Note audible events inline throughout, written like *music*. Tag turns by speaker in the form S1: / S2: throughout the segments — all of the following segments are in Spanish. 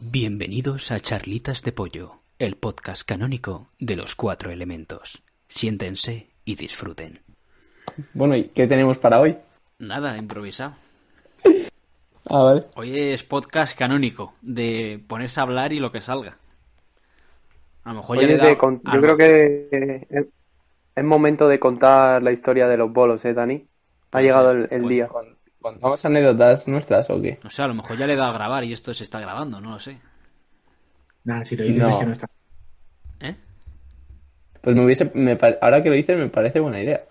S1: Bienvenidos a Charlitas de Pollo, el podcast canónico de los cuatro elementos. Siéntense y disfruten.
S2: Bueno, ¿y qué tenemos para hoy?
S3: Nada, improvisado.
S2: Ah, vale.
S3: Hoy es podcast canónico, de ponerse a hablar y lo que salga. A lo mejor
S4: Oye,
S3: ya le he
S4: te
S3: dado-
S4: con-
S3: a
S4: yo
S3: lo-
S4: creo que eh, es- es momento de contar la historia de los bolos, ¿eh, Dani? Ha
S3: Pues
S4: llegado el, el día.
S2: ¿Con- ¿Contamos anécdotas nuestras o qué?
S3: No sé, a lo mejor ya le he dado a grabar y esto se está grabando, no lo sé.
S5: Nada, si lo dices
S2: No.
S5: es que no está.
S3: ¿Eh?
S2: Pues me hubiese, me pare- ahora que lo dices me parece buena idea.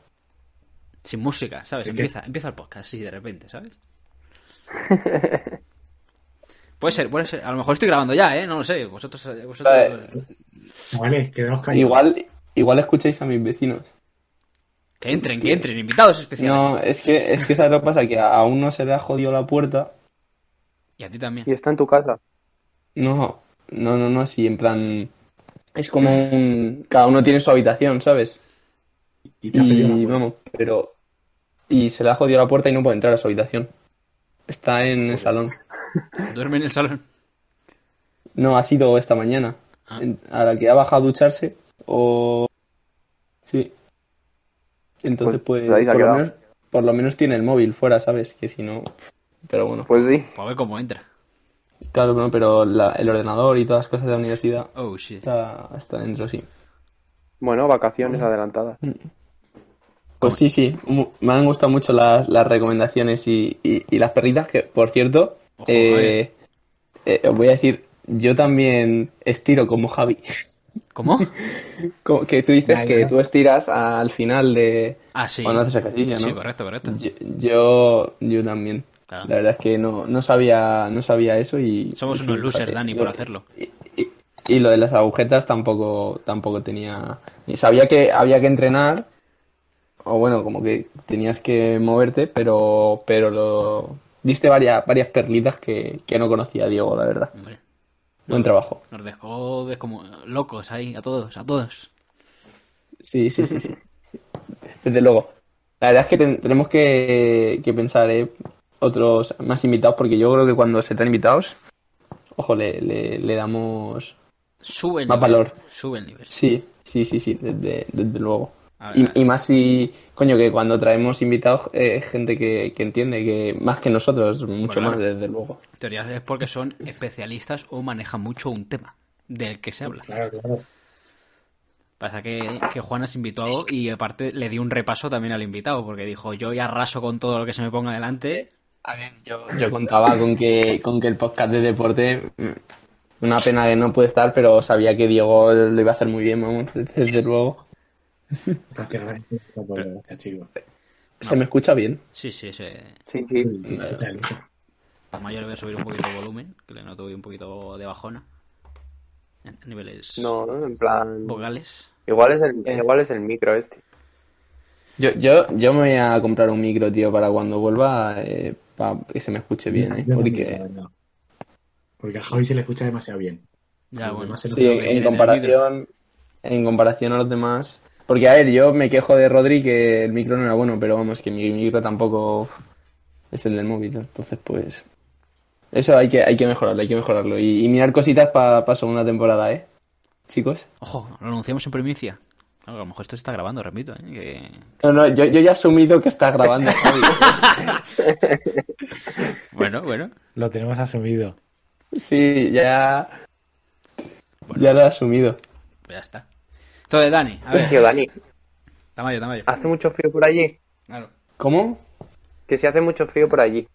S3: Sin música, ¿sabes?
S5: ¿De qué?
S3: Empieza, empieza el podcast así de repente, ¿sabes? *laughs* puede ser, puede ser. A lo mejor estoy grabando ya, ¿eh? No lo sé. Vosotros... vosotros...
S2: Vale.
S5: Vale, quedamos callados.
S2: Igual, igual escucháis a mis vecinos.
S3: Que entren, que entren. Invitados especiales.
S2: No, es que, es que sabes lo que pasa, que a a uno se le ha jodido la puerta.
S3: Y a ti también.
S4: Y está en tu casa.
S2: No, no, no, no, sí, en plan... Es como un... Cada uno tiene su habitación, ¿sabes?
S5: Y te ha pedido la
S2: Y
S5: puerta.
S2: vamos, pero... Y se le ha jodido la puerta y no puede entrar a su habitación. Está en el salón.
S3: Duerme en el salón.
S2: No, ha sido esta mañana.
S3: Ah.
S2: En- A la que ha bajado a ducharse o... Sí. Entonces,
S4: Pues,
S2: pues,
S4: ahí se
S2: por,
S4: ha
S2: lo
S4: quedado.
S2: menos, por lo menos tiene el móvil fuera, ¿sabes? Que si no... Pero bueno.
S4: Pues sí.
S3: Para ver cómo entra.
S2: Claro, bueno, pero la- el ordenador y todas las cosas de la universidad
S3: Oh, shit.
S2: está, está dentro, sí.
S4: Bueno, vacaciones adelantadas.
S2: Pues sí, sí. mu- Me han gustado mucho las, las recomendaciones y, y- y las perritas, que por cierto,
S3: Ojo,
S2: eh, eh, os voy a decir, yo también estiro como Javi. *laughs*
S3: ¿Cómo?
S2: Como que tú dices
S5: Ya,
S2: que
S5: ya.
S2: tú estiras al final de
S3: Ah, sí.
S2: cuando haces ejercicio,
S3: Sí,
S2: ¿no?
S3: correcto, correcto.
S2: Yo, yo, yo también.
S3: Claro.
S2: La verdad es que no, no sabía no sabía eso y
S3: Somos
S2: y
S3: unos
S2: sí,
S3: losers,
S2: joder,
S3: Dani,
S2: lo-
S3: por hacerlo.
S2: Y, y- y lo de las agujetas tampoco tampoco tenía ni sabía que había que entrenar o bueno, como que tenías que moverte, pero pero lo diste varias varias perlitas que, que no conocía Diego, la verdad.
S3: Hombre,
S2: Buen trabajo.
S3: nos dejó de- como locos ahí, a todos, a todos.
S2: Sí, sí, sí, sí. Desde luego. La verdad es que ten- tenemos que, que pensar ¿eh? otros más invitados, porque yo creo que cuando se traen invitados, ojo, le, le, le damos...
S3: Sube el
S2: Más
S3: nivel.
S2: valor.
S3: Sube el nivel.
S2: Sí, sí, sí, sí, desde, desde luego.
S3: A ver,
S2: Y,
S3: a ver.
S2: y más si, coño, que cuando traemos invitados, eh, gente que, que entiende, que más que nosotros, mucho
S3: Bueno,
S2: más,
S3: claro.
S2: desde luego.
S3: En teoría es porque son especialistas o manejan mucho un tema del que se habla.
S5: Claro, claro.
S3: Pasa que, que Juana se invitó y aparte le dio un repaso también al invitado, porque dijo, yo ya arraso con todo lo que se me ponga delante.
S2: A ver, yo, yo contaba con que, con que el podcast de deporte, mm, una pena que no puede estar, pero sabía que Diego lo iba a hacer muy bien, vamos, *laughs* desde luego.
S5: Gracias, gracias. Gracias, chicos.
S2: ¿Se me escucha bien?
S3: Sí, sí, se...
S4: Sí,
S5: Pues
S4: sí.
S5: Total.
S3: Además yo le voy a subir un poquito el volumen, que le noto hoy un poquito de bajona. En en niveles
S4: No, ¿no? en plan.
S3: vocales.
S4: Igual es el,
S3: Eh.
S4: igual es el micro este.
S2: Yo, yo, yo me voy a comprar un micro, tío, para cuando vuelva, eh, para que se me escuche bien, ¿eh?
S5: Yo no
S2: Porque
S5: entiendo, no. Porque a Javi se le escucha demasiado bien.
S3: Ya,
S5: Los
S3: bueno.
S5: demás se nos
S2: sí,
S5: ve
S2: en,
S3: Tiene el
S2: en
S3: micro.
S2: comparación, en comparación a los demás. Porque, a ver, yo me quejo de Rodri que el micro no era bueno, pero vamos, que mi micro tampoco es el del móvil, entonces pues... Eso hay que, hay que mejorarlo, hay que mejorarlo. Y, y mirar cositas para segunda temporada, ¿eh? Chicos.
S3: Ojo, lo anunciamos en primicia. Claro, a lo mejor esto se está grabando, repito. ¿eh? que-
S2: No, no, yo, yo ya he asumido que estás grabando, Javi.
S3: Bueno, bueno.
S5: Lo tenemos asumido.
S2: *laughs* Sí, ya... Ya lo he asumido.
S3: Pues ya está. Entonces, Dani, a ver,
S4: Tío, Dani,
S3: Tamayo, Tamayo.
S4: ¿hace mucho frío por allí?
S3: Claro.
S2: ¿Cómo?
S4: Que si hace mucho frío por allí.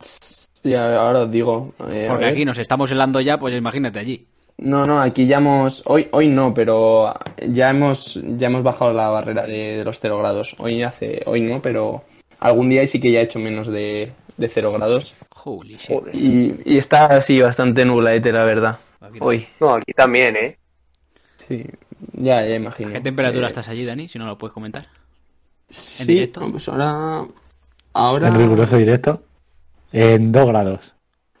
S2: Sí, a- ahora os digo. eh, a
S3: Porque
S2: ver.
S3: aquí nos estamos helando ya, pues imagínate allí.
S2: No, no, aquí ya hemos. Hoy, hoy no, pero ya hemos, ya hemos bajado la barrera de, de los 0 grados. Hoy hace, hoy no, pero Algún día y sí que ya he hecho menos de, de 0 grados.
S3: Holy shit.
S4: Joder.
S2: Y, y está así bastante nubladete, la verdad.
S3: Aquí no.
S2: Hoy.
S4: No, aquí también, ¿eh?
S2: Sí, ya, ya
S3: ¿A
S2: imagino.
S3: qué temperatura
S2: Eh,
S3: estás allí, Dani? Si no lo puedes comentar.
S2: sí,
S3: directo?
S2: no, pues ahora... Ahora...
S5: El riguroso directo. En 2 grados.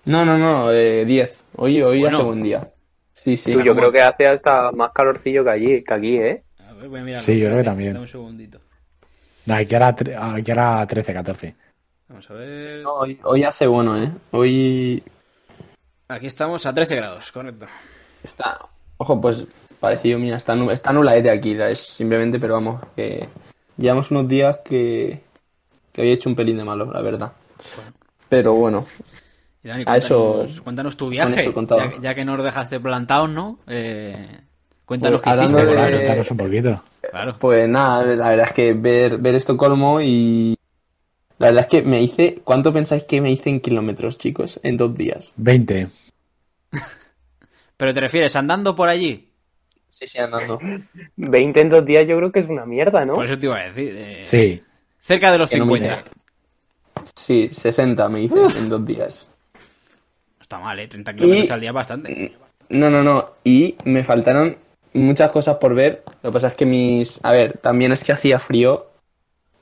S2: No, no, no, eh, 10. Hoy, hoy
S3: Bueno.
S2: hace buen día. Sí, sí.
S4: Tú, yo creo que hace hasta más calorcillo que allí, que aquí, ¿eh?
S3: A ver, voy a mirarlo.
S5: Sí, yo creo que
S3: Espérate,
S5: también.
S3: Dame un segundito.
S5: No, aquí ahora, tre- aquí ahora 13, 14.
S3: Vamos a ver.
S2: No, hoy, hoy hace bueno, ¿eh? Hoy
S3: Aquí estamos a 13 grados, correcto.
S2: está... Ojo, pues parecido, mira, está, nu- está nubladete aquí, la- es simplemente, pero vamos, que llevamos unos días que, que había hecho un pelín de malo, la verdad. Pero bueno,
S3: Y Dani,
S2: A eso-
S3: cuéntanos, cuéntanos tu
S2: con
S3: viaje.
S2: eso contaba.
S3: Ya, ya que nos dejaste plantados, ¿no? Eh, cuéntanos
S2: Pues,
S3: qué hiciste.
S2: hablando
S3: por
S2: de-
S3: ahí.
S5: Contanos un poquito.
S3: Claro.
S2: Pues nada, la verdad es que ver, ver Estocolmo y... La verdad es que me hice... ¿Cuánto pensáis que me hice en kilómetros, chicos? En dos días.
S5: 20.
S3: ¿Pero te refieres andando por allí?
S2: Sí, sí, andando.
S4: 20 en dos días yo creo que es una mierda, ¿no?
S3: Por eso te iba a decir. eh,
S5: Sí.
S3: Cerca de los
S2: Que no me
S3: 50.
S2: digas. Sí, 60 me hice en dos días.
S3: Está mal, ¿eh? 30 kilómetros
S2: Y-
S3: al día es bastante.
S2: No, no, no. Y me faltaron muchas cosas por ver. Lo que pasa es que mis... A ver, también es que hacía frío.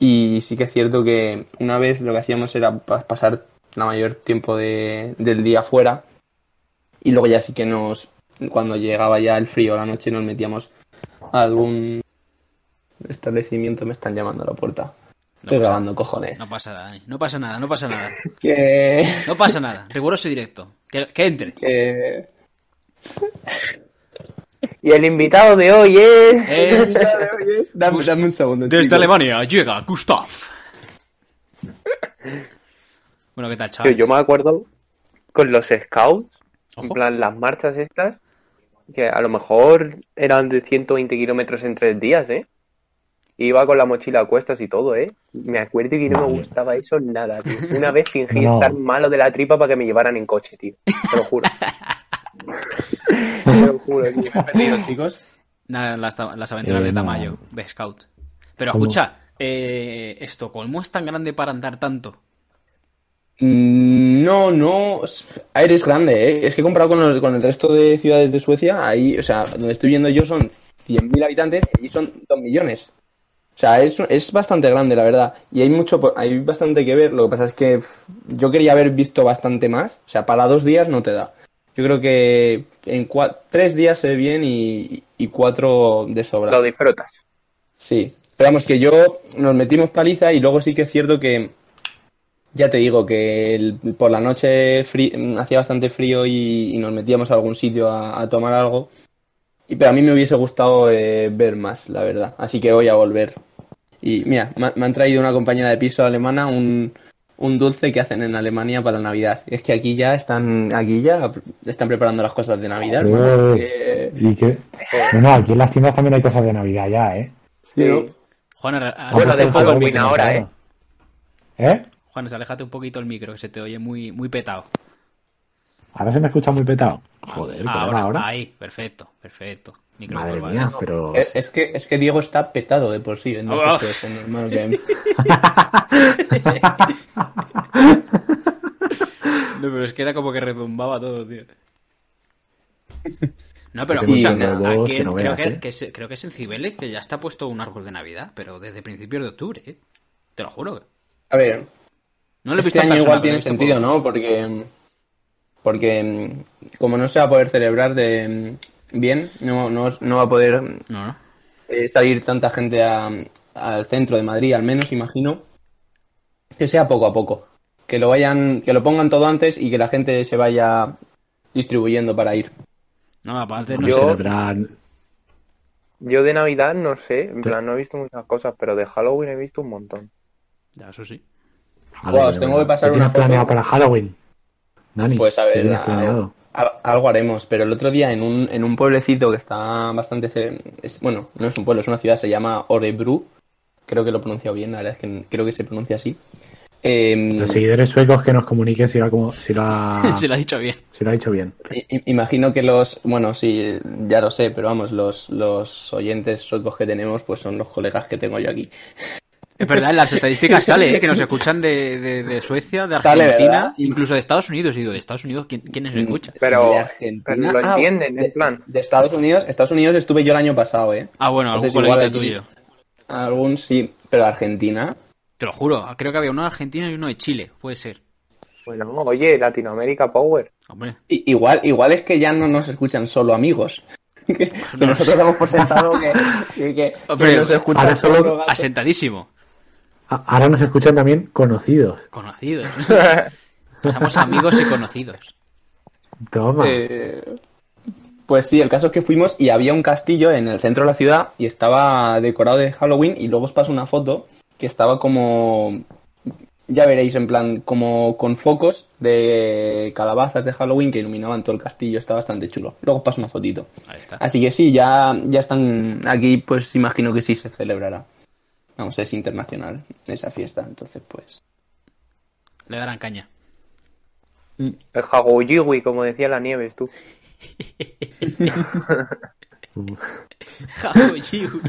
S2: Y sí que es cierto que una vez lo que hacíamos era pa- pasar la mayor tiempo de- del día fuera. Y luego ya sí que nos... Cuando llegaba ya el frío a la noche nos metíamos a algún establecimiento. Me están llamando a la puerta.
S3: pasa-
S2: Estoy grabando, cojones.
S3: No pasa nada, Dani. No pasa nada, no pasa nada.
S2: Que...
S3: No pasa nada.
S2: *laughs*
S3: Riguroso y directo. Que, que entre.
S2: que...
S3: *laughs*
S4: Y el invitado de hoy es...
S3: Eh,
S2: Dame, dame un segundo.
S3: desde
S2: chicos.
S3: Alemania llega Gustav. Bueno, ¿qué tal,
S4: Tío,
S3: chaval?
S4: yo me acuerdo con los scouts, en
S3: Ojo.
S4: plan las marchas estas, que a lo mejor eran de 120 kilómetros en tres días, ¿eh? Iba con la mochila a cuestas y todo, ¿eh? Me acuerdo que no me
S5: Madre.
S4: gustaba eso nada, tío.
S5: *laughs*
S4: Una vez fingí
S5: No.
S4: estar malo de la tripa para que me llevaran en coche, tío. Te lo juro. Te lo juro,
S5: *laughs*
S4: tío.
S2: Me he perdido, chicos.
S3: Nada, las, ta- las aventuras
S5: Eh,
S3: de
S5: no.
S3: Tamayo, de Scout. Pero
S5: ¿Cómo?
S3: escucha, eh, Estocolmo es tan grande para andar tanto.
S2: Mm, No, no. A ver, es grande, ¿eh? Es que comparado con, los- con el resto de ciudades de Suecia, ahí, o sea, donde estoy viendo yo son 100.000 habitantes y allí son 2 millones. O sea, es, es bastante grande, la verdad. Y hay mucho, por- hay bastante que ver. Lo que pasa es que pff, yo quería haber visto bastante más. O sea, para dos días no te da. Yo creo que en cua- tres días se ve bien y, y cuatro de sobra.
S4: Lo disfrutas.
S2: Sí, pero vamos, que yo nos metimos paliza y luego sí que es cierto que, ya te digo, que el- por la noche frí- mm, hacía bastante frío y, y nos metíamos a algún sitio a, a tomar algo. Y, pero a mí me hubiese gustado eh, ver más, la verdad. Así que voy a volver. Y mira, me, ha- me han traído una compañera de piso alemana un, un dulce que hacen en Alemania para Navidad. Es que aquí ya están, aquí ya están preparando las cosas de Navidad, hermano.
S5: Uy.
S2: Eh,
S5: ¿Y qué? No, no, aquí en las tiendas también hay cosas de Navidad ya, ¿eh?
S2: sí.
S3: Juan, a- a-
S4: Bueno,
S5: Aparte
S4: de
S5: del
S4: Halloween
S5: que nos
S4: ahora,
S5: traemos. ¿Eh?
S3: Juanes, aléjate un poquito el micro, que se te oye muy, muy petado.
S5: Ahora se me escucha muy petado. Joder, ¿por
S3: ahora,
S5: ahora, ahora.
S3: Ahí, perfecto, perfecto. Micro
S5: Madre
S3: curva,
S5: mía,
S3: ¿eh?
S5: pero.
S2: Es, es que, es que Diego está petado de por sí, entonces
S3: Ah.
S2: pues, es normal que-
S3: No, pero es que era como que retumbaba todo, tío. No, pero
S5: Tenemos
S3: escucha,
S2: unos
S5: huevos
S3: aquí
S5: que
S3: en-
S5: no
S3: creo,
S5: veas,
S3: que,
S5: ¿eh?
S3: que es, creo que es en Cibeles que ya está puesto un árbol de Navidad, pero desde principios de octubre, ¿eh? Te lo juro.
S2: *laughs* A ver,
S3: No lo he
S2: este
S3: visto en
S2: año
S3: persona,
S2: igual
S3: pero lo he
S2: tiene
S3: visto
S2: sentido,
S3: por-
S2: ¿no? Porque, porque mm, como no se va a poder celebrar de mm, bien, no, no, no va a poder mm,
S3: No, no.
S2: eh, salir tanta gente a- al centro de Madrid, al menos, imagino, que sea poco a poco. Que lo vayan, que lo pongan todo antes y que la gente se vaya distribuyendo para ir.
S3: No, aparte no
S5: no
S4: Yo-
S3: sé.
S5: celebran-
S4: Yo de Navidad no sé, en plan no he visto muchas cosas, pero de Halloween he visto un montón.
S3: Ya, eso sí.
S5: A
S2: Guau,
S5: ver,
S2: os tengo
S5: bueno,
S2: que pasar
S5: ¿qué
S2: una
S5: tienes planeado
S2: foto?
S5: para Halloween? Nani,
S2: Pues a
S5: ¿qué
S2: ver,
S5: tienes
S2: a-
S5: planeado?
S2: Al- Algo haremos, pero el otro día en un, en un pueblecito que está bastante... ce- es- bueno, no es un pueblo, es una ciudad, se llama Orebru. Creo que lo he pronunciado bien, la verdad es que creo que se pronuncia así. Eh,
S5: Los seguidores suecos que nos comuniquen si lo ha, como- si lo
S3: *laughs*
S5: ha,
S3: Se lo ha dicho bien.
S5: si lo ha dicho bien.
S2: i- i- imagino que los... Bueno, sí, ya lo sé, pero vamos, los, los oyentes suecos que tenemos pues son los colegas que tengo yo aquí.
S3: Es verdad, en las *laughs* estadísticas sale, ¿eh? Que nos escuchan de, de- de Suecia, de
S2: Sale, ¿verdad?
S3: Argentina, incluso de Estados Unidos. Y digo, ¿de Estados Unidos quién, quién nos escucha?
S4: Pero,
S2: De Argentina.
S4: pero lo
S2: Ah,
S4: entienden, en
S2: de-
S4: plan.
S2: De Estados Unidos, Estados Unidos estuve yo el año pasado, ¿eh?
S3: Ah, bueno, algún
S2: Entonces, igual
S3: colega
S2: aquí-
S3: tuyo.
S2: Algún sí, pero Argentina.
S3: Te lo juro, creo que había uno de Argentina y uno de Chile, puede ser.
S4: Bueno, oye, Latinoamérica Power.
S3: Hombre,
S2: I- Igual, igual es que ya no nos escuchan solo amigos. *laughs* Que- que nosotros damos por sentado que, que- que
S3: Hombre,
S2: nos
S5: ahora
S2: escuchan
S5: solo-
S2: solo gatos.
S3: asentadísimo.
S5: A- Ahora nos escuchan también conocidos.
S3: *laughs* Conocidos. Pasamos a amigos y conocidos.
S5: Toma.
S2: Eh, pues sí, el caso es que fuimos y había un castillo en el centro de la ciudad y estaba decorado de Halloween y luego os paso una foto que estaba como, ya veréis, en plan, como con focos de calabazas de Halloween que iluminaban todo el castillo, está bastante chulo. Luego os paso una fotito.
S3: Ahí está.
S2: Así que sí, ya, ya están aquí, pues imagino que sí se celebrará. Vamos, es internacional esa fiesta, entonces pues...
S3: Le darán *laughs* caña.
S4: El Hagoyiwi, como decía la Nieves, tú.
S3: Jaoyu.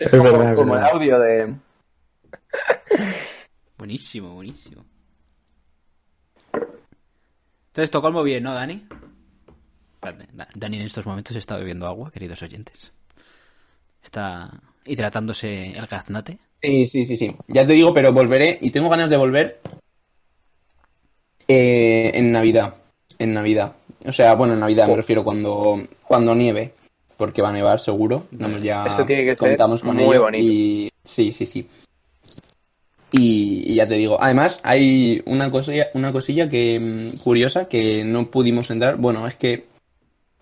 S5: es verdad, es
S2: como el
S5: verdad.
S2: audio de...
S3: buenísimo, buenísimo. Entonces, Estocolmo bien, ¿no, Dani? Espérate, Da- Dani en estos momentos está bebiendo agua, queridos oyentes. Está hidratándose el gaznate.
S2: Sí, sí, sí, sí. Ya te digo, pero volveré y tengo ganas de volver eh, en Navidad. En Navidad. O sea, bueno, en Navidad me refiero cuando, cuando nieve. Porque va a nevar seguro. No, ya
S4: Eso tiene que ser
S2: contamos con
S4: muy
S2: ello
S4: bonito.
S2: Y, sí, sí, sí. Y, y ya te digo. Además, hay una cosilla, una cosilla que mm, curiosa que no pudimos entrar. Bueno, es que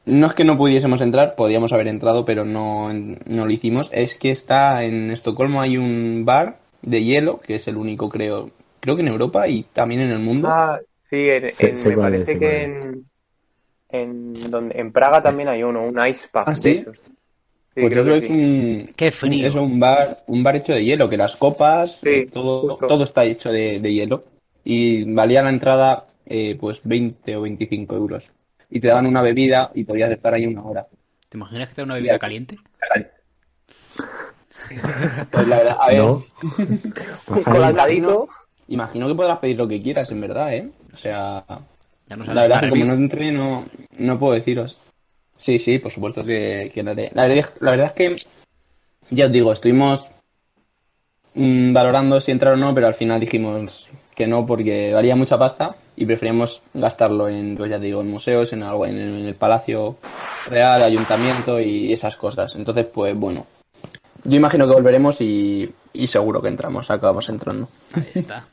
S2: no es que no pudiésemos entrar, podíamos haber entrado, pero no, no lo hicimos. Es que está en Estocolmo hay un bar de hielo, que es el único, creo, creo que en Europa y también en el mundo.
S4: Ah, sí, en,
S5: Sí,
S4: en-
S5: sí,
S4: me
S5: vale,
S4: parece
S5: sí,
S4: que
S5: vale.
S4: en, en, donde, en Praga también hay uno, un ice pub
S2: ¿Ah,
S4: de
S2: sí?
S4: esos. Sí,
S2: pues
S4: creo
S2: eso
S4: que
S2: es
S4: sí.
S2: un,
S3: ¡Qué frío!
S2: es un bar, un bar hecho de hielo, que las copas,
S4: Sí,
S2: eh, todo,
S4: justo.
S2: todo está hecho de, de hielo. Y valía la entrada eh, pues 20 o 25 euros. Y te daban una bebida y podías estar ahí una hora.
S3: ¿Te imaginas que te da una bebida caliente?
S2: Pues la verdad, a ver,
S5: *laughs*
S2: *laughs*
S5: No. Pues Vas a
S4: Un
S5: ver.
S4: coladito.
S2: imagino que podrás pedir lo que quieras, en verdad, ¿eh? O sea,
S3: Ya no
S2: La
S3: sabes
S2: verdad,
S3: la
S2: que como
S3: review.
S2: no entré, no, no puedo deciros. Sí, sí, por supuesto que, que lo haré. La verdad, la verdad es que, ya os digo, estuvimos mm, valorando si entrar o no, pero al final dijimos que no porque valía mucha pasta y preferíamos gastarlo en, pues ya te digo, en museos, en algo, en el, en el Palacio Real, Ayuntamiento y esas cosas. Entonces, pues bueno, yo imagino que volveremos y, y seguro que entramos, acabamos entrando.
S3: Ahí está.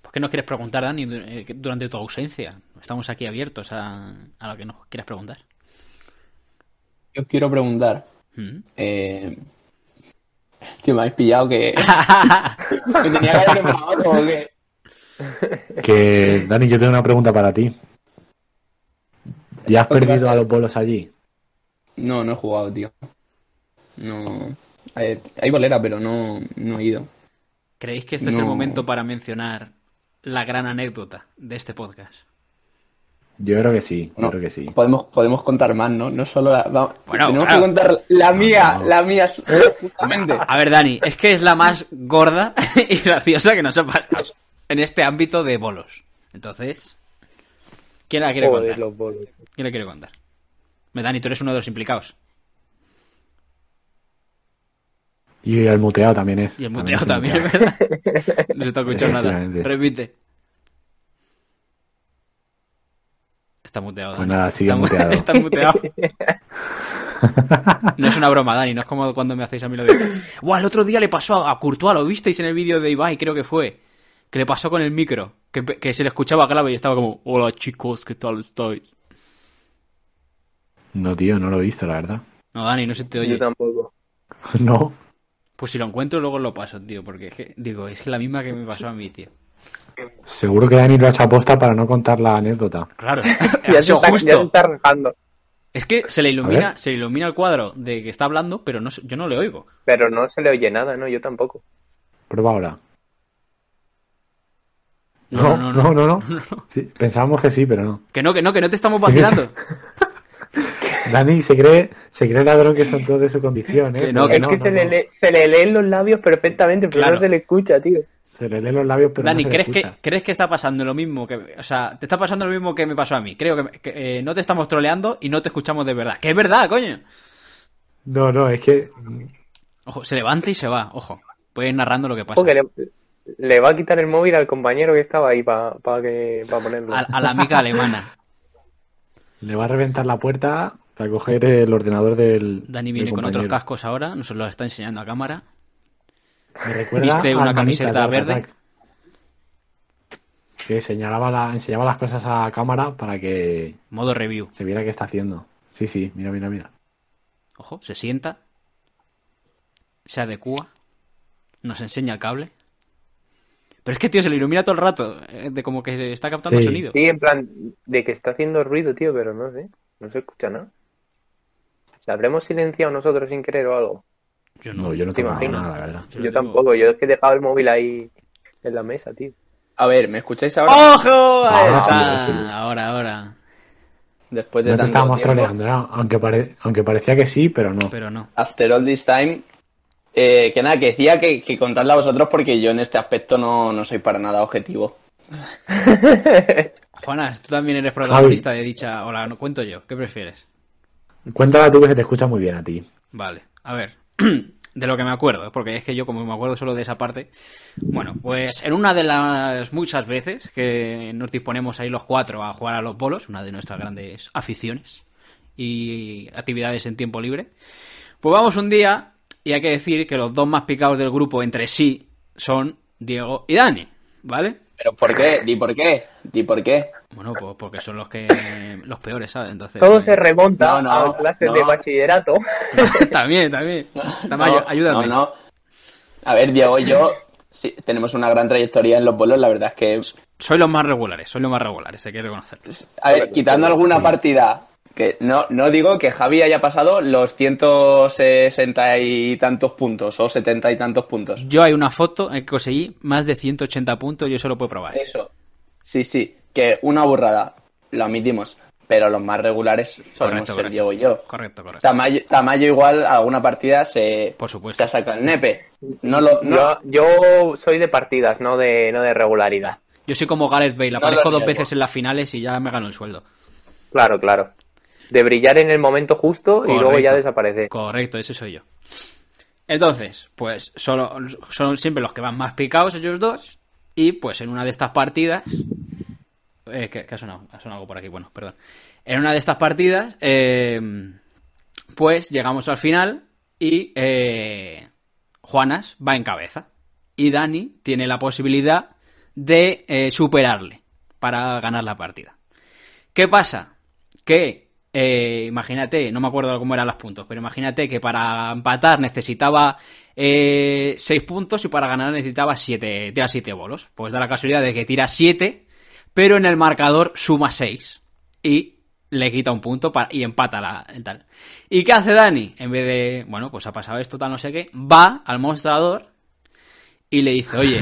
S3: ¿Por qué nos quieres preguntar, Dani, du- eh, durante tu ausencia? Estamos aquí abiertos a, a lo que nos quieras preguntar.
S2: Yo os quiero preguntar,
S3: ¿Mm?
S2: Eh, que me habéis
S3: *laughs*
S2: pillado que. que tenía que haber preparado como que.
S5: Que, Dani, yo tengo una pregunta para ti. ¿Ya has
S2: ¿Por qué
S5: perdido
S2: vas a-
S5: a los bolos allí?
S2: No, no he jugado, tío. No. Eh, hay bolera, pero no, no he ido.
S3: ¿Creéis que este es el
S2: No.
S3: momento para mencionar la gran anécdota de este podcast?
S5: Yo creo que sí, yo
S2: No.
S5: creo que sí.
S2: Podemos, podemos contar más, ¿no? No solo la. va-
S3: Bueno,
S2: tenemos
S3: claro.
S2: que contar la mía,
S5: No.
S2: la mía, justamente.
S3: A ver, Dani, es que es la más gorda *laughs* y graciosa que nos ha pasado en este ámbito de bolos. Entonces, ¿quién la quiere
S4: Joder,
S3: contar?
S4: los bolos.
S3: ¿Quién la quiere contar? Hombre, Dani, tú eres uno de los implicados.
S5: Y el muteado también es.
S3: Y el muteado
S5: es
S3: también, ¿verdad?
S5: *laughs*
S3: No se te ha escuchado nada.
S5: Efectivamente.
S3: Repite. Está muteado. Dani.
S5: Pues nada, sigue
S3: está, mu-
S5: muteado.
S3: *laughs* está
S5: *laughs*
S3: muteado. No es una broma, Dani. No es como cuando me hacéis a mí lo de. Buah, el otro día le pasó a, a Courtois. Lo visteis en el vídeo de Ibai, creo que fue. Que le pasó con el micro. Que, empe- que se le escuchaba clave y estaba como: Hola chicos, ¿qué tal estáis?
S5: No, tío, no lo he visto, la verdad.
S3: No, Dani, no se te
S4: Yo
S3: oye.
S4: tampoco.
S5: *laughs* No.
S3: Pues si lo encuentro, luego lo paso, tío. Porque es que, digo, es que la misma que me pasó a mí, tío.
S5: Seguro que Dani lo ha hecho aposta para no contar la anécdota.
S4: *laughs*
S3: Claro. *laughs*
S4: Ya
S3: Ha sido
S4: se, está, ya se
S3: Ah, justo.
S4: está rajando.
S3: Es que se le
S5: A
S3: ilumina,
S5: ver.
S3: se le ilumina el cuadro de que está hablando, pero no, se- yo no le oigo.
S4: Pero no se le oye nada, ¿no? Yo tampoco.
S5: Prueba ahora.
S3: No, no, no, no.
S5: no, no. Sí, pensábamos que sí, pero no.
S3: Que no, que no, que no te estamos vacilando.
S5: Dani se cree, se cree ladrón
S3: *laughs*
S5: que son todos de su condición, ¿eh?
S3: Que no,
S5: Porque
S4: es que se, le, lee- se le leen los labios perfectamente, pero
S3: Claro.
S4: no se le escucha, tío.
S5: Se le leen los labios, pero
S3: Dani,
S5: no se le
S3: ¿crees que,
S5: escucha.
S3: ¿crees que está pasando lo mismo que... O sea, te está pasando lo mismo que me pasó a mí. Creo que, me- que, eh, no te estamos troleando y no te escuchamos de verdad. Que es verdad, coño.
S5: No, no, es que...
S3: Ojo, se levanta y se va, ojo. Voy a ir narrando lo que pasa.
S4: Ojo, que le, le va a quitar el móvil al compañero que estaba ahí para que pa ponerlo.
S3: A, a la amiga alemana.
S5: Le va a reventar la puerta para coger el ordenador del.
S3: Dani
S5: del
S3: viene con
S5: compañero.
S3: otros cascos ahora, nos los está enseñando a cámara.
S5: Me recuerda
S3: Viste
S5: a
S3: una
S5: Manitas de
S3: camiseta
S5: Art
S3: verde.
S5: Attack, que señalaba la, enseñaba las cosas a cámara para que
S3: Modo review.
S5: se viera qué está haciendo. Sí, sí, mira, mira, mira.
S3: Ojo, se sienta. Se adecua. Nos enseña el cable. Pero es que, tío, se le ilumina todo el rato. eh, De como que se está captando
S5: Sí.
S3: sonido.
S4: Sí, en plan, de que está haciendo ruido, tío, pero no sé, no se escucha nada. ¿La habremos silenciado nosotros sin querer o algo?
S3: Yo
S5: No, yo no
S4: Te
S5: tengo
S4: imagino.
S5: nada, la verdad.
S3: Yo
S4: Yo,
S3: lo tengo.
S4: tampoco, yo es que he dejado el móvil ahí en la mesa, tío.
S2: A ver, ¿me escucháis ahora?
S3: Oh. ¡Ojo! Ahí
S5: Ah,
S3: está.
S5: sí, sí.
S3: Ahora, ahora.
S2: Después de
S5: No te
S2: tanto
S5: estábamos
S2: tiempo.
S5: troleando, ¿eh? aunque, pare- aunque parecía que sí, pero no.
S3: Pero no.
S2: After all this time. eh, que nada, que decía que, que contadla vosotros porque yo en este aspecto no, no soy para nada objetivo.
S3: Juana, tú también eres protagonista de dicha. Hola, no cuento yo. ¿Qué prefieres?
S5: Cuéntala tú que se te escucha muy bien a ti.
S3: Vale, a ver. *clears throat* De lo que me acuerdo, porque es que yo como me acuerdo solo de esa parte. Bueno, pues en una de las muchas veces que nos disponemos ahí los cuatro a jugar a los bolos, una de nuestras grandes aficiones y actividades en tiempo libre, pues vamos un día y hay que decir que los dos más picados del grupo entre sí son Diego y Dani, ¿vale?
S2: Pero ¿por qué? ¿Di por qué? ¿Di por qué?
S3: Bueno, pues porque son los que los peores, ¿sabes? Entonces pues,
S4: Todo se
S2: No,
S4: remonta
S2: no,
S4: a clases
S2: no.
S4: de bachillerato.
S3: *laughs* también,
S2: *laughs*
S3: también. Tamayo,
S2: No,
S3: ayúdame.
S2: No, no. A ver, Diego y yo sí, tenemos una gran trayectoria en los bolos, la verdad es que
S3: Soy los más regulares, soy los más regulares, hay que reconocerlo.
S2: A ver, quitando alguna partida, que no, no digo que Javi haya pasado los 160 y tantos puntos o 70 y tantos puntos.
S3: Yo hay una foto en que conseguí más de 180 puntos, yo eso lo puedo probar.
S2: Eso. Sí, sí, que una burrada, lo admitimos, pero los más regulares solemos
S3: Correcto,
S2: ser
S3: correcto.
S2: Diego y yo.
S3: Correcto, correcto.
S2: Tamayo, Tamayo igual alguna partida se,
S3: Por supuesto.
S2: se ha sacado el nepe. No lo, no,
S4: Yo, yo soy de partidas, no de, no de regularidad.
S3: Yo soy como Gareth Bale,
S2: No
S3: aparezco
S2: lo
S3: dos
S2: niego.
S3: veces en las finales y ya me gano el sueldo.
S4: Claro, claro. De brillar en el momento justo y luego ya
S3: Correcto.
S4: desaparecer.
S3: Correcto, ese soy yo. Entonces, pues solo, son siempre los que van más picados ellos dos. Y pues en una de estas partidas... Eh, que, que ha, sonado, ha sonado algo por aquí, bueno, perdón. En una de estas partidas, eh, pues llegamos al final y eh, Juanas va en cabeza. Y Dani tiene la posibilidad de eh, superarle para ganar la partida. ¿Qué pasa? Que, eh, imagínate, no me acuerdo cómo eran los puntos, pero imagínate que para empatar necesitaba 6 puntos y para ganar necesitaba 7, tira 7 bolos. Pues da la casualidad de que tira 7, pero en el marcador suma 6 y le quita un punto para- y empata la, el tal. ¿Y qué hace Dani? En vez de, bueno, pues ha pasado esto, tal, no sé qué, va al mostrador y le dice, oye,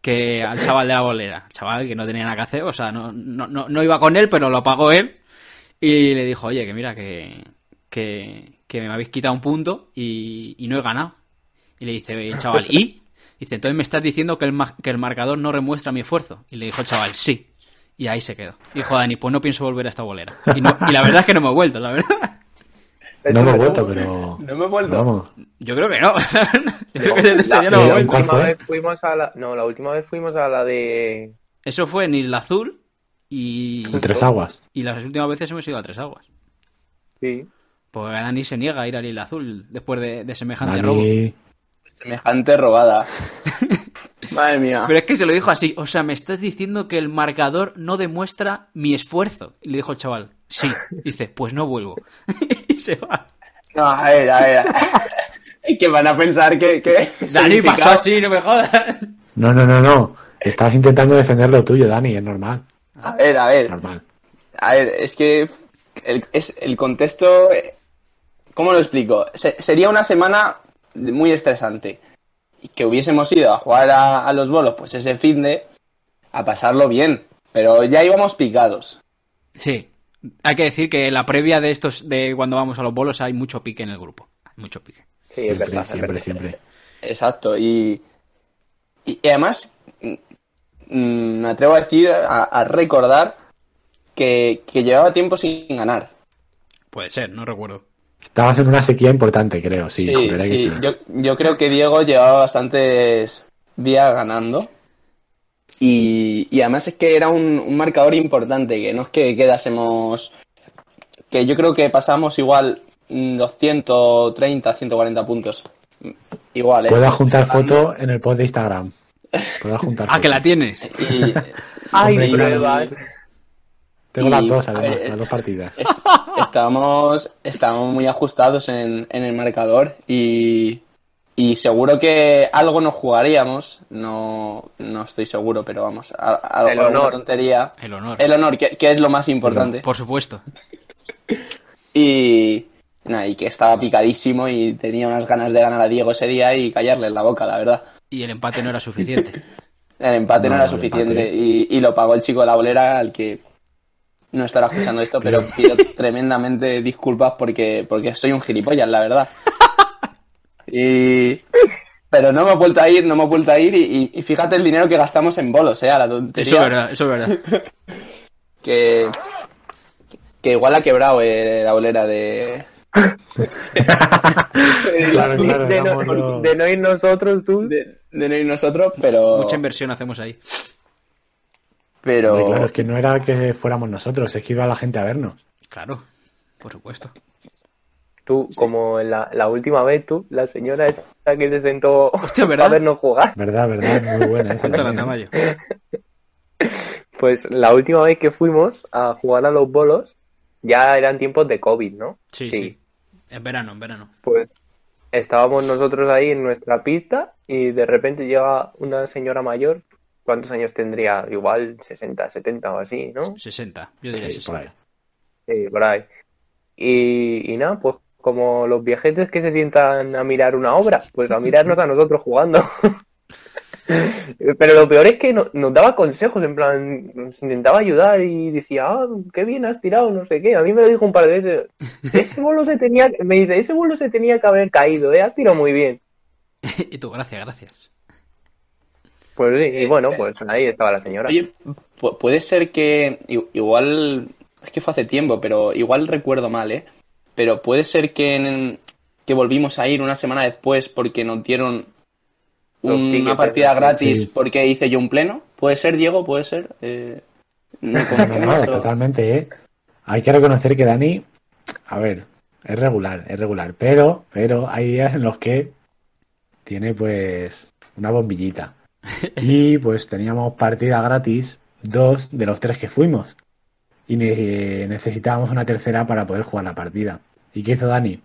S3: que al chaval de la bolera, chaval que no tenía nada que hacer, o sea, no, no, no, no iba con él, pero lo pagó él. Y le dijo, oye, que mira, que, que, que me habéis quitado un punto y, y no he ganado. Y le dice el chaval, ¿y? Dice, entonces me estás diciendo que el, ma- que el marcador no remuestra mi esfuerzo. Y le dijo el chaval, sí. Y ahí se quedó. Dijo Dani, pues no pienso volver a esta bolera. Y, no- y la verdad es que no me he vuelto, la verdad. *laughs*
S5: No me he vuelto, pero.
S2: no me he vuelto.
S5: Vamos.
S3: Yo creo que no. *laughs* Yo creo que desde ese día este no me he
S5: La-
S4: La
S3: vuelto.
S5: ¿Cuál
S4: última
S5: fue?
S4: vez fuimos a la... No, la última vez fuimos a la de...
S3: Eso fue en Isla Azul y,
S5: Tres aguas.
S3: y las últimas veces hemos ido a Tres Aguas.
S4: Sí.
S3: Porque Dani se niega a ir al Isla Azul después de, de semejante robo.
S5: Dani.
S3: *laughs*
S2: Semejante robada. Madre mía.
S3: Pero es que se lo dijo así, o sea, me estás diciendo que el marcador no demuestra mi esfuerzo. Y le dijo el chaval, sí. Dice, pues no vuelvo. *laughs* y se va.
S2: No, a ver,
S3: *laughs*
S2: a ver. Es que van a pensar que... que
S3: Dani
S2: significado-
S3: pasó así, no me jodas.
S5: No, no, no, no. Estabas intentando defender lo tuyo, Dani, es normal.
S2: A ver, a ver.
S5: Normal.
S2: A ver, es que el, es, el contexto, eh, ¿cómo lo explico? Se- sería una semana muy estresante. Y Que hubiésemos ido a jugar a, a los bolos, pues ese fin de, a pasarlo bien. Pero ya íbamos picados.
S3: Sí. Hay que decir que la previa de estos, de cuando vamos a los bolos, hay mucho pique en el grupo. Hay mucho pique.
S4: Sí, es
S5: siempre,
S4: verdad. es
S5: siempre,
S4: verdad.
S5: siempre.
S2: Exacto, y, y, y además mm, mm, me atrevo a decir, a, a recordar que, que llevaba tiempo sin ganar.
S3: Puede ser, no recuerdo.
S5: Estabas en una sequía importante, creo, sí, juraría que sí.
S2: Yo, yo creo que Diego llevaba bastantes días ganando. Y, y además es que era un, un marcador importante, que no es que quedásemos. Que yo creo que pasamos igual mm, los 130, 140 puntos. Mm, Igual, ¿eh?
S5: Puedo juntar foto en el post de Instagram. Puedo juntar
S3: *laughs* Ah, que la
S5: foto.
S3: tienes.
S2: Y-
S4: Ay,
S5: Hombre,
S4: pruebas.
S5: Tengo
S2: y-
S5: las dos,
S2: a
S5: además,
S2: ver,
S5: las dos partidas.
S2: Estábamos, estábamos muy ajustados en, en el marcador y, y seguro que algo nos jugaríamos. No, no estoy seguro, pero vamos, a- a-
S4: El
S2: alguna
S4: honor.
S2: tontería.
S3: El honor.
S2: El honor, que, que es lo más importante.
S3: Por supuesto.
S2: Y, nada, y que estaba picadísimo y tenía unas ganas de ganar a Diego ese día y callarle en la boca, la verdad.
S3: Y el empate no era suficiente.
S2: El empate no,
S5: No,
S2: era
S5: el
S2: suficiente
S5: empate.
S2: y, y lo pagó el chico de la bolera al que no estará escuchando esto, pero pido tremendamente disculpas porque, porque soy un gilipollas, la verdad. Y... Pero no me he vuelto a ir, no me he vuelto a ir y, y- y fíjate el dinero que gastamos en bolos, eh, a la tontería.
S3: Eso es verdad, eso es verdad.
S2: Que, que igual ha quebrado eh, la bolera de...
S5: Claro, claro,
S4: *laughs* de, no,
S5: vámonos.
S4: de no ir nosotros, tú.
S2: De, de no ir nosotros, pero...
S3: Mucha inversión hacemos ahí.
S2: pero...
S5: Hombre, claro, es que no era que fuéramos nosotros, es que iba la gente a vernos.
S3: Claro, por supuesto.
S4: Tú, como la, la última vez, tú, la señora esta que se sentó
S3: Hostia,
S4: a
S3: ¿verdad?
S4: vernos jugar.
S5: ¿Verdad, verdad? Muy buena esa.
S3: Cuéntala,
S5: también,
S3: Tamayo.
S5: ¿eh?
S4: Pues la última vez que fuimos a jugar a los bolos, ya eran tiempos de COVID, ¿no?
S3: Sí, sí. En verano, en verano.
S4: Pues estábamos nosotros ahí en nuestra pista y de repente llega una señora mayor. ¿Cuántos años tendría? Igual 60, 70 o así, ¿no?
S3: 60, yo diría
S5: Sí, por
S3: 60.
S5: ahí.
S4: Sí, por ahí. Y, y nada, pues como los viejetes que se sientan a mirar una obra, pues a mirarnos a nosotros jugando. *laughs* Pero lo peor es que no- nos daba consejos, en plan, nos intentaba ayudar y decía, ah, qué bien has tirado, no sé qué. A mí me lo dijo un par de veces, ese bolo se tenía, me dice, ese bolo se tenía que haber caído, ¿eh? Has tirado muy bien.
S3: *laughs* y tú, gracias, gracias.
S4: Pues sí, y bueno, pues ahí estaba la señora.
S2: Oye, pu- puede ser que i- igual, es que fue hace tiempo, pero igual recuerdo mal, ¿eh? Pero puede ser que, en- que volvimos a ir una semana después porque nos dieron
S4: Los
S2: una
S4: tickets,
S2: partida
S4: ¿no?
S2: gratis
S5: Sí.
S2: porque hice yo un pleno. ¿Puede ser, Diego? ¿Puede ser? Eh,
S5: *laughs*
S2: ¿me
S5: No, no,
S2: confirmas o-
S5: totalmente, ¿eh? Hay que reconocer que Dani, a ver, es regular, es regular, pero, pero hay días en los que tiene pues una bombillita. Y pues teníamos partida gratis, dos de los tres que fuimos. Y ne- necesitábamos una tercera para poder jugar la partida. ¿Y qué hizo Dani?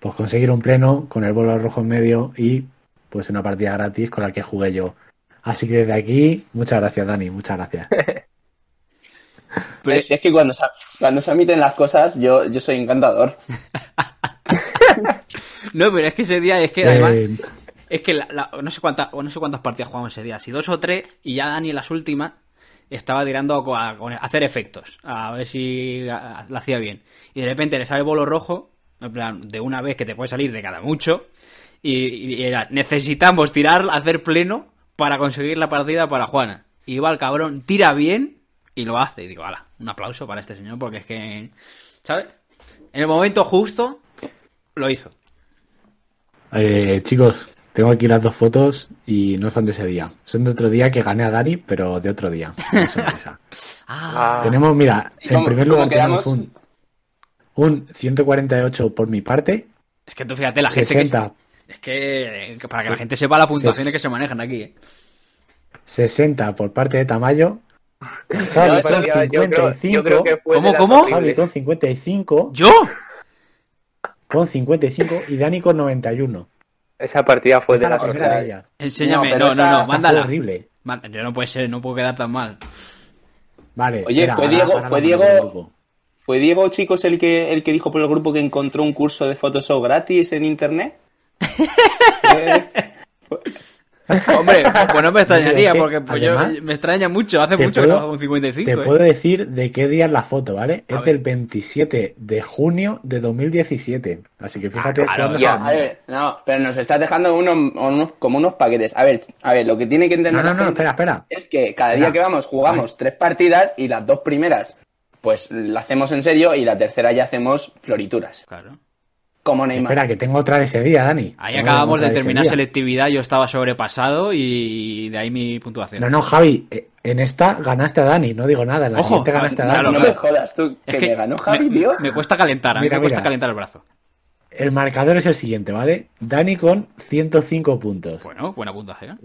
S5: Pues conseguir un pleno con el bolo rojo en medio y pues una partida gratis con la que jugué yo. Así que desde aquí, muchas gracias Dani, muchas gracias.
S2: Pero si es que cuando se, cuando se omiten las cosas, yo, yo soy encantador.
S3: No, pero es que ese día es que además.
S5: Eh,
S3: Es que la- la- no, sé cuántas, no sé cuántas partidas jugamos ese día, si dos o tres, y ya Dani en las últimas estaba tirando a, co- a- con- a hacer efectos, a ver si a- a- la hacía bien. Y de repente le sale el bolo rojo, en plan, de una vez que te puede salir de cada mucho, y, y era, necesitamos tirar, hacer pleno para conseguir la partida para Juana. Y va el cabrón, tira bien y lo hace. Y digo, ala, un aplauso para este señor porque es que, ¿sabes? En el momento justo lo hizo.
S5: Eh, chicos, tengo aquí las dos fotos y no son de ese día. Son de otro día que gané a Dani, pero de otro día. Una sorpresa.
S4: Ah,
S5: tenemos, mira,
S2: ¿Y
S5: en
S2: cómo-
S5: primer
S2: cómo
S5: lugar tenemos
S2: quedamos?
S5: un, un 148 por mi parte,
S3: Es que tú fíjate, la gente que
S5: 60,
S3: Es que eh, para que la gente sepa las puntuaciones
S5: Sí.
S3: que se manejan aquí, ¿eh?
S5: 60 por parte de Tamayo,
S4: Yo,
S5: Javi con
S4: creo- yo creo,
S5: 55,
S4: yo creo que fue
S3: ¿Cómo,
S4: de las
S3: cómo?
S5: Javi
S4: horribles.
S5: con 55,
S3: ¿Yo?
S5: con 55 y Dani con 91.
S4: Esa partida fue Pues
S5: Esta
S4: de
S5: es la
S4: las
S2: horrible.
S5: primera de
S4: horribles.
S5: ellas.
S3: Enséñame,
S2: No, pero
S3: no, no,
S2: esa-
S3: no,
S2: esta
S5: Esta fue
S3: mándala.
S5: horrible.
S3: Man- Yo no puede ser, no puedo quedar tan mal.
S5: Vale.
S2: Oye, fue
S5: ahora-
S2: Diego-
S5: ahora
S2: fue
S5: la
S2: Diego-
S5: mando al grupo.
S2: ¿Fue Diego, chicos, el que, el que dijo por el grupo que encontró un curso de Photoshop gratis en internet? Eh, fue-
S3: *laughs* Hombre, pues no me
S5: *laughs*
S3: extrañaría,
S5: que,
S3: porque pues, yo-
S5: además,
S3: me extraña mucho. Hace
S5: te
S3: mucho que
S5: puedo-
S3: no hago un 55.
S5: Te
S3: ¿eh?
S5: puedo decir de qué día es la foto, ¿vale?
S3: A
S5: es
S3: ver.
S5: del 27 de junio de 2017. Así que fíjate.
S3: Ah, claro,
S5: cuándo-
S2: Ya, a ver, no, pero nos estás dejando unos, unos- como unos paquetes. A ver, a ver, lo que tiene que
S5: no,
S2: entender
S5: no,
S2: la
S5: no,
S2: gente
S5: espera, espera.
S2: es que cada día
S5: Espera.
S2: que vamos jugamos tres partidas y las dos primeras pues la hacemos en serio y la tercera ya hacemos florituras.
S3: Claro.
S2: Como Neymar.
S5: Espera, que tengo otra de ese día, Dani.
S3: Ahí
S5: Tengo
S3: acabamos
S5: otra
S3: de
S5: ese
S3: terminar
S5: día.
S3: selectividad, yo estaba sobrepasado y de ahí mi puntuación.
S5: No, no, Javi, eh, en esta ganaste a Dani, no digo nada. En la
S3: Ojo,
S5: siguiente ganaste a Dani.
S3: claro,
S2: no me
S3: claro.
S2: jodas tú,
S3: Es
S2: que, me ganó Javi,
S3: me,
S2: tío.
S3: me cuesta calentar, a mí
S5: Mira,
S3: me cuesta
S5: mira.
S3: calentar el brazo.
S5: El marcador es el siguiente, ¿vale? Dani con 105 puntos.
S3: Bueno, buena puntuación.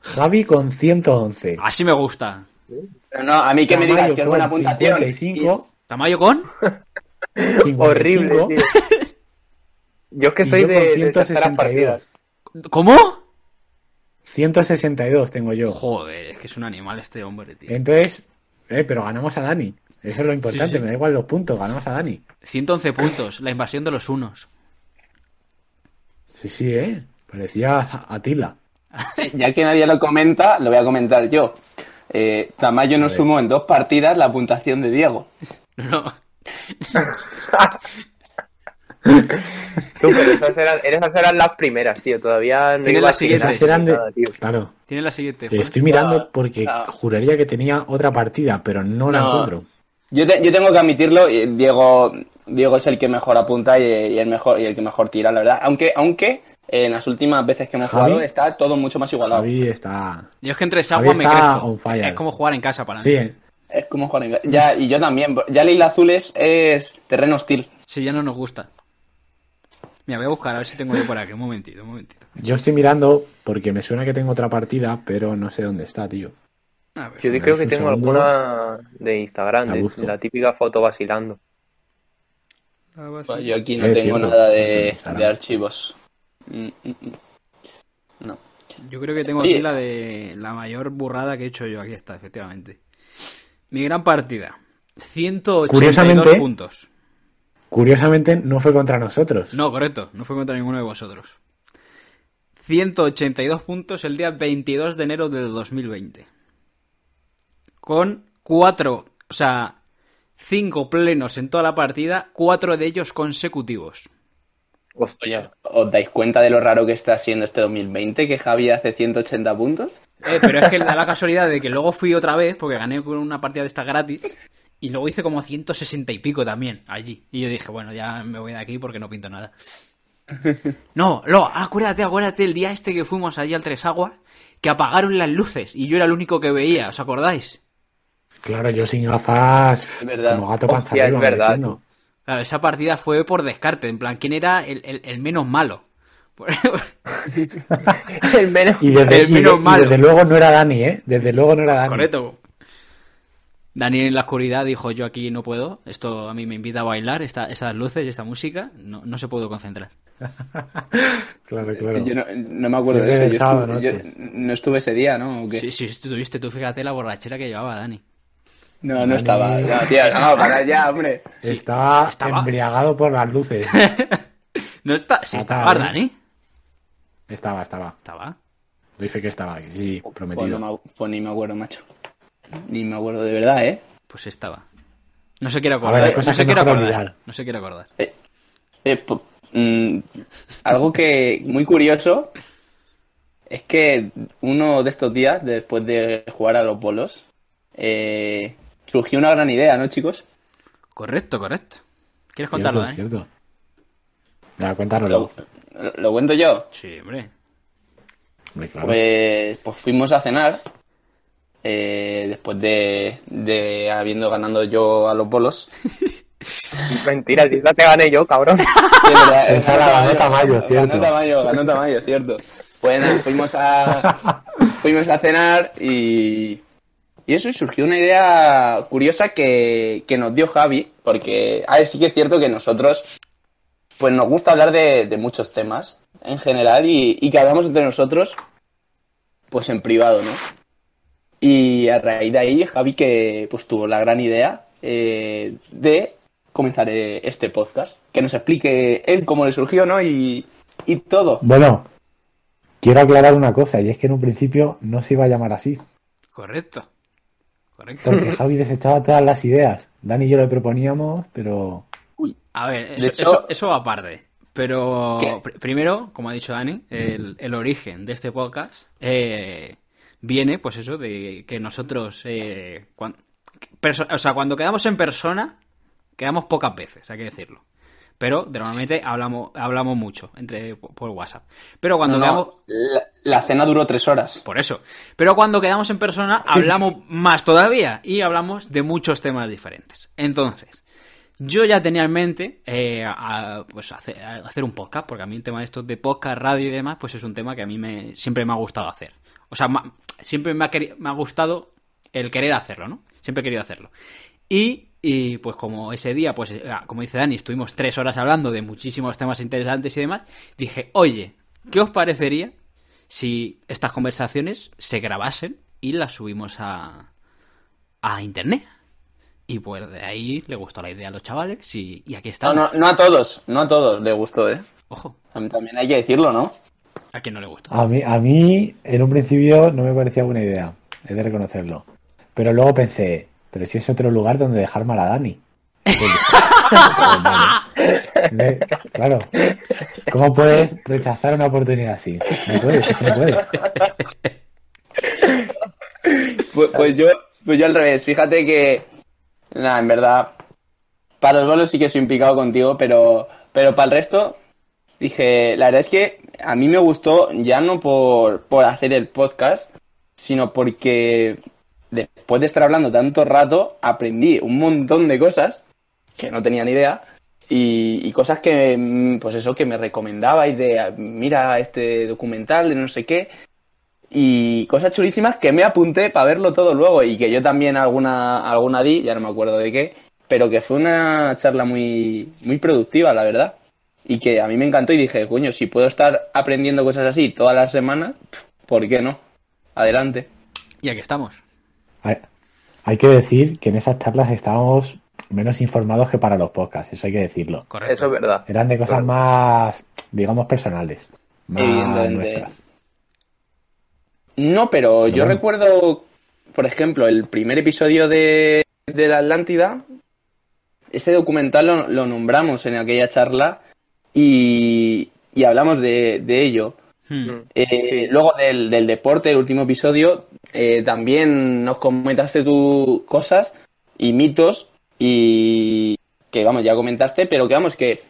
S5: Javi con 111.
S3: Así me gusta.
S2: Pero no, a mí que me
S5: Tamayo
S2: digas que es
S5: con
S2: buena puntuación.
S5: 55,
S3: ¿Tamayo con?
S5: 55,
S4: Horrible, tío. Yo es que
S5: Y
S4: soy
S5: yo con
S4: de, de
S5: 162.
S4: terceras partidas.
S3: ¿Cómo?
S5: 162 tengo yo.
S3: Joder, es que es un animal este hombre, tío.
S5: Entonces, eh, pero ganamos a Dani. Eso es lo importante,
S3: Sí, sí.
S5: me da igual los puntos, ganamos a Dani. *laughs*
S3: 111 puntos, la invasión de los unos.
S5: Sí, sí, eh. Parecía a- Atila.
S2: *laughs* y- ya que nadie lo comenta, lo voy a comentar yo. Eh, Tamayo nos
S5: ver.
S2: sumó en dos partidas la puntuación de Diego.
S3: No, *laughs*
S4: Tú, pero esas eran, esas eran las primeras, tío. Todavía no
S3: Tiene
S4: iba
S3: la
S4: a
S3: siguiente.
S5: Esas eran de...
S4: nada, tío.
S5: Claro.
S3: tiene la siguiente. Juan.
S5: Estoy mirando porque
S2: ah.
S5: juraría que tenía otra partida, pero no la
S2: No.
S5: encuentro.
S2: Yo, te- yo tengo que admitirlo, eh, Diego, Diego es el que mejor apunta y, y el mejor y el que mejor tira, la verdad. Aunque, aunque eh, en las últimas veces que hemos
S5: Javi.
S2: jugado está todo mucho más igualado.
S5: Javi está...
S3: Yo es que entre Sagua
S5: Javi
S3: me
S5: está
S3: crezco.
S5: on fire.
S3: Es como jugar en casa para mí.
S5: Sí, eh.
S2: Es como jugar en- ya y yo también. Ya Leila Azul es, es terreno hostil.
S3: Sí, ya no nos gusta. Mira, voy a buscar a ver si tengo yo por aquí. Un momentito, un momentito.
S5: yo estoy mirando porque me suena que tengo otra partida, pero no sé dónde está, tío.
S3: A ver.
S4: Yo sí
S5: A
S4: creo
S5: ver,
S4: que
S5: un
S4: tengo
S5: segundo.
S4: alguna de Instagram,
S5: La
S4: de-
S5: busco.
S4: la típica foto vacilando.
S3: Ah,
S2: Pues yo aquí no
S5: Es
S2: tengo
S5: cierto.
S2: nada de,
S5: Estará.
S2: de archivos. Mm, mm, mm. No.
S3: Yo creo que tengo aquí
S2: Oye.
S3: la de la mayor burrada que he hecho yo. Aquí está, efectivamente. Mi gran partida. 182
S5: Curiosamente-
S3: puntos.
S5: Curiosamente no fue contra nosotros.
S3: No, correcto. No fue contra ninguno de vosotros. 182 puntos el día 22 de enero del 2020. Con 4, o sea, 5 plenos en toda la partida, 4 de ellos consecutivos.
S2: Oye, ¿os dais cuenta de lo raro que está siendo este 2020? Que Javi hace 180 puntos.
S3: Eh, pero es que da la casualidad de que luego fui otra vez, porque gané con una partida de esta gratis, y luego hice como 160 y pico también allí. Y yo dije, bueno, ya me voy de aquí porque no pinto nada. No, no, acuérdate, acuérdate el día este que fuimos allí al Tres Aguas, que apagaron las luces y yo era el único que veía, ¿os acordáis?
S5: Claro, yo sin gafas,
S2: Es verdad.
S5: como gato
S4: Hostia,
S5: panza arriba,
S4: es verdad.
S5: metiendo.
S3: Claro, esa partida fue por descarte, en plan, ¿quién era el, el- el menos malo?
S4: *laughs*
S3: *laughs*
S4: El menos.
S5: Y desde,
S3: El
S5: y
S3: menos
S5: de- y
S3: malo.
S5: desde luego no era Dani, ¿eh? Desde luego no era Dani.
S3: Correcto. Daniel en la oscuridad dijo, yo aquí no puedo, esto a mí me invita a bailar, esta, esas luces y esta música, no, no se puedo concentrar.
S5: Claro, claro.
S2: Yo no, no me acuerdo de
S5: Siempre
S2: eso.
S5: del
S2: Yo
S5: sábado
S2: estuve-
S5: noche.
S2: yo no estuve ese día, ¿no? ¿O qué?
S3: Sí, sí, sí, tuviste, tú fíjate la borrachera que llevaba Dani.
S2: No, no
S5: Dani.
S2: estaba. No, tío, no, para allá, hombre.
S3: Sí,
S5: estaba,
S3: estaba.
S5: embriagado por las luces.
S3: No está, sí,
S5: Fatal,
S3: estaba
S5: ¿eh?
S3: Dani.
S5: estaba, estaba.
S3: Estaba.
S5: Doy fe que estaba. Sí, sí,
S2: Pues, no
S5: prometido.
S2: me acu- pues ni me acuerdo, macho. Ni me acuerdo de verdad, ¿eh?
S3: Pues estaba. No se quiere
S5: A ver,
S3: acordar.
S5: hay
S3: no
S5: cosas
S3: se
S5: que
S3: quiere
S5: mejor
S3: acordar.
S5: olvidar.
S3: No se quiere acordar.
S2: Eh, po- mm, algo que muy curioso es que uno de estos días, después de jugar a los bolos, eh, surgió una gran idea, ¿no, chicos?
S3: Correcto, correcto. ¿Quieres
S5: Cierto,
S3: contarlo, eh?
S5: cierto. Ya, cuéntanos
S2: Lo, lo cuento yo.
S3: Sí, hombre.
S2: Pues, pues fuimos a cenar eh, después de, de habiendo ganando yo a los bolos.
S4: Mentira, si esa te gané yo, cabrón.
S2: Sí, es
S5: *laughs*
S2: verdad,
S5: Pensaba, ganó Tamayo, cierto.
S2: Ganó Tamayo, ganó Tamayo, cierto. Pues nada, fuimos
S5: *laughs*
S2: a, fuimos a cenar y, y eso y surgió una idea curiosa que, que nos dio Javi, porque a ver, sí que es cierto que nosotros pues nos gusta hablar de, de muchos temas en general y, y que hablamos entre nosotros pues en privado, ¿no? Y a raíz de ahí Javi que pues tuvo la gran idea eh, de comenzar eh, este podcast, que nos explique él cómo le surgió, ¿no? Y, y todo.
S5: Bueno, Quiero aclarar una cosa, y es que en un principio no se iba a llamar así,
S3: Correcto. Correcto.
S5: porque Javi desechaba todas las ideas. Dani y yo le proponíamos, pero
S3: A ver, eso,
S2: De hecho-
S3: eso- eso va aparte. Pero
S2: ¿Qué?
S3: pr- primero, como ha dicho Dani, el, el origen de este podcast eh, viene, pues eso, de que nosotros, eh, cuan- perso- o sea, cuando quedamos en persona, quedamos pocas veces, hay que decirlo. Pero normalmente hablamos, hablamos mucho entre por por WhatsApp. Pero cuando
S2: No, no,
S3: quedamos,
S2: la, la cena duró tres horas.
S3: por eso. Pero cuando quedamos en persona, hablamos más todavía y hablamos de muchos temas diferentes. Entonces, yo ya tenía en mente eh, a- pues hacer, a hacer un podcast, porque a mí el tema de estos de podcast, radio y demás, pues es un tema que a mí me, siempre me ha gustado hacer. O sea, ma- siempre me ha, queri- me ha gustado el querer hacerlo, ¿no? Siempre he querido hacerlo. Y, y, pues como ese día, pues eh, como dice Dani, estuvimos tres horas hablando de muchísimos temas interesantes y demás, dije, oye, ¿qué os parecería si estas conversaciones se grabasen y las subimos a, a internet? Y pues de ahí le gustó la idea a los chavales y, y aquí
S2: No,
S3: estamos.
S2: no, no a todos, no a todos le gustó, ¿eh?
S3: Ojo,
S2: Tam- También hay que decirlo, ¿no?
S3: a quien no le gustó.
S5: a mí, a mí en un principio no me parecía buena idea, he de reconocerlo. Pero luego pensé, pero si es otro lugar donde dejar mal a Dani. Me- claro, ¿cómo puedes rechazar una oportunidad así? No puedes, no puedes.
S2: Pues, pues yo, pues yo al revés, fíjate que. Nada, en verdad. Para los bolos sí que soy implicado contigo, pero. Pero para el resto. Dije, la verdad es que a mí me gustó ya no por, por hacer el podcast, sino porque después de estar hablando tanto rato, aprendí un montón de cosas que no tenía ni idea y, y cosas que, mm, pues eso, que me recomendabais de, ah, mira este documental de no sé qué, y cosas chulísimas que me apunté para verlo todo luego y que yo también alguna alguna di, ya no me acuerdo de qué, pero que fue una charla muy muy productiva, la verdad. Y que a mí me encantó y dije, coño, si puedo estar aprendiendo cosas así todas las semanas, ¿por qué no? Adelante.
S3: Y aquí estamos.
S5: Hay, hay que decir que en esas charlas estábamos menos informados que para los podcasts, eso hay que decirlo.
S3: Correcto.
S4: Eso es verdad.
S5: Eran de cosas
S4: Claro.
S5: más, digamos, personales. Más
S2: Evidentemente.
S5: nuestras.
S2: No, pero yo
S5: Perdón.
S2: recuerdo, por ejemplo, el primer episodio de, de La Atlántida. Ese documental lo, lo nombramos en aquella charla y, y hablamos de, de ello.
S3: Hmm.
S4: Mm.
S2: Eh, Luego del, del deporte, el último episodio, eh, también nos comentaste tú cosas y mitos y que vamos, ya comentaste, pero que vamos, que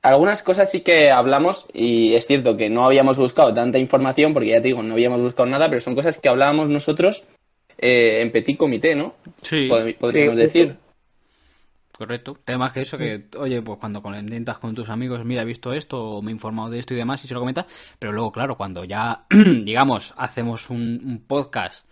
S2: algunas cosas sí que hablamos y es cierto que no habíamos buscado tanta información porque ya te digo, no habíamos buscado nada, pero son cosas que hablábamos nosotros eh, en petit comité, ¿no?
S3: Sí,
S2: Pod- Podríamos
S4: Sí, sí, sí.
S2: decir.
S3: correcto. Temas que eso, que, oye, pues cuando comentas con tus amigos, mira, he visto esto, o me he informado de esto y demás, y se lo comentas. Pero luego, claro, cuando ya, *clears throat* digamos, hacemos un, un podcast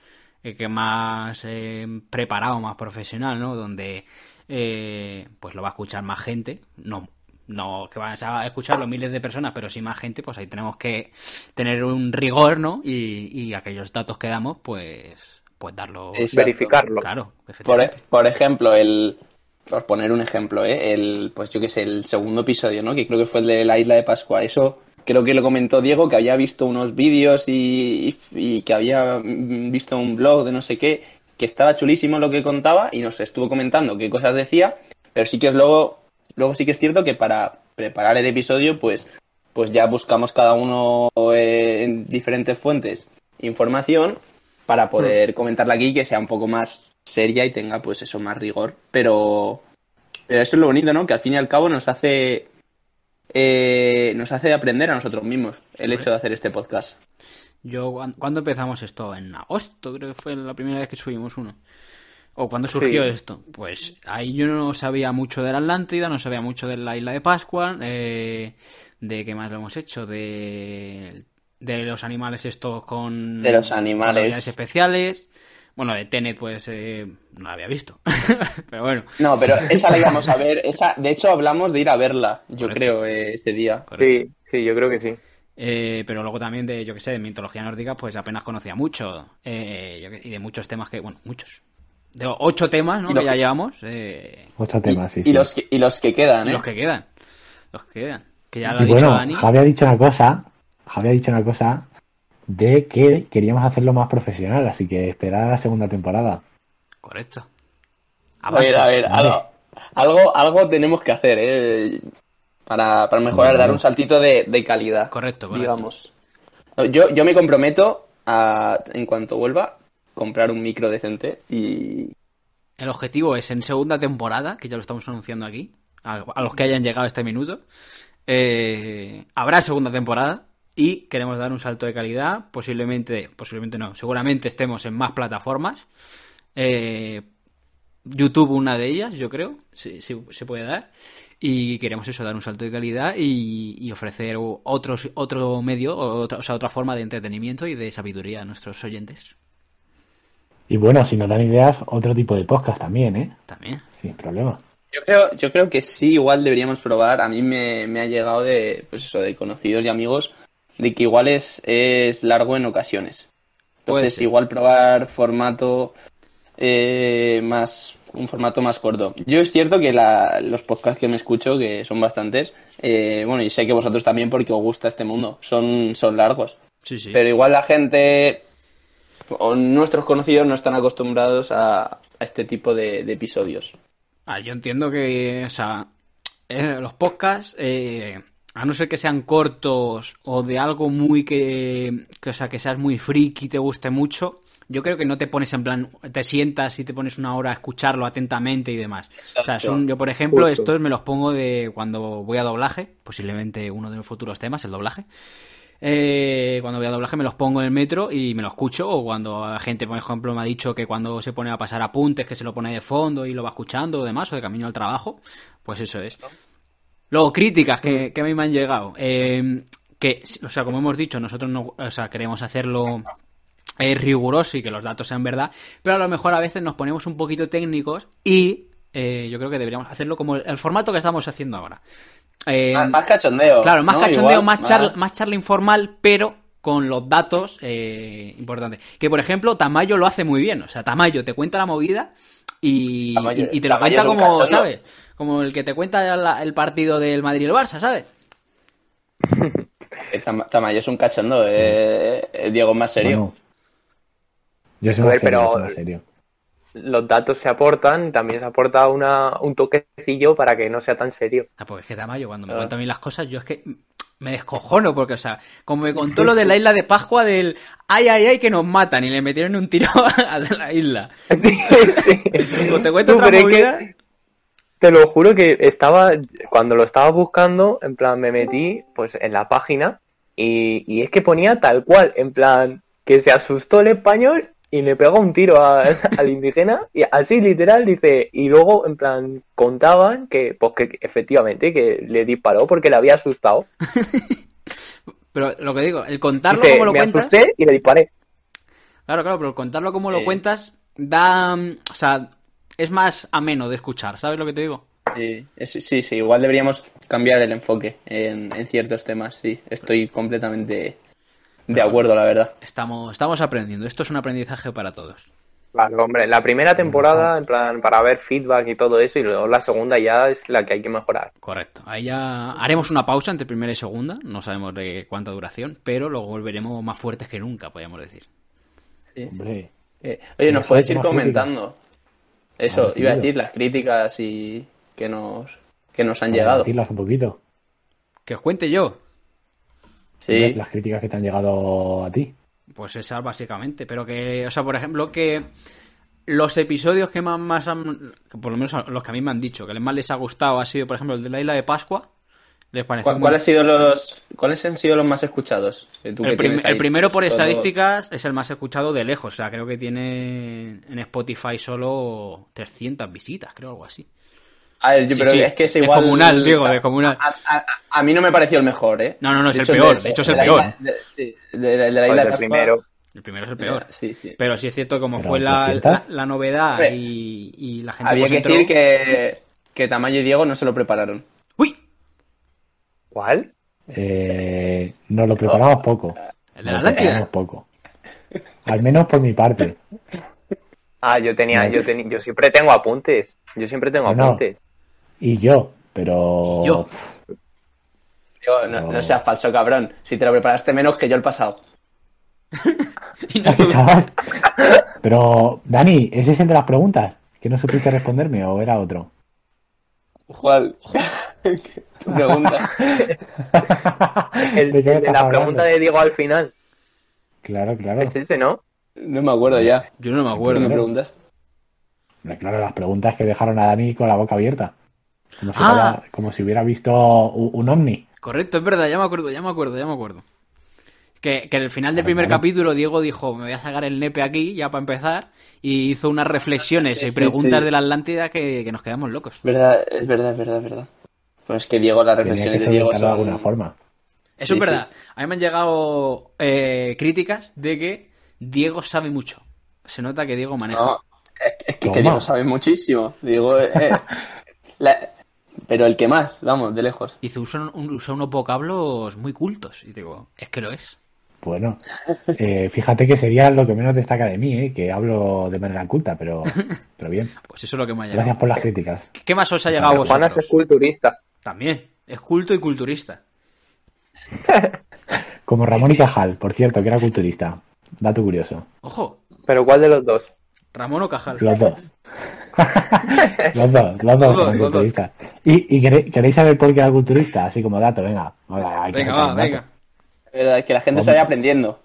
S3: eh, que más eh, preparado, más profesional, ¿no? Donde, eh, pues lo va a escuchar más gente, no. No, que van a escucharlo miles de personas, pero sí más gente, pues ahí tenemos que tener un rigor, ¿no? Y, y aquellos datos que damos, pues, pues darlos.
S2: Exacto.
S4: Verificarlo.
S3: Claro,
S2: Por, e-
S3: efectivamente.
S2: por ejemplo, el. Por poner un ejemplo, ¿eh? El, pues yo qué sé, el segundo episodio, ¿no? Que creo que fue el de la isla de Pascua. Eso creo que lo comentó Diego, que había visto unos vídeos y, y que había mm, visto un blog de no sé qué, que estaba chulísimo lo que contaba y nos estuvo comentando qué cosas decía, pero sí que es luego, luego sí que es cierto que para preparar el episodio, pues, pues ya buscamos cada uno eh, en diferentes fuentes información para poder comentarla aquí que sea un poco más seria y tenga pues eso más rigor pero pero eso es lo bonito no que al fin y al cabo nos hace eh, nos hace aprender a nosotros mismos el hecho de hacer este podcast
S3: Yo, cuan- ¿cuándo empezamos esto? En agosto, creo que fue la primera vez que subimos uno. ¿O cuándo surgió
S4: Sí.
S3: esto? Pues ahí yo no sabía mucho de la Atlántida, no sabía mucho de la isla de Pascua, eh, de qué más lo hemos hecho, de, de los animales estos con...
S2: De los
S3: con
S2: animales.
S3: habilidades especiales. Bueno, de Tenet pues eh, no la había visto. *laughs* Pero bueno,
S2: no *laughs* pero esa la íbamos a ver esa de hecho hablamos de ir a verla yo
S3: Correcto.
S2: creo eh, ese día
S3: correcto.
S4: Sí, sí, yo creo que sí.
S3: Eh, pero luego también de, yo que sé, de mitología nórdica, pues apenas conocía mucho. Eh, yo que- y de muchos temas que, bueno, muchos. De ocho temas, ¿no?
S2: Y lo
S3: Que ya
S2: que-
S3: llevamos. eh,
S5: Otro
S2: y,
S5: tema, sí.
S2: y
S5: sí.
S2: los que, y los que quedan ¿eh?
S3: Los que quedan. Los que quedan. Que ya lo ha
S5: Y
S3: dicho
S5: bueno,
S3: Dani.
S5: Javi ha dicho una cosa, Javi ha dicho una cosa de que queríamos hacerlo más profesional, así que esperar a la segunda temporada.
S3: Correcto.
S2: A ver, a ver,
S5: Vale.
S2: algo, algo, algo tenemos que hacer, ¿eh? Para, para mejorar,
S5: Vale.
S2: dar un saltito de, de calidad.
S3: Correcto, correcto.
S2: Digamos. Yo, yo me comprometo a, en cuanto vuelva, comprar un micro decente y...
S3: El objetivo es en segunda temporada, que ya lo estamos anunciando aquí, a, a los que hayan llegado a este minuto, eh, habrá segunda temporada y queremos dar un salto de calidad. Posiblemente, posiblemente no, seguramente estemos en más plataformas. Eh, YouTube una de ellas, yo creo, sí, sí, se puede dar. Y queremos eso, dar un salto de calidad y, y ofrecer otros, otro medio, o otra- o sea, otra forma de entretenimiento y de sabiduría a nuestros oyentes
S5: Y bueno, si nos dan ideas, otro tipo de podcast también, ¿eh?
S3: también.
S5: Sin problema.
S2: Yo creo, yo creo que sí, igual deberíamos probar. A mí me, me ha llegado de, pues eso, de conocidos y amigos, de que igual es, es largo en ocasiones.
S3: Puede
S2: Entonces,
S3: ser.
S2: igual probar formato eh, más, un formato más corto. Yo es cierto que la- los podcasts que me escucho, que son bastantes, eh, bueno, y sé que vosotros también porque os gusta este mundo, son, son largos.
S3: Sí, sí.
S2: Pero igual la gente o nuestros conocidos no están acostumbrados a, a este tipo de- de episodios.
S3: Ah, yo entiendo que, o sea, eh, los podcasts, eh, a no ser que sean cortos o de algo muy que, que, o sea, que seas muy friki y te guste mucho, yo creo que no te pones en plan, te sientas y te pones una hora a escucharlo atentamente y demás. O sea,
S2: Exacto.
S3: son, yo por ejemplo,
S4: Justo.
S3: estos me los pongo de cuando voy a doblaje, posiblemente uno de los futuros temas, el doblaje. Eh, cuando voy a doblaje me los pongo en el metro y me los escucho. O cuando la gente, por ejemplo, me ha dicho que cuando se pone a pasar apuntes, que se lo pone de fondo y lo va escuchando o demás, o de camino al trabajo, pues eso es. Luego, críticas que, que a mí me han llegado. Eh, que, o sea, como hemos dicho, nosotros no, o sea, queremos hacerlo es riguroso y que los datos sean verdad, pero a lo mejor a veces nos ponemos un poquito técnicos y eh, yo creo que deberíamos hacerlo como el, el formato que estamos haciendo ahora. Eh,
S2: Más, más cachondeo.
S3: claro, más
S2: ¿no?
S3: cachondeo,
S2: Igual,
S3: más, charla, más charla informal, pero con los datos eh, importantes. Que por ejemplo, Tamayo lo hace muy bien, o sea, Tamayo te cuenta la movida y,
S2: Tamayo-
S3: y- y te la
S2: Tamayo
S3: cuenta
S2: es un
S3: como,
S2: cachondo.
S3: ¿sabes? Como el que te cuenta la- el partido del Madrid y el Barça, ¿sabes?
S2: Eh, Tam- Tamayo es un cachondo, eh, eh, Diego es más serio.
S5: Bueno, yo soy
S4: A
S5: más
S4: ver,
S5: serio,
S4: pero-
S5: soy más serio.
S4: Los datos se aportan, también se aporta una, un toquecillo para que no sea tan serio.
S3: Ah, pues es que Tamayo, cuando me
S4: Ah.
S3: cuenta a mí las cosas, yo es que me descojono, porque, o sea, como me contó lo de
S2: *laughs*
S3: la isla de Pascua del ay, ay, ay, que nos matan y le metieron un tiro *laughs* a la isla.
S4: *laughs* Sí, sí.
S3: Digo, te cuento
S4: No,
S3: otra
S4: pero es
S3: movida.
S4: que te lo juro que estaba, cuando lo estaba buscando, en plan, me metí pues en la página y, y es que ponía tal cual, en plan, que se asustó el español y le pegó un tiro a- *laughs* al indígena y así literal dice, y luego en plan contaban que, pues que efectivamente que le disparó porque le había asustado.
S3: Pero lo que digo, el contarlo
S4: Dice,
S3: como lo
S4: me
S3: cuentas.
S4: asusté y le disparé.
S3: Claro, claro, pero el contarlo como lo
S2: Sí.
S3: cuentas da. mm, O sea, es más ameno de escuchar, ¿sabes lo que te digo?
S2: Sí, es- sí, sí, igual deberíamos cambiar el enfoque en, en ciertos temas, sí. Estoy completamente de acuerdo, la verdad.
S3: Estamos, estamos aprendiendo. Esto es un aprendizaje para todos.
S4: Claro, hombre, la primera temporada, en plan, para ver feedback y todo eso, y luego la segunda ya es la que hay que mejorar.
S3: Correcto. Ahí ya haremos una pausa entre primera y segunda. No sabemos de cuánta duración, pero luego volveremos más fuertes que nunca, podríamos decir.
S2: Sí.
S5: Hombre,
S2: Eh, oye,
S5: Mejor
S2: nos puedes ir
S5: como críticas.
S2: comentando. Eso,
S5: Vale,
S2: iba a
S5: tío.
S2: decir las críticas y que nos que nos han
S5: vamos a
S2: llegado.
S5: debatirlas un poquito.
S3: Que os cuente yo.
S2: Sí,
S5: Las críticas que te han llegado a ti.
S3: Pues esa básicamente, pero que, o sea, por ejemplo, que los episodios que más, más han, que por lo menos los que a mí me han dicho, que más les ha gustado ha sido, por ejemplo, el de la isla de Pascua, les pareció
S2: ¿Cuál-
S3: muy-
S2: ¿Cuál ha sido los, ¿cuáles han sido los más escuchados? Eh, tú
S3: el,
S2: que
S3: prim-
S2: tienes
S3: el
S2: ahí
S3: primero por
S2: todo-
S3: estadísticas es el más escuchado de lejos, o sea, creo que tiene en Spotify solo 300 visitas, creo, algo así.
S2: A ver,
S3: Sí,
S2: yo- Ah, pero
S3: sí,
S2: es que es igual. Ah,
S3: descomunal, Diego, descomunal.
S2: A, a- a mí no me pareció el mejor, ¿eh?
S3: No, no, no, es el
S2: hecho,
S3: peor, de hecho, es el
S2: la
S3: peor.
S2: isla- de, sí, de- de- de la
S4: Pues
S2: isla
S4: el
S2: Pascua.
S4: primero.
S3: El primero es el peor.
S2: Ya, Sí, sí.
S3: Pero sí es cierto que como
S5: Pero
S3: fue la,
S5: 300.
S3: la- la novedad
S2: Hombre,
S3: y, y la gente
S2: Había
S3: pues
S2: que
S3: entró-
S2: decir que, que Tamayo y Diego no se lo prepararon.
S3: ¡Uy!
S4: ¿Cuál?
S5: Eh, nos lo preparamos poco.
S3: El de la
S5: Nos lo
S3: Atlántida.
S5: preparamos poco. Al menos por mi parte.
S4: Ah, yo tenía,
S5: No.
S4: yo tenía, yo siempre tengo apuntes. Yo siempre tengo
S5: No.
S4: apuntes.
S5: Y yo, pero.
S3: Y yo.
S2: Diego, no,
S5: No.
S2: no seas falso, cabrón. Si te lo preparaste menos que yo el pasado.
S3: Y
S5: *laughs*
S3: no
S5: Es
S3: tuve-
S5: que, Este chaval. Pero, Dani, ¿es ese el de las preguntas? ¿Que no supiste responderme o era otro?
S2: ¿Cuál? *laughs* ¿Qué
S3: *laughs*
S2: pregunta?
S4: *laughs* El,
S5: ¿De qué me
S4: de
S5: estás
S4: la
S5: hablando?
S4: pregunta de Diego al final.
S5: Claro, claro.
S4: Es ese, ¿no?
S2: No me acuerdo ya.
S3: Yo no me
S2: ¿Qué me
S3: acuerdo.
S2: preguntas?
S5: Hombre, Claro, las preguntas que dejaron a Dani con la boca abierta. Como si,
S3: Ah.
S5: fuera- como si hubiera visto u- un ovni.
S3: Correcto, es verdad, ya me acuerdo, ya me acuerdo, ya me acuerdo. Que, que en el final del
S5: Claro,
S3: primer
S5: claro.
S3: capítulo Diego dijo, me voy a sacar el nepe aquí, ya para empezar, y hizo unas reflexiones
S2: Sí,
S3: y
S2: sí,
S3: preguntas
S2: sí.
S3: de la Atlántida que, que nos quedamos locos.
S2: Verdad, es verdad, es verdad, es verdad. Pues que Diego, las
S5: Tenía que
S2: reflexiones de Diego son...
S5: solventarlo de alguna forma.
S3: Eso
S2: Sí,
S3: es verdad. A mí me han llegado eh, críticas de que Diego sabe mucho. Se nota que Diego maneja.
S5: Ah.
S2: No, es que- es que,
S5: Toma.
S2: Diego sabe muchísimo. Diego
S5: *laughs*
S2: eh, la- Pero el que más, vamos, de lejos.
S3: Dice, usa, un- usa unos vocablos muy cultos. Y digo, es que lo es.
S4: *laughs*
S5: Bueno, eh, fíjate que sería lo que menos destaca de mí, ¿eh? que hablo de manera culta, pero, pero bien.
S3: Pues eso es lo que me ha llegado.
S5: Gracias por las críticas.
S3: ¿Qué más os ha llegado a
S4: Juan es
S3: Ah, vosotros?
S4: culturista.
S3: También. Es culto y culturista.
S5: Como Ramón y Cajal, por cierto, que era culturista. Dato curioso.
S3: Ojo,
S4: Pero ¿cuál de los dos?
S3: Ramón o Cajal.
S5: Los dos. los dos, los
S3: Los
S5: dos
S3: dos, los
S5: eran
S3: dos.
S5: culturistas. ¿Y, y quere- queréis saber por qué era culturista? Así como dato, venga. Hola, hay que
S3: Venga,
S5: meter
S3: va,
S5: un dato.
S3: venga.
S2: Es verdad, es que la gente se
S5: Hombre.
S2: vaya aprendiendo.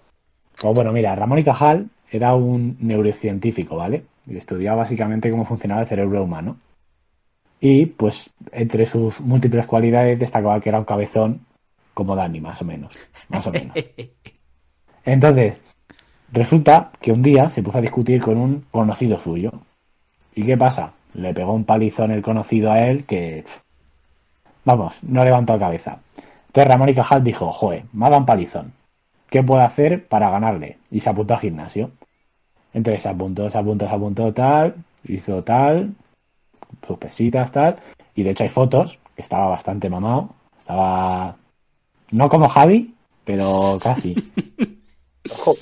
S5: Pues bueno, mira, Ramón y Cajal era un neurocientífico, ¿vale? Y estudiaba básicamente cómo funcionaba el cerebro humano. Y pues entre sus múltiples cualidades destacaba que era un cabezón como Dani, más o menos. Más o menos. Entonces, resulta que un día se puso a discutir con un conocido suyo. ¿Y qué pasa? Le pegó un palizón el conocido a él que... pf, Vamos, no levantó cabeza. Entonces Ramón y Cajal dijo, joe, me ha dado un palizón. ¿Qué puedo hacer para ganarle? Y se apuntó al gimnasio. Entonces se apuntó, se apuntó, se apuntó, tal, hizo tal, sus pesitas, tal. Y de hecho hay fotos, que estaba bastante mamado. Estaba... No como Javi, pero casi.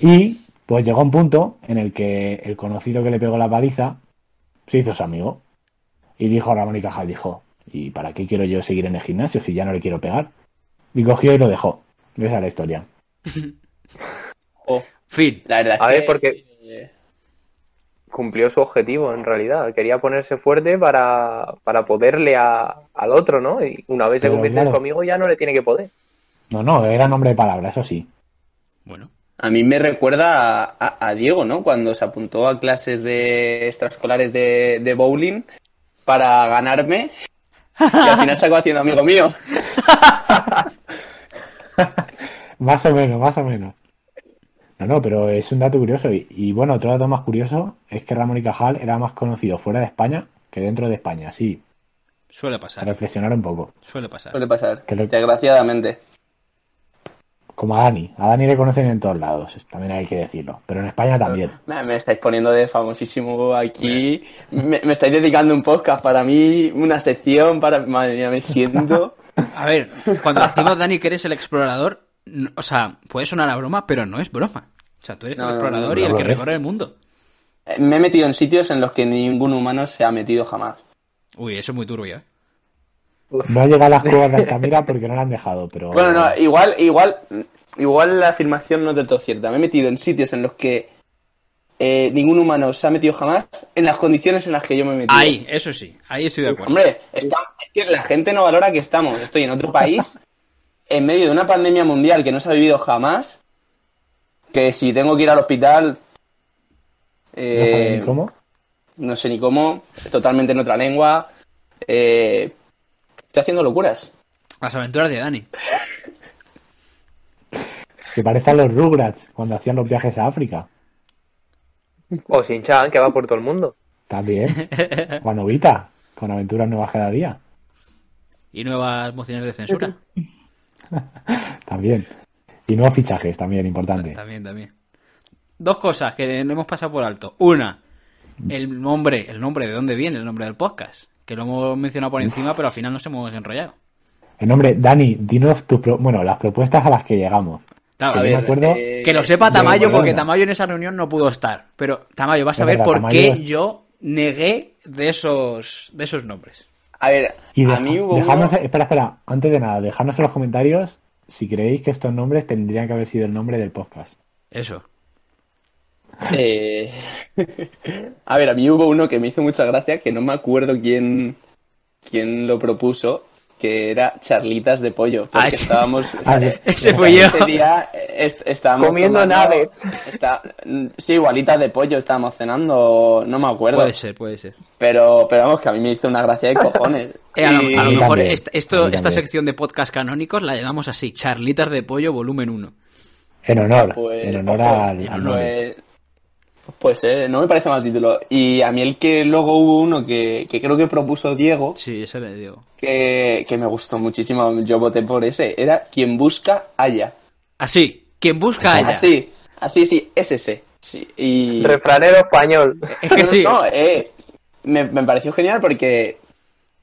S5: Y pues llegó un punto en el que el conocido que le pegó la paliza se hizo su amigo. Y dijo Ramón y Cajal, dijo, ¿y para qué quiero yo seguir en el gimnasio si ya no le quiero pegar? Y cogió y lo dejó. Esa es la historia. Oh.
S2: Jo,
S3: Fin.
S2: la verdad es
S4: A
S2: que-
S4: ver, porque-
S2: eh,
S4: Cumplió su objetivo, en realidad. Quería ponerse fuerte para, para poderle a- al otro, ¿no? Y una vez se
S5: Pero,
S4: convierte en
S5: claro.
S4: su amigo, ya no le tiene que poder.
S5: No, no, era nombre de palabra, eso sí.
S3: Bueno.
S2: a mí me recuerda a, a- a Diego, ¿no? Cuando se apuntó a clases de extraescolares de, de bowling para ganarme. Y al final se acabó haciendo amigo mío.
S5: Más o menos, más o menos. No, no, pero es un dato curioso. Y, y, bueno, otro dato más curioso es que Ramón y Cajal era más conocido fuera de España que dentro de España. Sí,
S3: Suele
S5: a
S3: pasar.
S5: reflexionar un poco.
S3: Suele pasar.
S2: Suele pasar.
S5: *laughs* Que le-
S2: Desgraciadamente.
S5: Como a Dani. A Dani le conocen en todos lados, también hay que decirlo. Pero en España también.
S2: Me, me estáis poniendo de famosísimo aquí. Me, me estáis dedicando un podcast para mí, una sección para. Madre mía, me siento.
S3: A ver, cuando decimos, Dani, que eres el explorador, no- o sea, puede sonar a broma, pero no es broma. O sea, tú eres
S2: No,
S3: el
S2: no,
S3: explorador
S5: no,
S3: y
S5: no
S3: el
S5: lo
S3: que
S5: es.
S3: recorre el mundo.
S2: Eh, Me he metido en sitios en los que ningún humano se ha metido jamás.
S3: Uy, eso es muy turbio, ¿eh?
S5: No ha llegado a las cuevas de Altamira porque no la han dejado,
S2: *laughs*
S5: pero.
S2: Bueno, no, igual, igual, igual la afirmación no es del todo cierta. Me he metido en sitios en los que eh, ningún humano se ha metido jamás en las condiciones en las que yo me he metido.
S3: Ahí, eso sí, ahí estoy de acuerdo.
S2: Hombre, está- es que la gente no valora que estamos. Estoy en otro
S5: *laughs*
S2: país, en medio de una pandemia mundial que no se ha vivido jamás, que si tengo que ir al hospital...
S5: No saben
S2: eh,
S5: ni cómo.
S2: no sé ni cómo, totalmente en otra lengua. eh, estoy haciendo locuras.
S3: Las aventuras de Dani.
S5: Que parecen los Rugrats cuando hacían los viajes a África.
S4: O sin Chan, que va por todo el mundo.
S5: También.
S2: *laughs*
S5: Juan Ovita, con aventuras nuevas cada día.
S3: Y nuevas mociones de censura.
S5: También. Y nuevos fichajes, también, importante.
S3: También, también. Dos cosas que no hemos pasado por alto. Una, el nombre, el nombre, ¿de dónde viene el nombre del podcast? Que lo hemos mencionado por encima, pero al final nos hemos enrollado.
S5: El nombre, Dani, dinos tus pro- bueno, las propuestas a las que llegamos.
S3: Claro,
S5: A ver, me acuerdo
S2: eh,
S3: Que lo sepa
S5: de
S3: Tamayo,
S5: Barcelona.
S3: porque Tamayo en esa reunión no pudo estar. Pero Tamayo, vas a
S5: Es
S3: ver
S5: verdad,
S3: por
S5: Tamayo
S3: qué
S5: es-
S3: yo negué de esos, de esos nombres.
S2: A ver,
S5: Y
S2: a
S5: deja-
S2: mí hubo
S5: dejadnos-
S2: uno-
S5: espera, espera, antes de nada, dejadnos en los comentarios si creéis que estos nombres tendrían que haber sido el nombre del podcast.
S3: Eso.
S2: Eh, A ver, a mí hubo uno que me hizo mucha gracia, que no me acuerdo quién, quién lo propuso, que era charlitas de pollo. Porque
S3: *laughs* Ah, ese-
S2: estábamos.
S5: Ah, sí.
S3: Ese fue yo.
S2: *laughs* Ese día eh, est- estábamos
S4: Comiendo
S2: tomando-
S4: nuggets.
S2: está- sí, igualitas de pollo estábamos cenando, no me acuerdo.
S3: Puede ser, puede ser.
S2: Pero, pero vamos, que a mí me hizo una gracia de cojones.
S3: *laughs* Eh, a, lo, a lo
S5: mí
S3: mejor
S5: también,
S3: esta,
S5: a mí
S3: esto-
S5: también.
S3: esta sección de podcast canónicos la llamamos así, Charlitas de Pollo Volumen 1.
S5: En honor,
S2: Pues,
S5: en honor
S2: ojo,
S5: al,
S3: en
S5: al
S3: honor.
S5: nombre.
S2: Pues, pues eh, no me parece mal título. Y a mí el que luego hubo uno que, que creo que propuso Diego,
S3: Sí, ese le digo.
S2: que, que me gustó muchísimo, yo voté por ese, era quien busca, haya.
S3: Así, quien busca a ella.
S2: Así, así, sí, es ese. Sí, y...
S4: Refranero español.
S3: Es que sí.
S2: *laughs* No, eh, me, me pareció genial porque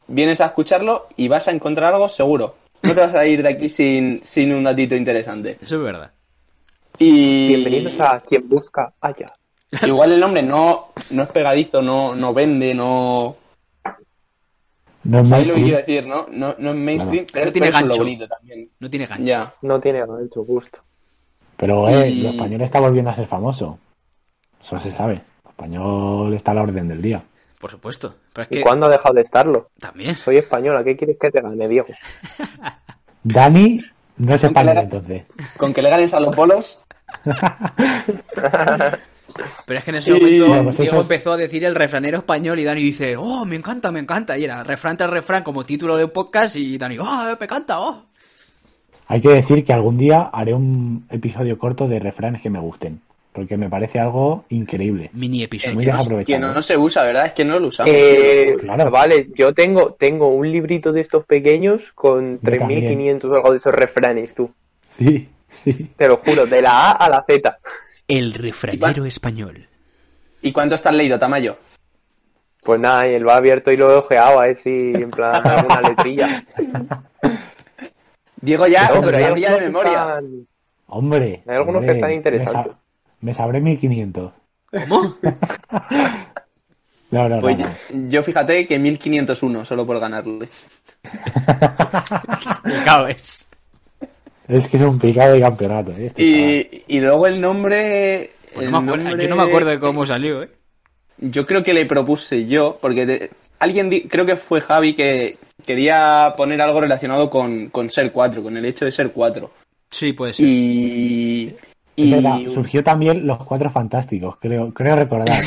S2: vienes a escucharlo y vas a encontrar algo seguro. No te vas a ir de aquí sin, sin un datito interesante.
S3: Eso es verdad.
S2: Y...
S4: Bienvenidos a Quien Busca Allá.
S2: Igual el nombre no, no es pegadizo, no, no vende, no...
S5: No es
S2: ¿Sabéis lo que
S5: mainstream.
S2: quiero decir, no? No, no es mainstream,
S5: Claro.
S2: pero,
S3: No tiene
S2: pero eso es lo
S3: gancho.
S2: bonito también.
S3: No tiene gancho.
S2: Ya.
S4: No tiene mucho gusto.
S5: Pero eh,
S2: Y-
S5: el español está volviendo a ser famoso. Eso se sabe. El español está a la orden del día.
S3: Por supuesto. Pero es
S4: ¿Y
S3: que
S4: cuándo ha dejado de estarlo?
S3: también.
S4: Soy española, ¿qué quieres que te gane, Diego?
S5: Dani no es
S2: Aunque
S5: español
S2: la-
S5: entonces.
S2: Con que le ganes a los bolos,
S3: Pero es que en ese
S2: Y-
S3: momento
S5: Bueno, pues
S3: Diego
S5: eso es-
S3: empezó a decir el refranero español y Dani dice, oh, me encanta, me encanta. Y era refrán tras refrán como título de un podcast y Dani, oh, me encanta, oh.
S5: Hay que decir que algún día haré un episodio corto de refranes que me gusten. Porque me parece algo increíble. *laughs*
S3: Mini episodio.
S5: Muy
S2: que, no,
S5: desaprovechado.
S2: que no, no se usa, ¿verdad? Es que no lo
S5: Ah,
S2: usamos.
S4: Eh,
S5: claro.
S4: Vale, yo tengo, tengo un librito de estos pequeños con 3.500 o algo de esos refranes, tú.
S5: Sí, sí.
S4: Te lo juro, de la A a la Z.
S1: El refranero español.
S2: ¿Y cuánto estás leído, Tamayo?
S4: Pues nada, y lo ha abierto y lo he ojeado a ver si en plan alguna
S5: *laughs*
S4: letrilla.
S2: Diego
S5: Ah,
S2: ya
S4: No,
S2: se lo
S4: hay
S2: sabría de
S4: algunos que
S2: memoria.
S4: están-
S5: Hombre.
S4: Hay algunos que
S5: hombre,
S4: están
S5: me
S4: interesantes.
S5: sab- Me, sabré 1500.
S3: ¿Cómo?
S5: No, no, no,
S2: Pues
S5: no.
S2: yo fíjate que 1501 solo por ganarle.
S3: Me cabes.
S5: Es que es un picado de campeonato. ¿eh? Este chaval.
S2: Y, y luego el nombre.
S3: Pues
S2: el
S3: no me acuerdo-
S2: nombre-
S3: Yo no me acuerdo de cómo salió, eh.
S2: Yo creo que le propuse yo, porque te- alguien, di- creo que fue Javi, que quería poner algo relacionado con, con ser cuatro, con el hecho de ser cuatro.
S3: Sí, puede ser.
S2: Y.
S5: Es
S2: y-
S5: verdad, surgió también Los Cuatro Fantásticos, creo,
S4: *laughs*
S5: creo recordar.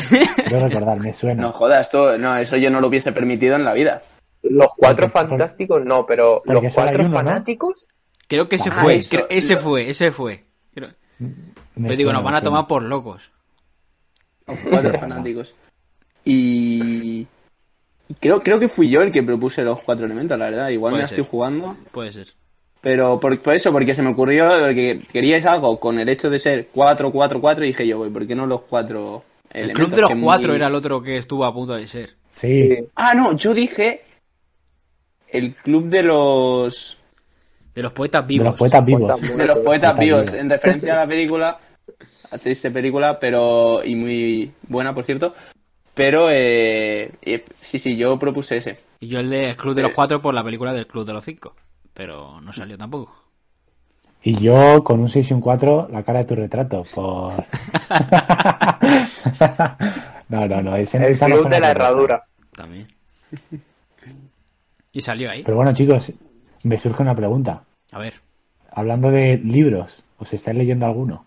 S5: creo recordar, me suena.
S2: No jodas, esto, no, eso yo no lo hubiese permitido en la vida.
S4: Los cuatro
S5: Porque-
S4: fantásticos, no, pero
S5: porque
S4: los
S5: solo hay
S4: cuatro
S5: uno, ¿no?
S4: fanáticos.
S3: Creo que ese
S5: Ah,
S3: fue,
S2: eso.
S3: cre- ese fue, ese fue. Creo-
S5: Me
S3: Yo pues digo,
S5: suena,
S3: nos
S5: me
S3: van a
S5: suena.
S3: tomar por locos.
S2: Cuatro
S5: Sí,
S2: fanáticos. Y. Creo, creo que fui yo el que propuse los cuatro elementos, la verdad. Igual me
S3: Puede
S2: la
S3: ser.
S2: estoy jugando.
S3: Puede ser.
S2: Pero por, por eso, porque se me ocurrió que queríais algo con el hecho de ser 4-4-4 y dije yo, güey, ¿por qué no los cuatro
S3: El
S2: elementos
S3: club de los
S2: que muy-
S3: cuatro era el otro que estuvo a punto de ser.
S5: Sí,
S4: Sí.
S2: Ah, no, yo dije el club de los
S3: De los poetas
S5: de
S3: vivos.
S5: los
S4: Pues
S5: poetas vivos.
S4: Poetas
S2: de los poetas
S5: Poetas
S2: vivos,
S5: vivos.
S2: en referencia a la película, a triste película, pero y muy buena, por cierto. Pero eh, eh, sí, sí, yo propuse ese.
S3: Y yo el de el club
S2: Eh.
S3: de los cuatro por la película del club de los cinco. Pero no salió tampoco.
S5: Y yo con un 6 y un 4, la cara de tu retrato.
S3: *laughs*
S5: Por... *laughs* no, no, no. Ese,
S4: El
S5: esa no
S4: club
S5: fue
S4: de
S5: una
S4: la
S5: propuesta.
S4: herradura.
S3: También. Y salió ahí.
S5: Pero bueno, chicos, me surge una pregunta.
S3: A ver.
S5: Hablando de libros, ¿os estáis leyendo alguno?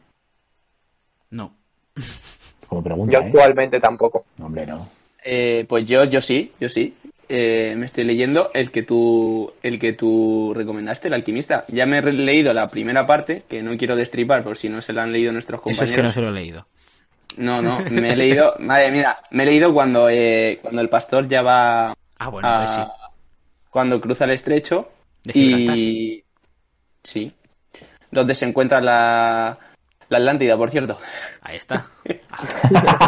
S3: No.
S5: Como
S4: Yo
S5: pregunta, ¿eh?
S4: actualmente tampoco.
S5: No, hombre, no.
S2: Eh, pues yo, yo sí, yo sí. Eh, me estoy leyendo el que tú, el que tú recomendaste, el alquimista. Ya me he re- leído la primera parte, que no quiero destripar por si no se la han leído nuestros
S3: Eso es que no
S2: compañeros.
S3: se lo he leído. *laughs*
S2: no... no, me he leído, madre mía, me he leído cuando, eh, cuando el pastor ya va
S3: Ah, bueno,
S2: a,
S3: pues sí.
S2: cuando cruza el estrecho
S3: De
S2: y sí, donde se encuentra la, la Atlántida, por cierto.
S3: Ahí está. *laughs*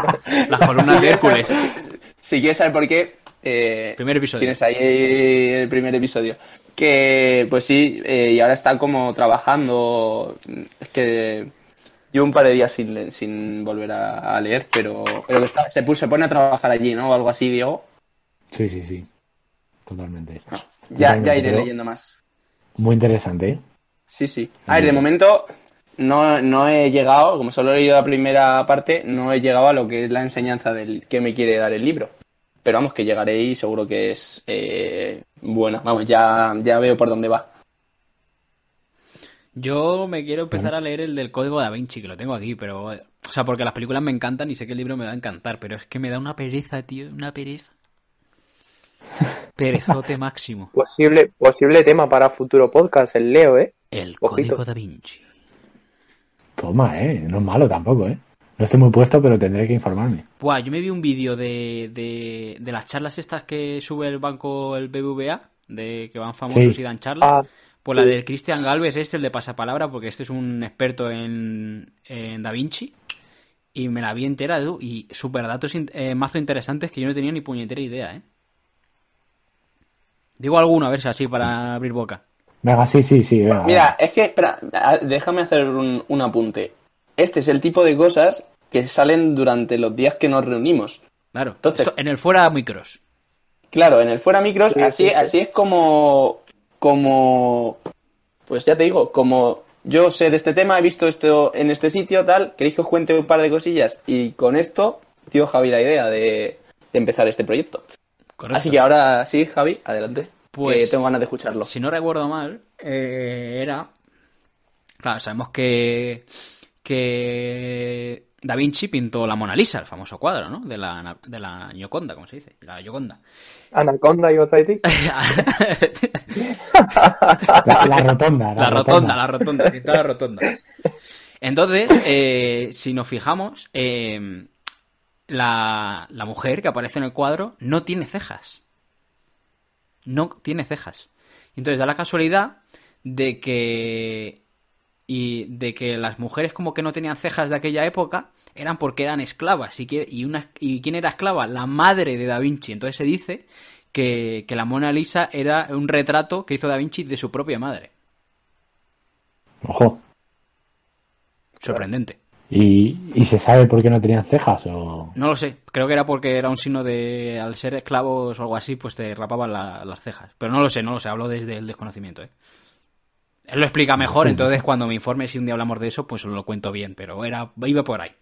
S3: Las columnas de Hércules.
S2: *laughs* Si quieres saber por qué, eh,
S3: Primer episodio.
S2: tienes ahí el primer episodio. Que pues sí, eh, y ahora está como trabajando. Es que yo un par de días sin, le- sin volver a, a leer, pero, pero que está- se, pu- se pone a trabajar allí, ¿no? O algo así, Diego.
S5: Sí, sí, sí. Totalmente.
S2: Ya, ya
S5: Totalmente,
S2: iré
S5: pero
S2: leyendo más.
S5: Muy interesante, ¿eh?
S2: Sí, sí. A ver, de
S5: Ujú.
S2: momento no, no he llegado, como solo he leído la primera parte, no he llegado a lo que es la enseñanza del que me quiere dar el libro. Pero vamos, que llegaré y seguro que es eh, buena. Vamos, ya, ya veo por dónde va.
S3: Yo me quiero empezar a leer el del Código Da Vinci, que lo tengo aquí, pero... O sea, porque las películas me encantan y sé que el libro me va a encantar, pero es que me da una pereza, tío, una pereza. Perezote máximo.
S4: Posible, posible tema para futuro podcast, el Leo, ¿eh?
S1: El
S4: Ojito.
S1: Código Da Vinci.
S5: Toma, eh. No es malo tampoco, eh. No estoy muy puesto, pero tendré que informarme.
S3: Buah, yo me vi un vídeo de, de, de las charlas estas que sube el banco, el BBVA, de que van famosos
S5: Sí.
S3: y dan charlas.
S4: Ah,
S3: Pues la
S4: Sí.
S3: del Cristian Galvez, este, el de pasapalabra, porque este es un experto en, en Da Vinci. Y me la vi entera, tú, y super datos in- eh, mazo interesantes que yo no tenía ni puñetera idea, ¿eh? Digo alguno, a ver si así, para abrir boca.
S5: Venga, sí, sí, sí. venga,
S2: Mira, es que, espera, a- déjame hacer un, un apunte. Este es el tipo de cosas que salen durante los días que nos reunimos.
S3: Claro.
S2: Entonces-
S3: Esto en el fuera micros.
S2: Claro, en el fuera micros,
S4: Sí,
S2: así,
S4: sí, sí.
S2: así es como, como, pues ya te digo, como yo sé de este tema, he visto esto en este sitio, tal, queréis que os cuente un par de cosillas y con esto, tío Javi, la idea de, de empezar este proyecto.
S3: Correcto.
S2: Así que ahora sí, Javi, adelante.
S3: Pues-
S2: que tengo ganas de escucharlo.
S3: Si no recuerdo mal, eh, era. Claro, sabemos que. que. Da Vinci pintó la Mona Lisa, el famoso cuadro, ¿no? De la, de la Gioconda, ¿cómo se dice? La
S2: *laughs*
S3: Gioconda.
S4: Anaconda y Ozaiti.
S5: La, la rotonda.
S3: la rotonda, la rotonda, pintó la rotonda. Entonces, eh, si nos fijamos, eh, la, la mujer que aparece en el cuadro no tiene cejas. No tiene cejas. Entonces da la casualidad de que. Y de que las mujeres como que no tenían cejas de aquella época eran porque eran esclavas. Y, que- y, una, ¿Y quién era esclava? La madre de Da Vinci. Entonces se dice que, que la Mona Lisa era un retrato que hizo Da Vinci de su propia madre.
S5: Ojo.
S3: Sorprendente.
S5: ¿Y, ¿Y se sabe por qué no tenían cejas? O...
S3: No lo sé, creo que era porque era un signo de, al ser esclavos o algo así, pues te rapaban la- las cejas. Pero no lo sé, no lo sé, hablo desde el desconocimiento, ¿eh? Él lo explica mejor, entonces cuando me informe si un día hablamos de eso, pues lo cuento bien, pero era, iba por ahí.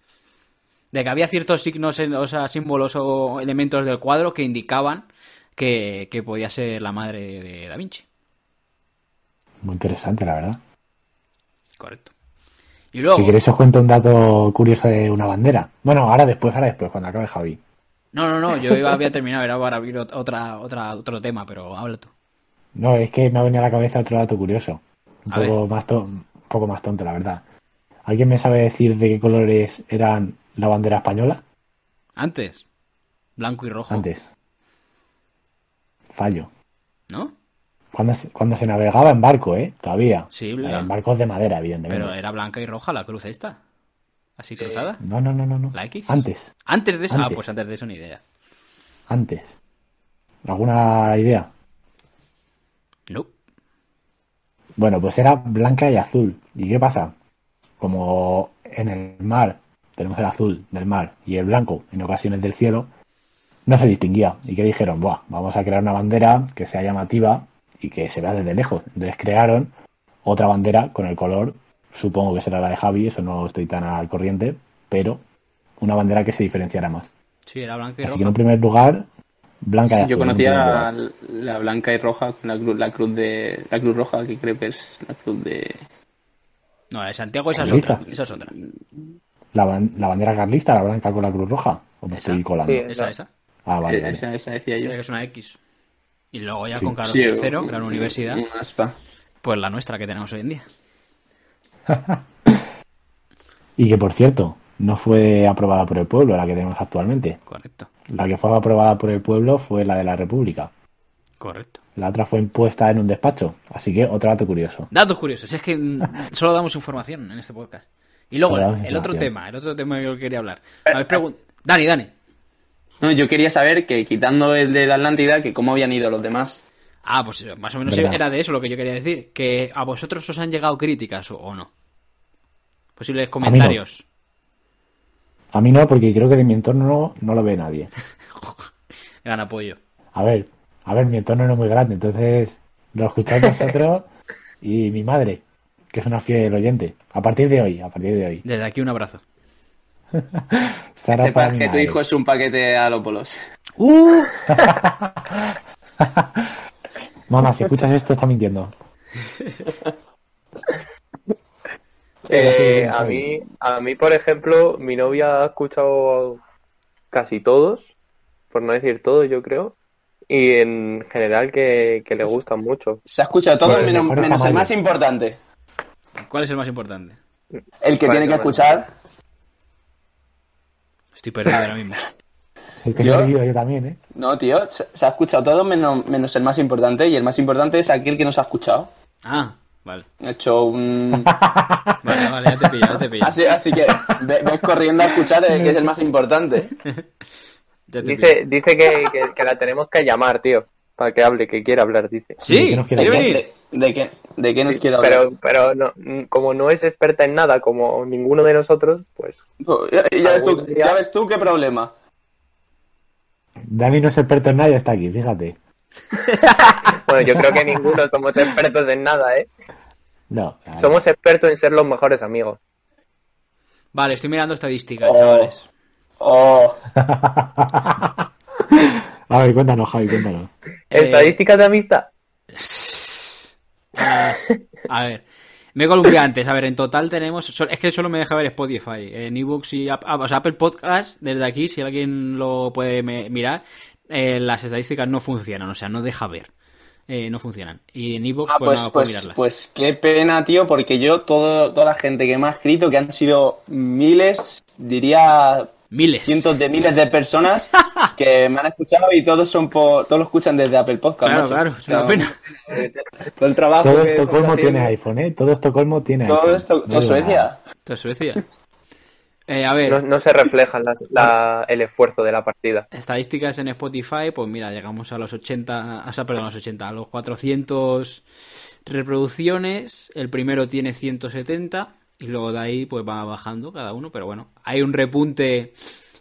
S3: De que había ciertos signos, en- o sea, símbolos o elementos del cuadro que indicaban que, que podía ser la madre de Da Vinci.
S5: Muy interesante, la verdad.
S3: Correcto. Y luego...
S5: Si queréis os cuento un dato curioso de una bandera. Bueno, ahora después, ahora después, cuando acabe Javi.
S3: No, no, no, yo iba, había terminado, era para abrir ot- otra, otra, otro tema, pero habla tú.
S5: No, es que me ha venido a la cabeza otro dato curioso. Un
S3: A ver.
S5: poco más, ton- un poco más tonto, la verdad. ¿Alguien me sabe decir de qué colores eran la bandera española?
S3: Antes. Blanco y rojo.
S5: Antes. Fallo.
S3: ¿No?
S5: Cuando se, cuando se navegaba en barco, ¿eh? Todavía.
S3: Sí,
S5: en
S3: la-
S5: barcos de madera, evidentemente.
S3: Pero eh, era blanca y roja la cruz esta. Así cruzada.
S5: No, no, no, no. no.
S3: ¿La X?
S5: Antes,
S3: Antes de eso. Ah,
S5: Antes.
S3: pues antes de eso ni idea.
S5: antes. ¿Alguna idea?
S3: No.
S5: Bueno, pues era blanca y azul. ¿Y qué pasa? Como en el mar tenemos el azul del mar y el blanco en ocasiones del cielo, no se distinguía. ¿Y que dijeron? Buah, vamos a crear una bandera que sea llamativa y que se vea desde lejos. Entonces crearon otra bandera con el color, supongo que será la de Javi, eso no estoy tan al corriente, pero una bandera que se diferenciara más.
S3: Sí, era blanca y
S5: Así que en
S3: roja.
S5: un primer lugar, blanca y azul.
S2: Yo
S5: en un
S2: conocía
S5: primer lugar.
S2: la, la blanca y roja con la cruz, la cruz de, la cruz roja, que creo que es la cruz de,
S3: No, la de Santiago esa es
S5: Comunista.
S3: otra. Esa es otra.
S5: La, ban- la bandera carlista, la blanca con la cruz roja. ¿O me
S3: Esa.
S5: estoy colando?
S4: Sí,
S3: Esa, esa.
S5: Ah, vale, vale.
S2: Eh, esa, esa decía
S3: Esa
S2: yo.
S3: que es una X. Y luego ya
S5: Sí.
S3: con Carlos
S2: Sí, eh,
S3: III,
S2: un-
S3: gran
S2: un-
S3: universidad,
S2: un aspa.
S3: pues la nuestra que tenemos hoy en día.
S5: Y que, por cierto, no fue aprobada por el pueblo la que tenemos actualmente.
S3: Correcto.
S5: La que fue aprobada por el pueblo fue la de la República.
S3: Correcto.
S5: La otra fue impuesta en un despacho. Así que otro dato curioso.
S3: Datos curiosos. Es que mm, solo damos información en este podcast. Y luego,
S5: Solo damos
S3: el otro
S5: información.
S3: tema, el otro tema que quería hablar. Me habéis pregun- Dani, Dani.
S2: No, yo quería saber que quitando el de la Atlántida, que cómo habían ido los demás.
S3: Ah, pues eh, más o menos
S5: ¿Verdad?
S3: era de eso lo que yo quería decir. Que a vosotros os han llegado críticas o, o no. Posibles comentarios.
S5: A mí no, porque creo que de mi entorno no, no lo ve nadie.
S3: Gran apoyo.
S5: A ver, a ver, mi entorno no es muy grande, entonces lo escucháis vosotros y mi madre. que es una fiel oyente. A partir de hoy, a partir de hoy.
S3: Desde aquí un abrazo.
S2: Sepas
S5: Sara
S2: que
S5: Paminares.
S2: tu hijo es un paquete a los polos.
S3: ¡Uh!
S5: Mamá, si escuchas esto, está mintiendo.
S4: Eh,
S5: Sí, sí,
S4: a
S5: sí.
S4: mí, a mí, por ejemplo, mi novia ha escuchado casi todos, por no decir todos, yo creo, y en general que, que le gustan mucho.
S2: Se ha escuchado todo
S5: Pues,
S2: menos,
S5: mejor
S2: menos el
S5: Tamayo.
S2: más importante.
S3: ¿Cuál es el más importante?
S2: El que
S4: Vale,
S2: tiene que
S4: vale.
S2: escuchar.
S3: Estoy perdido ahora mismo.
S5: Es que
S2: Yo-
S5: lo he leído yo también, ¿eh?
S2: No, tío, se se ha escuchado todo menos, menos el más importante. Y el más importante es aquel que nos ha escuchado.
S3: Ah, vale.
S2: He hecho un.
S3: Vale, vale, ya te he pillado, ya te he
S2: *laughs*
S3: pillado.
S2: Así, así que ve- ves corriendo a escuchar el que es el más importante.
S3: Ya te he pillado.
S4: Dice, dice que, que- que la tenemos que llamar, tío, para que hable, que quiera hablar, dice.
S3: Sí,
S5: que nos quiere
S3: quiere
S5: hablar.
S3: venir.
S2: ¿De, de qué, de qué nos quiere hablar?
S4: Pero, pero no, como no es experta en nada, como ninguno de nosotros, pues
S2: ya, ya ves tú,
S4: Algún día-
S2: ya ves tú qué problema.
S5: Dani no es experto en nada y está aquí, fíjate.
S4: bueno, yo creo que ninguno somos expertos en nada, ¿eh?
S5: No. claro.
S4: Somos expertos en ser los mejores amigos.
S3: Vale, estoy mirando estadísticas,
S2: Oh.
S3: chavales.
S2: Oh,
S5: A ver, cuéntanos, Javi, cuéntanos.
S3: Eh,
S4: Estadísticas de amistad.
S3: Ah, a ver. Me columpié antes. A ver, en total tenemos. so- Es que solo me deja ver Spotify. En ebooks y App- App- o sea, Apple Podcast, desde aquí, si alguien lo puede me- mirar, eh, las estadísticas no funcionan. O sea, no deja ver. Eh, no funcionan. Y en ebooks,
S2: ah,
S3: pues,
S2: pues,
S3: no puedo
S2: pues,
S3: mirarlas.
S2: pues qué pena, tío, porque yo, todo, toda la gente que me ha escrito, que han sido miles, diría
S3: Miles.
S2: cientos de miles de
S3: *laughs*
S2: personas que me han escuchado y todos son por, todos lo escuchan desde Apple Podcast.
S3: Claro,
S2: macho.
S3: claro, es una
S2: No,
S3: pena.
S2: Todo el trabajo
S5: Todo
S2: que
S5: Estocolmo
S2: estamos
S5: tiene
S2: haciendo.
S5: iPhone, ¿eh? Todo Estocolmo tiene
S2: Todo
S5: iPhone.
S2: esto,
S5: No
S2: todo
S5: digo
S2: Suecia.
S5: nada.
S3: Esto es Suecia. Eh, a ver,
S4: No, no se refleja las- la- el esfuerzo de la partida.
S3: estadísticas en Spotify, pues mira, llegamos a los 80, o sea, perdón, a los 80, a los 400 reproducciones, el primero tiene 170 y luego de ahí pues va bajando cada uno, pero bueno, hay un repunte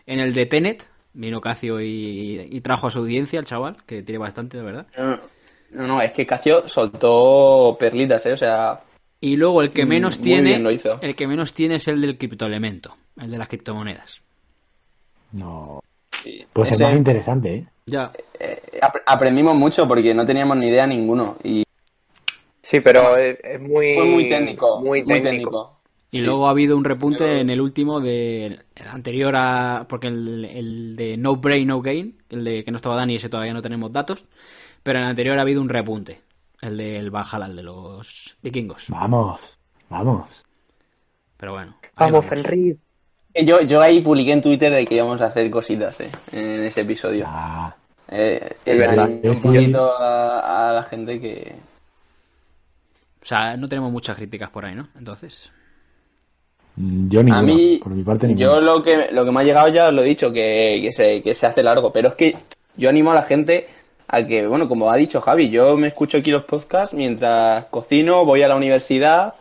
S3: en el de Tenet, vino Casio y, y trajo a su audiencia el chaval, que tiene bastante, de verdad.
S2: No, no, es que Cacio soltó perlitas, ¿eh? O sea,
S3: Y luego el que
S2: Mm,
S3: menos
S2: muy
S3: tiene,
S2: bien lo hizo.
S3: el que menos tiene es el del criptoelemento, el de las criptomonedas.
S5: No. Pues es
S2: ese-
S5: más interesante, ¿eh?
S3: Ya,
S2: eh, ap- aprendimos mucho porque no teníamos ni idea ninguno. Y
S4: Sí, pero es, es muy,
S2: fue muy técnico.
S4: Muy técnico.
S3: Y
S2: Sí.
S3: luego ha habido un repunte en el último de el anterior a porque el, el de No Brain No Gain, el de que no estaba Dani, ese todavía no tenemos datos, pero en el anterior ha habido un repunte, el del Valhalla, el de los vikingos.
S5: Vamos, vamos.
S3: Pero bueno, ahí
S4: Vamos, Fenrir.
S2: Eh, Yo, yo ahí publiqué en Twitter de que íbamos a hacer cositas, ¿eh? En ese episodio.
S5: Ah,
S2: Eh,
S4: Es
S2: eh,
S4: verdad.
S2: animé un poquito a, a la gente que...
S3: O sea, no tenemos muchas críticas por ahí, ¿no? Entonces,
S5: mm, yo ninguna.
S2: A mí,
S5: por mi parte, ninguna.
S2: yo lo que, lo que me ha llegado ya os lo he dicho, que, que, se, que se hace largo, pero es que yo animo a la gente a que, bueno, como ha dicho Javi, yo me escucho aquí los podcasts mientras cocino, voy a la universidad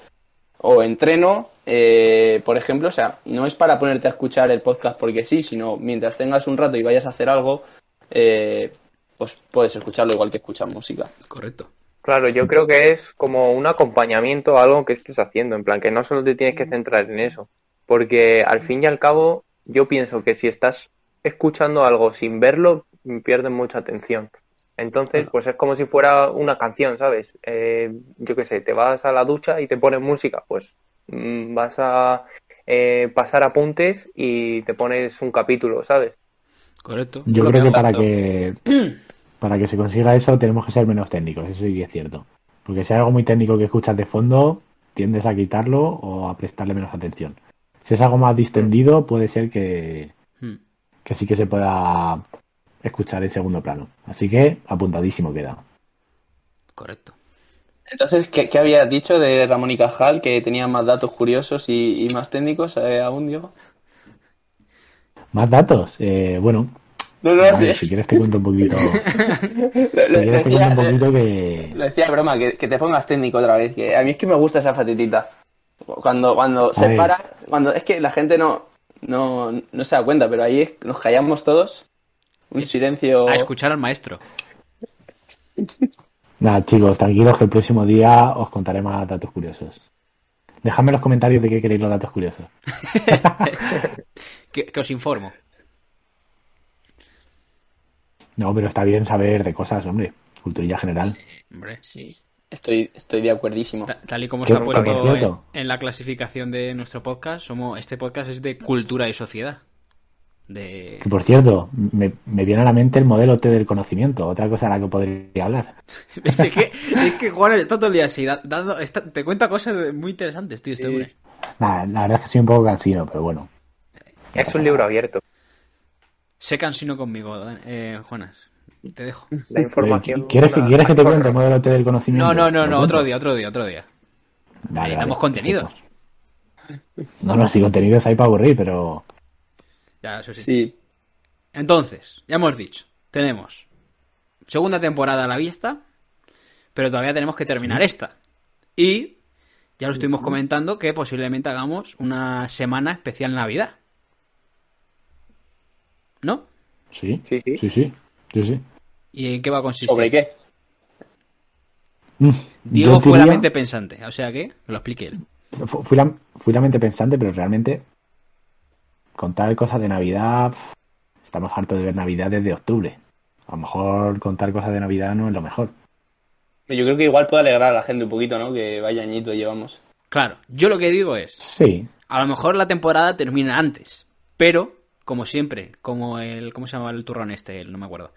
S2: o entreno, eh, por ejemplo, o sea, no es para ponerte a escuchar el podcast porque sí, sino mientras tengas un rato y vayas a hacer algo, eh, pues puedes escucharlo igual que escuchas música.
S3: correcto.
S4: Claro, yo creo que es como un acompañamiento a algo que estés haciendo, en plan que no solo te tienes que centrar en eso, porque al fin y al cabo yo pienso que si estás escuchando algo sin verlo, pierdes mucha atención. Entonces, pues es como si fuera una canción, ¿sabes? Eh, yo qué sé, te vas a la ducha y te pones música, pues mm, vas a eh, pasar apuntes y te pones un capítulo, ¿sabes?
S3: Correcto.
S5: Yo
S2: Lo
S5: creo
S2: que
S5: que para
S2: hago.
S5: que para que se consiga eso tenemos que ser menos técnicos, eso sí que es cierto. Porque si hay algo muy técnico que escuchas de fondo, tiendes a quitarlo o a prestarle menos atención. Si es algo más distendido, puede ser que,
S3: Hmm.
S5: que sí que se pueda escuchar en segundo plano. Así que apuntadísimo queda.
S3: Correcto.
S2: Entonces, ¿qué, qué habías dicho de Ramón y Cajal, que tenía más datos curiosos y, y más técnicos eh, aún, Diego?
S5: Más datos. Eh, bueno,
S2: No, no,
S5: Dani,
S2: sí.
S5: si quieres te cuento
S2: *laughs*
S5: un poquito. Si
S2: Lo- lo-
S5: quieres te cuento
S2: decía-
S5: un poquito que
S2: Lo decía de broma, que, que te pongas técnico otra vez, que a mí es que me gusta esa facetita. Cuando, cuando se
S5: ver.
S2: para, cuando es que la gente no, no, no se da cuenta, pero ahí es- nos callamos todos, un silencio.
S3: A escuchar al maestro.
S5: Nada, chicos, tranquilos que el próximo día os contaré más datos curiosos. Dejadme en los comentarios de qué queréis los datos curiosos.
S3: Que, que os informo.
S5: No, pero está bien saber de cosas, hombre. Culturilla general.
S3: Hombre.
S2: Sí. Estoy, estoy de acuerdísimo.
S3: Ta- Tal y como
S5: Qué
S3: está
S5: poco
S3: puesto en,
S5: cierto.
S3: en la clasificación de nuestro podcast, somos este podcast es de cultura y sociedad. De...
S5: Que por cierto, me, me viene a la mente el modelo T del conocimiento, otra cosa de la que podría hablar.
S3: Es que, es que Juan está todo el día así, da- dando- está- te cuenta cosas de- muy interesantes, tío, este
S4: Sí.
S3: hombre.
S5: Nah, la verdad es que soy un poco cansino, pero bueno.
S4: Es un libro abierto.
S3: Sé cansino conmigo, Dan- eh, Juanas. Te dejo.
S4: La información.
S5: Eh, ¿Quieres que,
S4: una-
S5: ¿quieres que te
S4: una
S5: cuente el
S4: chorra.
S5: modelo T del conocimiento?
S3: No, no, no,
S5: ¿Lo
S3: no,
S5: cuento?
S3: otro día, otro día, otro día.
S5: Vale,
S3: Necesitamos
S5: vale,
S3: contenidos.
S5: perfecto. No, no, sí, contenidos hay para aburrir, pero
S3: Ya, eso sí.
S2: Sí.
S3: Entonces, ya hemos dicho, tenemos segunda temporada a la vista, pero todavía tenemos que terminar esta. Y ya lo estuvimos comentando que posiblemente hagamos una semana especial Navidad. ¿No?
S5: sí.
S4: Sí, sí.
S5: Sí, sí. Sí, sí.
S3: ¿Y en qué va a consistir?
S2: ¿Sobre qué?
S5: Mm,
S3: Diego
S5: yo
S3: fue la
S5: diría-
S3: mente pensante, o sea que, que lo explique él.
S5: fu- Fui la, fui la mente pensante, pero realmente contar cosas de Navidad. pf, Estamos hartos de ver Navidad desde octubre. A lo mejor contar cosas de Navidad no es lo mejor.
S2: Yo creo que igual puede alegrar a la gente un poquito, ¿no? Que vaya añito llevamos.
S3: Claro, yo lo que digo es,
S5: Sí,
S3: A lo mejor la temporada termina antes, pero como siempre, como el ¿cómo se llama el turrón este? El, no me acuerdo.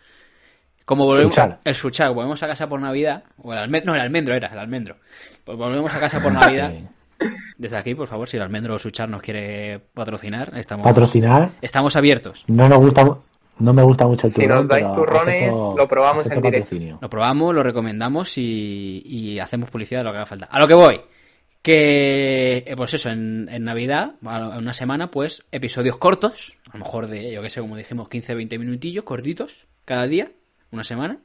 S3: Como volvemos
S5: Suchar.
S3: el suchar, volvemos a casa por Navidad o el almendro, no, el almendro era, el almendro. Pues volvemos a casa
S5: *laughs*
S3: por Navidad.
S5: Eh,
S3: Desde aquí, por favor, si el almendro o suchar nos quiere patrocinar, estamos
S5: patrocinar.
S3: estamos abiertos.
S5: No nos gusta, mu- no me gusta mucho el
S4: Si
S5: turrón.
S4: nos dais
S5: pero
S4: turrones,
S5: acepto-
S4: lo probamos en
S5: acepto
S4: directo.
S5: patrocinio.
S3: Lo probamos, lo recomendamos y, y hacemos publicidad de lo que haga falta. A lo que voy. Que, eh, pues eso, en, en Navidad, a lo- en una semana, pues episodios cortos, a lo mejor de, yo que sé, como dijimos, 15, 20 minutillos, cortitos, cada día, una semana,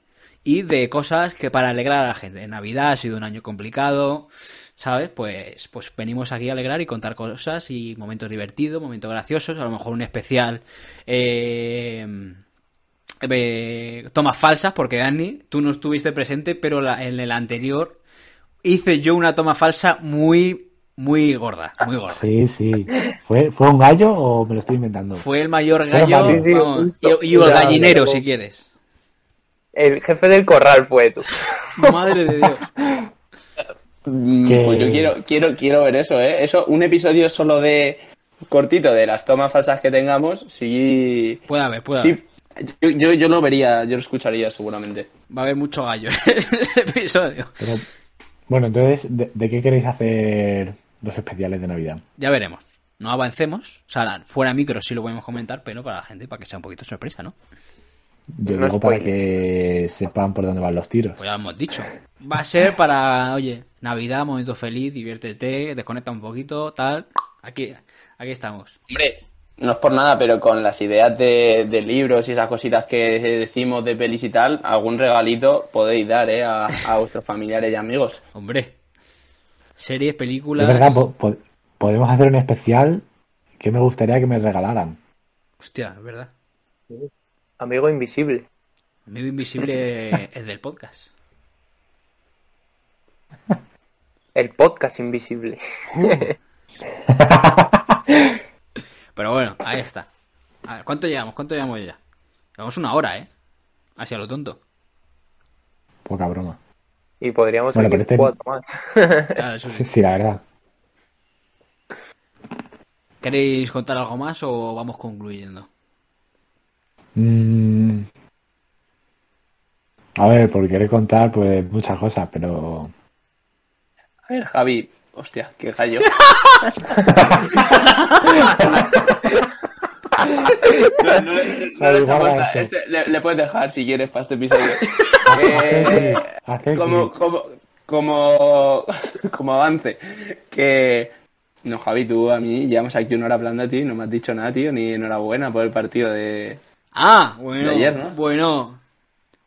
S3: y de cosas que para alegrar a la gente. En Navidad ha sido un año complicado, ¿sabes? Pues, pues venimos aquí a alegrar y contar cosas y momentos divertidos, momentos graciosos, a lo mejor un especial. Eh, eh, tomas falsas, porque Dani, tú no estuviste presente, pero la- en el anterior hice yo una toma falsa muy, muy gorda, muy gorda.
S5: Sí, sí. ¿Fue, ¿Fue un gallo o me lo estoy inventando?
S3: Fue el mayor
S5: Pero
S3: gallo
S5: vale,
S4: sí,
S3: vamos,
S4: justo,
S3: y, y el
S4: ya,
S3: gallinero,
S4: luego.
S3: si quieres.
S4: El jefe del corral fue tú.
S3: Madre de
S4: *laughs*
S3: Dios.
S2: Mm,
S5: Que-
S2: Pues yo quiero, quiero, quiero ver eso, ¿eh? Eso, un episodio solo de cortito de las tomas falsas que tengamos, sí.
S3: Puede haber, puede haber.
S2: sí. Yo, yo, yo lo vería, yo lo escucharía seguramente.
S3: Va a haber mucho gallo en ese episodio.
S5: Pero- bueno, entonces, ¿de, de qué queréis hacer los especiales de Navidad?
S3: Ya veremos. No avancemos. O sea, fuera micro sí lo podemos comentar, pero para la gente, para que sea un poquito sorpresa, ¿no?
S5: Yo
S4: No
S5: digo para
S4: spoiler.
S5: que sepan por dónde van los tiros.
S3: Pues ya lo hemos dicho. Va a ser para, oye, Navidad, momento feliz, diviértete, desconecta un poquito, tal. Aquí, aquí estamos.
S2: Hombre, no es por nada, pero con las ideas de, de libros y esas cositas que decimos de pelis y tal, algún regalito podéis dar, ¿eh? A, a vuestros familiares y amigos.
S3: Hombre. Series,
S5: Es verdad,
S3: películas.
S5: po- po- podemos hacer un especial que me gustaría que me regalaran.
S3: Hostia, es verdad.
S4: Amigo invisible.
S3: Amigo
S5: *laughs*
S3: Invisible es del podcast.
S4: El podcast invisible.
S3: Pero bueno, ahí está. A ver, ¿cuánto llevamos? ¿Cuánto llevamos ya? Llevamos una hora, ¿eh? Así a lo tonto.
S5: Poca broma.
S4: Y podríamos
S5: Bueno,
S4: seguir
S5: pero este-
S4: cuatro más.
S5: *laughs*
S3: Claro, eso sí.
S5: Sí, sí, la verdad.
S3: ¿Queréis contar algo más o vamos concluyendo?
S5: Mm. A ver, por querer contar, pues muchas cosas, pero
S2: A ver, Javi, hostia, qué gallo. No, no le- no le
S5: Javi, guarda
S2: chapas,
S5: esto.
S2: este- le, le puedes dejar si quieres para este
S5: *laughs*
S2: episodio. Eh,
S5: Hacer clic, hacer
S2: como,
S5: clic.
S2: como, como, como avance, que... No, Javi, tú a mí llevamos aquí una hora hablando a ti, no me has dicho nada, tío, ni enhorabuena por el partido de...
S3: Ah, bueno.
S2: De ayer, ¿no?
S3: Bueno.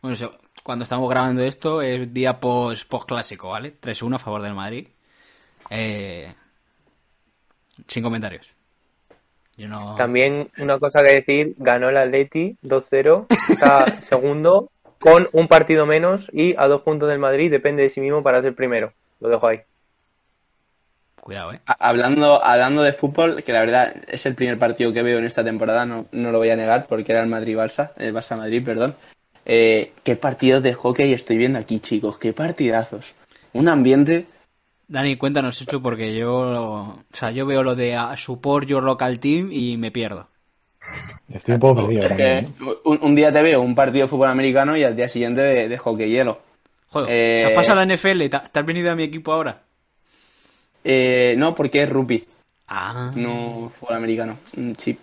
S3: Bueno, se- cuando estamos grabando esto es día post, post clásico, ¿vale? 3-1 a favor del Madrid. Eh, sin comentarios. Yo
S5: Ah.
S3: no.
S4: También una cosa que decir, ganó el Atleti 2-0,
S5: *laughs*
S4: está segundo con un partido menos y a dos puntos del Madrid, depende de sí mismo para ser primero. Lo dejo ahí.
S3: Cuidado, ¿eh?
S2: A- Hablando, hablando de fútbol, que la verdad es el primer partido que veo en esta temporada, no, no lo voy a negar, porque era el Madrid-Barça, el Barça-Madrid, perdón. Eh, ¿Qué partidos de hockey estoy viendo aquí, chicos? ¿Qué partidazos? Un ambiente...
S3: Dani, cuéntanos esto porque yo... O sea, yo veo lo de ah, support your local team y me pierdo.
S5: Estoy un poco perdido.
S2: es que
S5: también, ¿eh?
S2: un, un día te veo un partido de fútbol americano y al día siguiente de, de hockey hielo.
S3: Joder,
S2: Eh,
S3: ¿te has pasado a la NFL? ¿Te te has venido a mi equipo ahora?
S2: Eh, no, porque es rugby.
S3: Ah,
S2: no fútbol americano, mm, sí.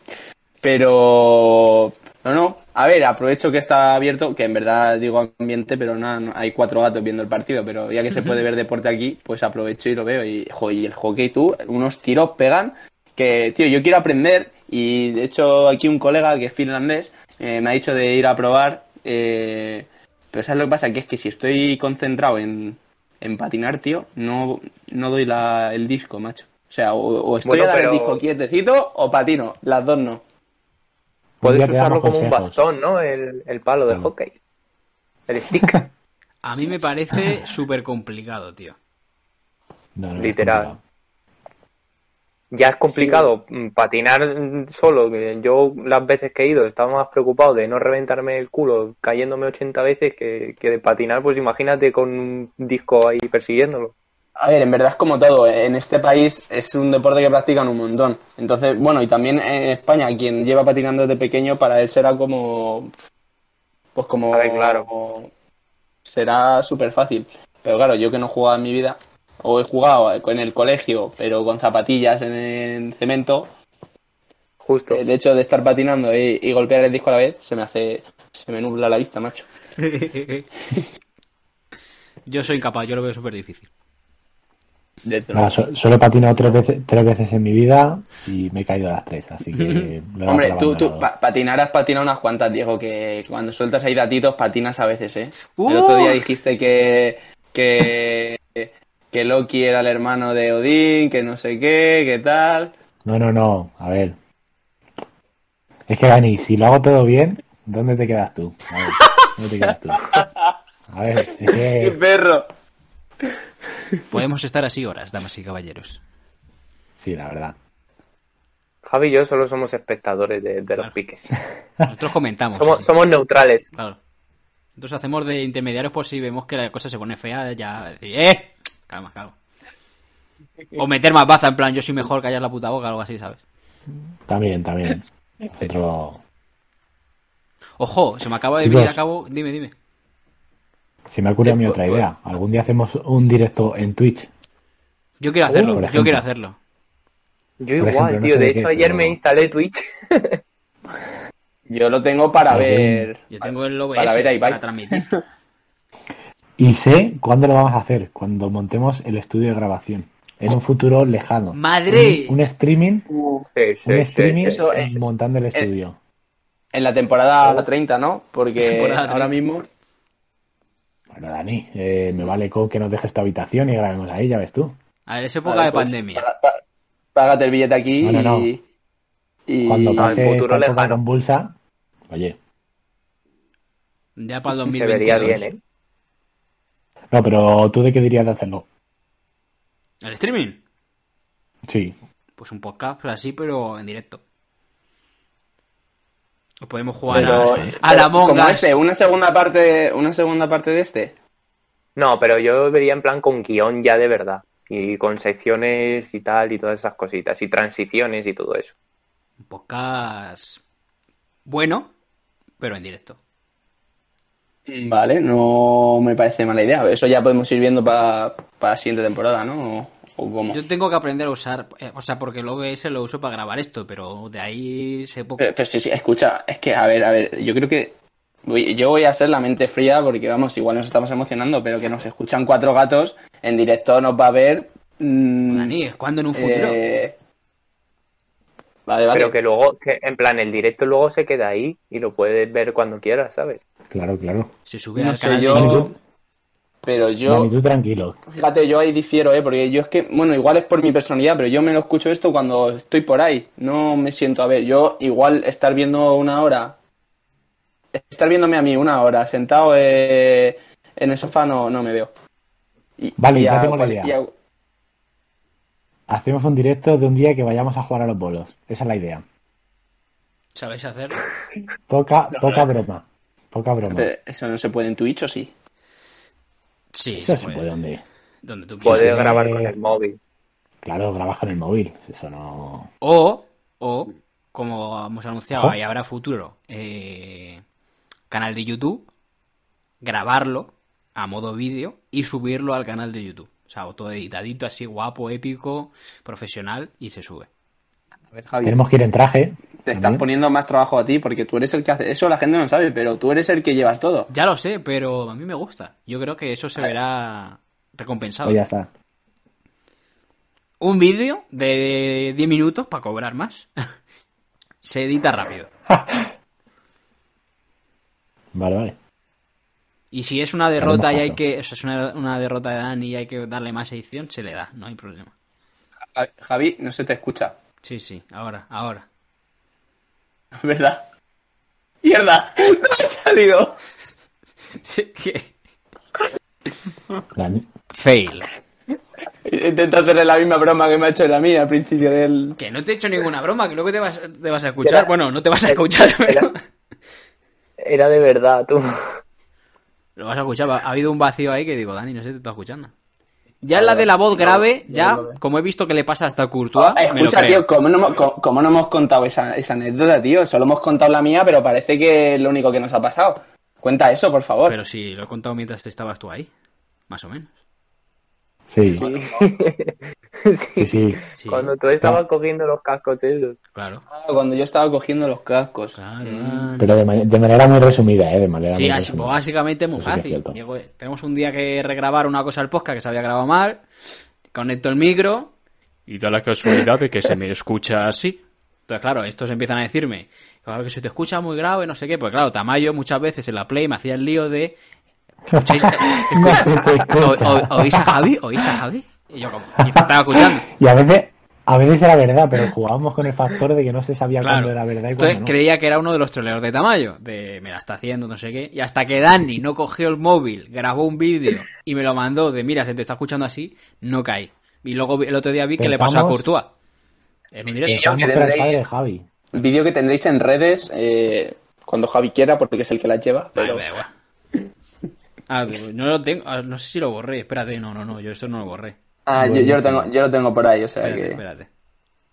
S2: Pero no, no, a ver, aprovecho que está abierto, que en verdad digo ambiente, pero nada, no, hay cuatro gatos viendo el partido, pero ya que se puede ver deporte aquí, pues aprovecho y lo veo. Y, jo, y el hockey, tú, unos tiros pegan, que tío, yo quiero aprender, y de hecho aquí un colega que es finlandés eh, me ha dicho de ir a probar, eh, pero ¿sabes lo que pasa? Que es que si estoy concentrado en, en patinar, tío, no, no doy la, el disco, macho. O sea, o, o estoy
S4: Bueno,
S2: a dar
S4: pero-
S2: el disco quietecito o patino. Las dos no.
S5: Un día
S4: Puedes
S5: te damos
S4: usarlo como un
S5: consejos.
S4: bastón, ¿no? El, el palo del
S5: Mm.
S4: hockey. El
S5: *laughs*
S4: stick.
S3: a mí me parece súper complicado, tío. *laughs*
S5: No, no,
S4: Literal.
S5: no.
S4: Ya es complicado mm, patinar mm, solo. que Yo las veces que he ido estaba más preocupado de no reventarme el culo cayéndome 80 veces que, que de patinar, pues imagínate con un disco ahí persiguiéndolo.
S2: A ver, en verdad es como todo. En este país es un deporte que practican un montón. Entonces, bueno, y también en España, quien lleva patinando desde pequeño, para él será como. Pues como.
S4: A ver, claro.
S2: como- será súper fácil. Pero claro, yo que no he jugado en mi vida, o he jugado en el colegio, pero con zapatillas en el cemento,
S4: Justo.
S2: el hecho de estar patinando y, y golpear el disco a la vez se me hace. se me nubla la vista, macho.
S3: yo soy incapaz, yo lo veo súper difícil.
S2: Desde
S5: Nada, so- solo he patinado tres veces, tres veces en mi vida y me he caído a las tres,
S2: *laughs*
S5: así que... lo he
S2: Hombre,
S5: dado por
S2: tú, tú
S5: abandonado.
S2: pa- patinar has patinado unas cuantas, Diego, que cuando sueltas ahí datitos patinas a veces, ¿eh? El
S3: ¡Uh!
S2: otro día dijiste que, que, que Loki era el hermano de Odín, que no sé qué, que tal.
S5: No, no, no, a ver. Es que, Dani, si lo hago todo bien, ¿dónde te quedas tú? A ver, ¿dónde te
S2: *laughs*
S5: quedas tú? A ver, es
S2: ¡Qué *laughs*
S5: que...
S2: perro!
S3: Podemos estar así horas, damas y
S5: *laughs*
S3: caballeros.
S5: Sí, la verdad.
S4: Javi y yo solo somos espectadores de, de
S5: Ah.
S4: los piques.
S3: Nosotros comentamos.
S4: Somos,
S3: así.
S4: somos neutrales.
S3: Claro. Entonces hacemos de intermediarios por si vemos que la cosa se pone fea, ya decir, ¡eh! Calma, calma. O meter más baza, en plan, yo soy mejor, callar la puta boca, algo así, ¿sabes?
S5: También, también. Otro...
S3: Ojo, se me acaba de
S5: Chicos.
S3: venir a cabo. Dime, dime.
S5: Se me ha ocurrido a
S2: Eh,
S5: mí
S2: pues,
S5: otra idea. Algún día hacemos un directo en Twitch.
S3: Yo quiero
S5: Uh,
S3: hacerlo,
S5: por
S3: yo
S5: ejemplo.
S3: quiero hacerlo.
S4: Yo
S5: Por
S4: igual,
S5: ejemplo, no
S4: tío.
S5: sé
S4: de
S5: de
S4: hecho,
S5: qué,
S4: ayer
S5: pero-
S4: me instalé Twitch. *laughs*
S2: Yo lo tengo para
S5: Pero
S2: ver.
S3: Yo tengo el OBS
S2: Para
S3: para,
S2: ver a Ibai.
S3: transmitir.
S5: Y sé cuándo lo vamos a hacer, cuando montemos el estudio de grabación. En un futuro lejano.
S3: ¡Madre!
S5: Un, un streaming,
S4: Sí, sí,
S5: un
S4: sí,
S5: streaming
S4: sí.
S2: eso, eh,
S5: montando el estudio.
S2: En la temporada 30, ¿no? Porque
S3: *laughs* Temporada
S2: ahora
S3: 30.
S2: mismo.
S5: Bueno, Dani, eh, me vale con que nos dejes tu habitación y grabemos ahí, ya ves tú.
S3: A ver, es
S2: *laughs*
S3: época
S2: Vale,
S3: de
S2: pues,
S3: pandemia.
S2: pa- pa- Págate el billete aquí
S5: No, no,
S2: y. y-
S5: Cuando pase
S4: en futuro
S5: esta época
S4: lejano.
S5: convulsa, oye.
S3: Ya
S2: *laughs*
S3: para el
S4: Se vería
S3: 2022.
S4: bien, ¿eh?
S5: No, pero ¿tú de qué dirías de hacerlo?
S3: ¿El streaming?
S5: Sí.
S3: Pues un podcast pues así, pero en directo. O podemos jugar
S2: pero-
S3: a, a la
S2: pero como
S3: monga.
S2: este, una segunda parte, una segunda parte de este.
S4: No, pero yo vería en plan con guión ya de verdad. Y con secciones y tal, y todas esas cositas. Y transiciones y todo eso.
S3: Un podcast bueno, pero en directo. Mm.
S2: Vale, no me parece mala idea. Eso ya podemos ir viendo para la siguiente temporada, ¿no? O, o cómo.
S3: Yo tengo que aprender a usar, eh, o sea, porque el OBS lo uso para grabar esto, pero de ahí sé poco.
S2: Pero, Eh, pero sí, sí, escucha, es que, a ver, a ver, yo creo que voy- yo voy a ser la mente fría porque, vamos, igual nos estamos emocionando, pero que nos escuchan cuatro gatos, en directo nos va a ver... mm,
S3: Dani, ¿es cuándo en un futuro?
S2: eh, Vale, vale.
S4: Pero que luego, que en plan, el directo luego se queda ahí y lo puedes ver cuando quieras, ¿sabes?
S5: Claro, claro.
S3: Se sube
S2: no
S3: al
S2: sé
S3: canal
S5: Dani,
S2: yo...
S5: tú-
S2: Pero yo...
S5: Dani, tú tranquilo.
S2: Fíjate, yo ahí difiero, ¿eh? Porque yo es que, bueno, igual es por mi personalidad, pero yo me lo escucho esto cuando estoy por ahí. No me siento a ver. Yo igual estar viendo una hora, estar viéndome a mí una hora sentado eh, en el sofá no, no me veo. Y-
S5: Vale,
S2: y
S5: ya
S2: a
S5: tengo la
S2: cual-
S5: idea.
S2: y a-
S5: Hacemos un directo de un día que vayamos a jugar a los bolos. Esa es la idea.
S3: ¿Sabéis hacerlo?
S5: Poca, poca broma. Poca broma.
S2: eh. Pero eso no se puede en Twitch o sí.
S3: Sí,
S5: Eso se puede, hombre.
S3: Donde tú quieras.
S4: Poder
S5: sí.
S4: grabar con el móvil.
S5: Claro, grabas con el móvil. Eso no.
S3: O, o, como hemos anunciado,
S5: Ojo.
S3: ahí habrá futuro, eh, canal de YouTube, grabarlo a modo vídeo y subirlo al canal de YouTube. O sea, todo editadito, así guapo, épico, profesional y se sube.
S2: A ver, Javi.
S5: Tenemos que ir en traje.
S2: Te están
S5: también.
S2: poniendo más trabajo a ti porque tú eres el que hace. Eso la gente no sabe, pero tú eres el que llevas todo.
S3: Ya lo sé, pero a mí me gusta. Yo creo que eso se verá recompensado.
S5: Pues ya está.
S3: Un vídeo de 10 minutos para cobrar más. *laughs* se edita rápido.
S5: Vale, vale.
S3: Y si es una derrota y hay
S5: caso.
S3: que, o sea, es una, una derrota de Dani y hay que darle más edición, se le da, no hay problema.
S2: Ja- Javi, no se te escucha. *laughs*
S3: Sí, sí, ahora, ahora. *laughs*
S2: ¿Verdad? ¡Mierda! *laughs* ¡No ha salido!
S3: Sí, que-
S5: Dani.
S3: Fail.
S2: Intento hacerle la misma broma que me ha hecho la mía al principio del.
S3: Que no te he hecho ninguna broma, que luego te vas, te vas a escuchar. Bueno, no te vas a escuchar, pero...
S4: Era de verdad, tú. *laughs*
S3: Lo vas a escuchar, ha habido un vacío ahí que digo, Dani, no sé si te está escuchando. Ya la de la voz grave, ya, como he visto que le pasa hasta a Courtois,
S2: Ah,
S3: me lo
S2: escucha,
S3: creo.
S2: tío, ¿cómo no, hemos- co- cómo no hemos contado esa, esa anécdota, tío? Solo hemos contado la mía, pero parece que es lo único que nos ha pasado. Cuenta eso, por favor.
S3: Pero sí, lo he contado mientras te estabas tú ahí, más o menos.
S5: Sí, sí,
S4: Sí,
S5: sí.
S3: Sí,
S4: Cuando tú estabas cogiendo los cascos esos.
S3: claro.
S2: Ah, Cuando yo estaba cogiendo los cascos.
S3: Claro,
S2: Mm.
S3: Dani.
S5: Pero de, ma- de manera muy resumida, ¿eh? De manera
S3: Sí,
S5: muy
S3: así- pues
S5: resumida.
S3: básicamente es muy
S5: Eso sí que es
S3: fácil.
S5: cierto.
S3: Llego- tenemos un día que regrabar una cosa al podcast que se había grabado mal, conecto el micro y da la casualidad de que se me escucha así. Entonces, claro, estos empiezan a decirme, claro que se te escucha muy grave, no sé qué, pues claro, Tamayo muchas veces en la Play me hacía el lío de...
S5: *laughs*
S3: ¿Escucháis?
S5: *laughs* No se te
S3: *laughs*
S5: escucha.
S3: ¿O- o- ¿Oís a Javi? ¿Oís a Javi? Y yo como, y me estaba escuchando.
S5: Y a veces, a veces era verdad, pero jugábamos con el factor de que no se sabía
S3: Claro.
S5: cuándo era verdad y
S3: Entonces
S5: cuándo no.
S3: creía que era uno de los troleos de Tamayo, de me la está haciendo, no sé qué. Y hasta que Dani no cogió el móvil, grabó un vídeo y me lo mandó de mira, se te está escuchando así, no caí. Y luego vi- el otro día vi que le pasó a
S5: Pensamos-
S3: Courtois. En un directo.
S5: Estábamos
S2: que
S5: con el
S2: tendréis-
S5: padre de Javi.
S2: Vídeo que tendréis en redes eh, cuando Javi quiera, porque es el que la lleva.
S3: Vale,
S2: Pero...
S3: da igual. Ah, pues, no lo tengo, ah, no sé si lo borré, espérate, no, no, no, yo esto no lo borré.
S2: Ah, yo, yo lo tengo, yo lo tengo por ahí, o sea
S3: Espérate,
S2: que...
S3: espérate.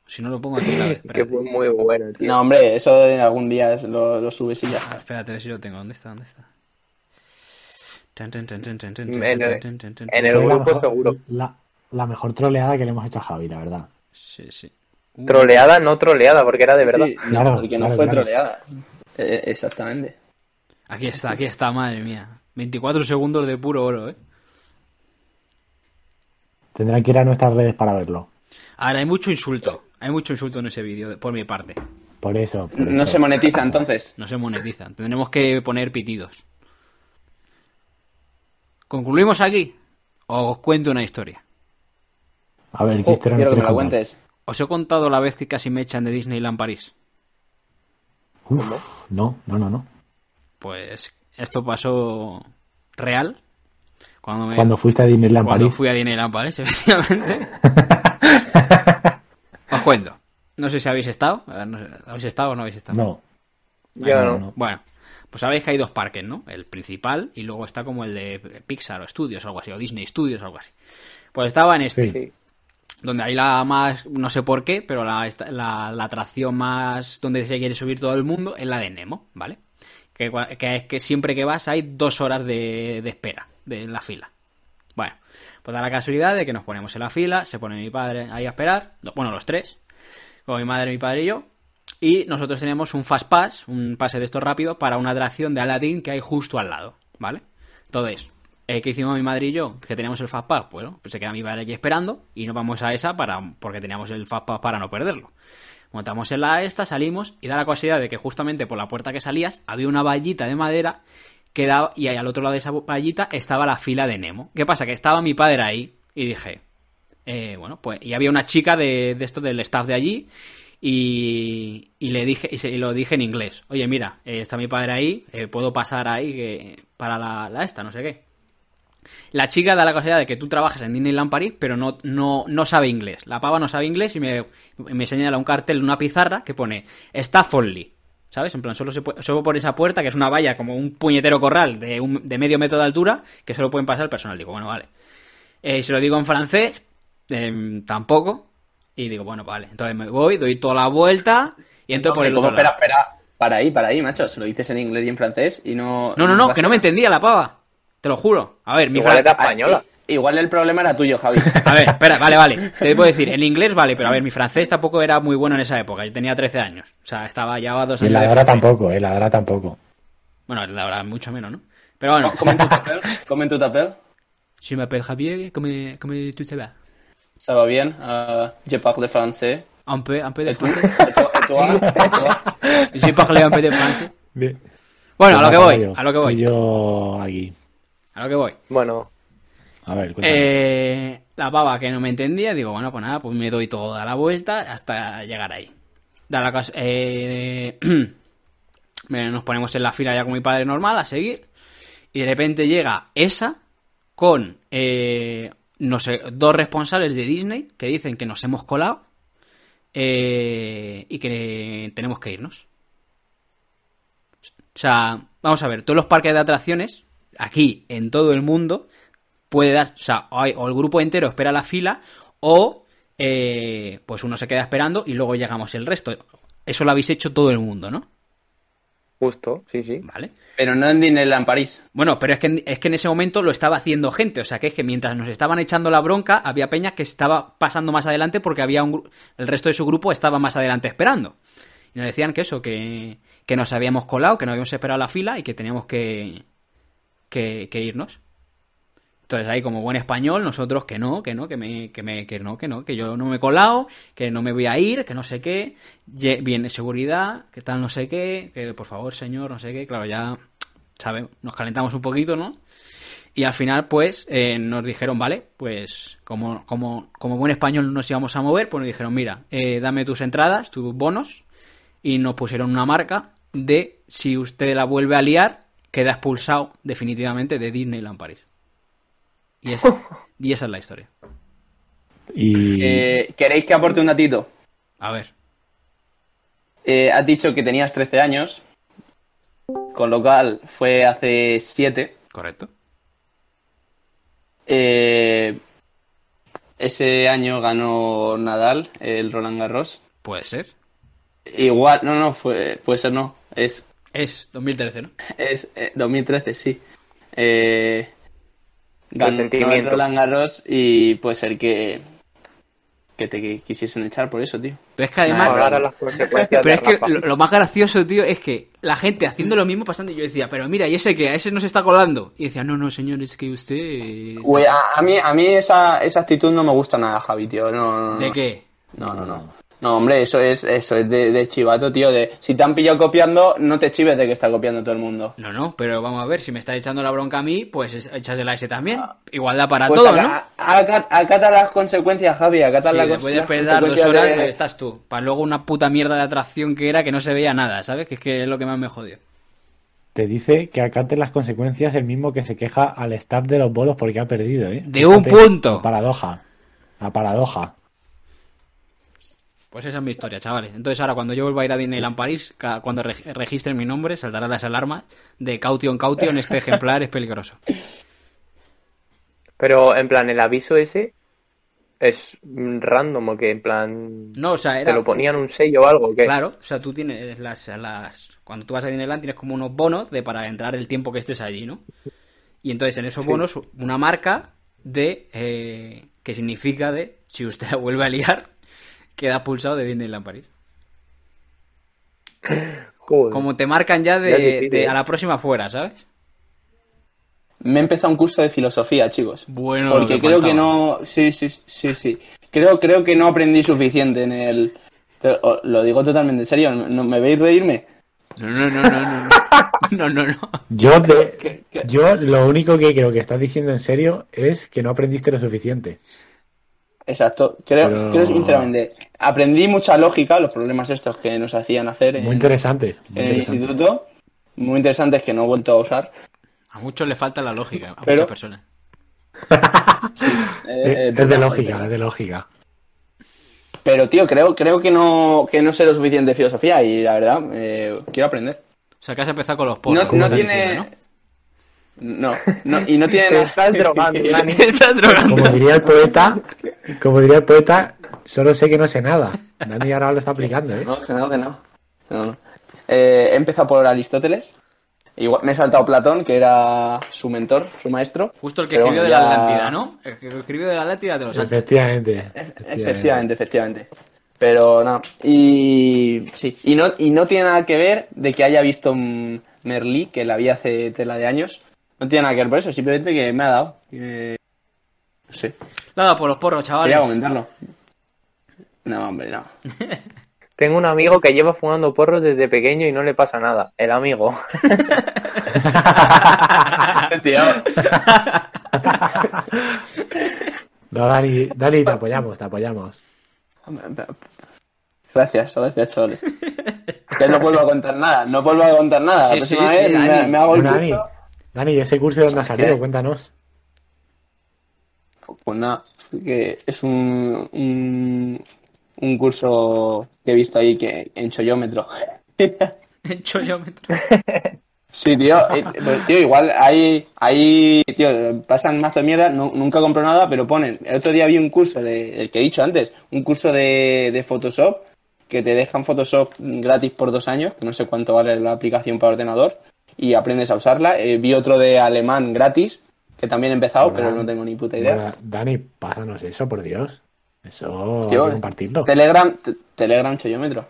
S3: Si no lo pongo aquí, a ver,
S4: Que
S3: espérate.
S4: fue muy bueno, tío.
S2: No, hombre, eso en algún día es- lo, lo subes y ya
S3: Ah,
S2: está.
S3: espérate, a ver si lo tengo. ¿Dónde está? ¿Dónde está? Tan, tan, tan, tan, tan, tan,
S4: En
S3: tan,
S4: el-
S3: tan, tan, tan,
S4: en el
S5: Fue la
S4: grupo
S5: mejor-
S4: seguro.
S5: La, la mejor troleada que le hemos hecho a Javi, la verdad.
S3: Sí, sí. Uh,
S4: Troleada, no troleada, porque era de verdad.
S2: Sí, no,
S5: Claro,
S2: porque no
S5: claro,
S2: fue
S5: claro.
S2: troleada. Eh, exactamente.
S3: Aquí está, aquí está, madre mía. 24 segundos de puro oro, ¿eh?
S5: Tendrán que ir a nuestras redes para verlo.
S3: Ahora, hay mucho insulto. Hay mucho insulto en ese vídeo, de- por mi parte.
S5: Por eso. por
S2: No
S5: eso.
S2: se monetiza entonces.
S3: No se monetiza. Tendremos que poner pitidos. ¿Concluimos aquí? ¿O os cuento una historia?
S5: A ver, este ¿qué
S2: Oh,
S5: historia
S2: quiero que me
S5: nos
S2: la
S5: quieres contar?
S2: cuentes.
S3: Os he contado la vez que casi me echan de Disneyland París.
S5: Uf, no, no, no, no.
S3: Pues esto pasó real. Cuando me,
S5: Cuando fuiste a Disneyland
S3: Cuando
S5: París.
S3: fui a Disneyland París, *laughs*
S5: *laughs*
S3: efectivamente. Os cuento. No sé si habéis estado. eh, no sé, ¿Habéis estado o no habéis estado?
S5: No.
S4: Yo
S5: Ay,
S4: no.
S3: Bueno, pues sabéis que hay dos parques, ¿no? El principal y luego está como el de Pixar o Studios, algo así, o Disney Studios, algo así. Pues estaba en este,
S5: Sí.
S4: Sí.
S3: donde hay la más, no sé por qué, pero la, esta- la, la atracción más donde se quiere subir todo el mundo es la de Nemo, ¿vale? Que, cua- que es que siempre que vas hay dos horas de, de espera de la fila. Bueno, pues da la casualidad de que nos ponemos en la fila, se pone mi padre ahí a esperar, lo- bueno, los tres, con mi madre, mi padre y yo, y nosotros tenemos un fast pass, un pase de estos rápidos, para una atracción de Aladdin que hay justo al lado, ¿vale? Entonces, eh, ¿qué hicimos mi madre y yo? Que teníamos el fast pass, bueno, pues se queda mi padre aquí esperando y nos vamos a esa para porque teníamos el fast pass para no perderlo. Montamos en la esta, salimos y da la casualidad de que justamente por la puerta que salías había una vallita de madera que daba, y ahí al otro lado de esa vallita estaba la fila de Nemo. ¿Qué pasa? Que estaba mi padre ahí y dije, eh, bueno, pues y había una chica de, de esto del staff de allí y, y le dije y, se- y lo dije en inglés. Oye, mira, eh, está mi padre ahí, eh, puedo pasar ahí que- para la, la esta, no sé qué. La chica da la casualidad de que tú trabajas en Disneyland París, pero no, no, no sabe inglés. La pava no sabe inglés y me, me señala un cartel, una pizarra que pone Staff Only. ¿Sabes? En plan, solo, se pu- solo por esa puerta, que es una valla, como un puñetero corral de, un- de medio metro de altura, que solo pueden pasar el personal. Digo, bueno, vale. Eh, se lo digo en francés, em, tampoco. Y digo, bueno, vale. Entonces me voy, doy toda la vuelta y entro por el
S2: Como,
S3: otro
S2: espera,
S3: lado.
S2: espera. Para ahí, para ahí, macho. Se lo dices en inglés y en francés y no.
S3: No, no, no, que no me entendía la pava. Te lo juro. A ver, mi
S4: Igual
S3: fran-
S4: era
S2: Ah,
S4: española.
S2: Igual el problema era
S3: *laughs*
S2: tuyo, Javi.
S3: A ver, espera, vale, vale. Te puedo decir, el inglés vale, pero a ver, mi francés tampoco era muy bueno en esa época. Yo tenía 13 años. O sea, estaba ya a dos
S5: Y
S3: años.
S5: la
S3: de
S5: de ahora
S3: francés.
S5: tampoco, eh, la de ahora tampoco.
S3: Bueno, la verdad, mucho menos, ¿no? Pero bueno,
S2: Come tu papel, come tu papel.
S3: si me appelle Javier, ¿cómo tú te vas?
S2: Ça va bien. ah, je parle français.
S3: Un peu, un peu de
S2: Et tu-
S3: francés.
S2: et toi- et toi-
S3: *laughs*
S2: et toi?
S3: Je parle un peu de
S5: *laughs*
S3: francés.
S5: Pues
S3: Bueno, a lo que voy, a lo que
S5: Tú
S3: voy,
S5: y yo aquí.
S3: a lo que voy.
S4: Bueno,
S5: A ver, cuéntame.
S3: Eh, la pava que no me entendía, digo, bueno, pues nada, pues me doy toda la vuelta hasta llegar ahí. Da la cas- eh, *clears throat* me- nos ponemos en la fila ya con mi padre normal a seguir. Y de repente llega esa con, eh, no sé, dos responsables de Disney que dicen que nos hemos colado eh, y que tenemos que irnos. O sea, vamos a ver, todos los parques de atracciones, aquí, en todo el mundo, puede dar, o sea, hay- o el grupo entero espera la fila, o eh, pues uno se queda esperando y luego llegamos el resto. Eso lo habéis hecho todo el mundo, ¿no?
S4: justo, sí, sí.
S3: Vale.
S2: Pero no en Disneyland París.
S3: Bueno, pero es que, en- es que en ese momento lo estaba haciendo gente, o sea que es que mientras nos estaban echando la bronca, había peña que estaba pasando más adelante porque había un, gru- el resto de su grupo estaba más adelante esperando. Y nos decían que eso, que, que nos habíamos colado, que no habíamos esperado la fila y que teníamos que, que, que irnos. Entonces ahí como buen español, nosotros que no, que no, que me, que me, que no, que no, que yo no me he colado, que no me voy a ir, que no sé qué, ye- viene seguridad, que tal no sé qué, que por favor señor, no sé qué, claro, ya ¿sabes? Nos calentamos un poquito, ¿no? Y al final, pues, eh, nos dijeron, vale, pues, como, como, como buen español nos íbamos a mover, pues nos dijeron, mira, eh, dame tus entradas, tus bonos, y nos pusieron una marca de si usted la vuelve a liar, queda expulsado definitivamente de Disneyland París. Y esa, y esa es la historia.
S5: y
S2: Eh, ¿Queréis que aporte un datito?
S3: A ver.
S2: Eh, has dicho que tenías 13 años, con lo cual fue hace 7.
S3: ¿Correcto?
S2: Eh, ese año ganó Nadal el Roland Garros.
S3: Puede ser.
S2: Igual, no, no, fue, puede ser no. Es,
S3: Es 2013, ¿no?
S2: es eh, 2013, sí. Eh,
S4: El
S2: ganó el
S4: sentimiento.
S2: Roland Garros y puede ser que, que te qui- quisiesen echar por eso, tío.
S3: Pero es que además...
S4: Ahora las consecuencias
S3: Pero es
S4: de
S3: que
S4: Rafa.
S3: lo, lo más gracioso, tío, es que la gente haciendo lo mismo pasando y yo decía, pero mira, y ese que a ese no se está colando. Y decía, no, no, señor, es que usted. eh,
S2: Güey, a, a mí, a mí esa, esa actitud no me gusta nada, Javi, tío. No, no, no.
S3: ¿De qué?
S2: No, no, no. No, hombre, eso es, eso es de, de chivato, tío. De, si te han pillado copiando, no te chives de que está copiando todo el mundo.
S3: No, no, pero vamos a ver, si me está echando la bronca a mí, pues es- échasela a ese también. Igualdad para
S2: Pues
S3: todos,
S2: aca-
S3: ¿no?
S2: a- aca- acata las consecuencias, Javi, acata
S3: Sí,
S2: las cons-
S3: después de eh,
S2: las
S3: esperar dos
S2: consecuencias
S3: horas,
S2: de-
S3: me estás tú. Para luego una puta mierda de atracción que era que no se veía nada, ¿sabes? Que es, que es lo que más me jodió.
S5: te dice que acate las consecuencias el mismo que se queja al staff de los bolos porque ha perdido, ¿eh?
S3: De un punto.
S5: La paradoja. La paradoja.
S3: Pues esa es mi historia, chavales. Entonces ahora cuando yo vuelva a ir a Disneyland París, ca- cuando reg- registren mi nombre, saltarán las alarmas de caution, caution, este ejemplar es peligroso.
S4: Pero en plan, el aviso ese es mm, random, o que en plan.
S3: No, o sea, era...
S4: Te lo ponían un sello o algo, que.
S3: Claro, o sea, tú tienes las, las... Cuando tú vas a Disneyland tienes como unos bonos de para entrar el tiempo que estés allí, ¿no? Y entonces en esos bonos una marca de... eh, que significa de, si usted la vuelve a liar, queda pulsado de Disneyland París.
S4: Joder.
S2: Pues
S3: Como te marcan ya
S4: Ya
S3: de,
S4: es difícil,
S3: de
S4: ¿eh?
S3: a la próxima fuera, ¿sabes?
S2: Me he empezado un curso de filosofía, chicos.
S3: Bueno, lo
S2: porque
S3: que
S2: creo
S3: faltaba.
S2: que no. Sí, sí, sí, sí. Creo, creo que no aprendí suficiente en el. te- o- Lo digo totalmente en serio, ¿no- ¿me veis reírme?
S3: No, no, no, no, no. No, *laughs* no, no.
S5: Yo, de, yo lo único que creo que estás diciendo en serio es que no aprendiste lo suficiente.
S2: Exacto, creo,
S5: Pero-
S2: creo sinceramente. Aprendí mucha lógica, los problemas estos que nos hacían hacer en,
S5: Muy interesante.
S2: en
S5: muy
S2: el
S5: interesante.
S2: instituto, muy interesantes que no he vuelto a usar.
S3: A muchos le falta la lógica, a
S2: Pero-
S3: muchas personas.
S5: Eh,
S6: Eh, eh,
S5: es de
S6: no,
S5: lógica, es de lógica.
S2: Pero, tío, creo, creo que no, que no sé lo suficiente de filosofía y la verdad, eh, quiero aprender.
S3: O sea, que has empezado con los
S2: No,
S3: porros.
S2: no
S3: como estás
S2: tiene.
S3: diciendo,
S2: No, no, y no tiene
S4: *laughs* Te
S2: nada- *laughs*
S4: estás drogando, Dani.
S3: ¿no? *laughs* Estás drogando.
S5: Como diría el poeta, como diría el poeta, solo sé que no sé nada. Dani ahora lo está aplicando, ¿eh?
S2: No, que no, que no. No, no. Eh, he empezado por Aristóteles. Igual, me he saltado Platón, que era su mentor, su maestro.
S3: Justo el que
S2: Pero
S3: escribió de
S2: bueno,
S3: la
S2: ya-
S3: Atlántida, ¿no? El que escribió de la Atlántida te lo saltas.
S5: Efectivamente.
S2: Efectivamente, efectivamente. Pero no. Y sí, y no, y no tiene nada que ver de que haya visto mm, Merlí, que la vi hace tela de años. No tiene nada que ver por eso, simplemente que me ha dado. Eh, no sé,
S3: Nada, por los porros, chavales. *laughs*
S2: quería comentarlo. No, hombre, no.
S4: Tengo un amigo que lleva fumando porros desde pequeño y no le pasa nada. El amigo.
S2: Tío,
S5: No, Dani, Dani, te apoyamos, te apoyamos.
S2: Gracias, gracias, chavales. Que no vuelvo a contar nada, no vuelvo a contar nada.
S3: Sí,
S2: La próxima
S3: sí, sí,
S2: vez me,
S3: Dani.
S2: me hago el
S5: Bueno, Dani,
S2: curso.
S5: Dani, ese curso de dónde ha salido,
S2: ¿Qué?
S5: cuéntanos.
S2: Pues nada, que es un, un, un curso que he visto ahí que en chollómetro.
S3: Chollómetro.
S2: Sí, tío, *laughs* eh, pues, tío, igual ahí, ahí, tío, pasan mazo de mierda, nu- nunca compro nada, pero ponen, el otro día vi un curso de, el que he dicho antes, un curso de, de Photoshop, que te dejan Photoshop gratis por dos años, que no sé cuánto vale la aplicación para ordenador, y aprendes a usarla. Eh, vi otro de alemán gratis, que también he empezado,
S5: Hola.
S2: pero no tengo ni puta idea.
S5: Bueno, Dani, pásanos eso, por Dios. Eso
S2: Tío,
S5: hay que compartirlo.
S2: Telegram, te- Telegram chollómetro.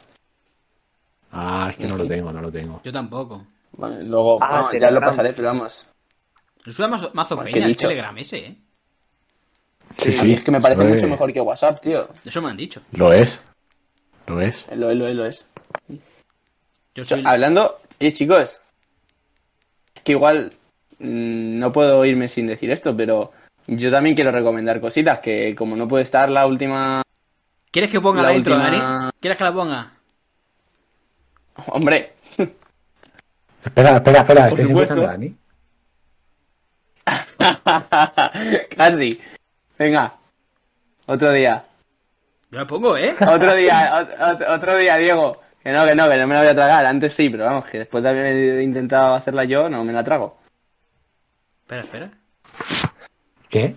S5: Ah, es que no lo tengo, no lo tengo.
S3: Yo tampoco.
S2: Vale, luego,
S4: Ah,
S2: vamos, ya
S4: Telegram.
S2: lo pasaré, pero vamos.
S3: Es una mazo, mazo
S2: Bueno, qué
S3: peña el
S2: dicho.
S3: Telegram ese, ¿eh?
S5: Sí,
S2: A mí es que me parece
S5: lo
S2: mucho
S5: es.
S2: mejor que WhatsApp, tío.
S3: Eso me han dicho.
S5: Lo es. Lo es.
S2: Lo es, lo es, lo es.
S3: Yo
S2: Cho-
S3: soy...
S2: Hablando, y chicos, que igual mm, no puedo irme sin decir esto, pero yo también quiero recomendar cositas, que como no puede estar la última... *laughs*
S3: ¿Quieres que ponga
S2: la
S3: la, intro,
S2: última-
S3: Dani? ¿Quieres que la ponga?
S2: Hombre,
S5: Espera, espera, espera.
S2: Por
S5: ¿Estáis
S2: supuesto.
S5: escuchando, Dani?
S2: *laughs* casi. Venga, otro día.
S3: Yo la pongo, ¿eh?
S2: Otro día, ot- ot- otro día, Diego. Que no, que no, que no me la voy a tragar. Antes sí, pero vamos, que después de haber intentado hacerla yo, no me la trago.
S3: espera, espera.
S5: ¿Qué?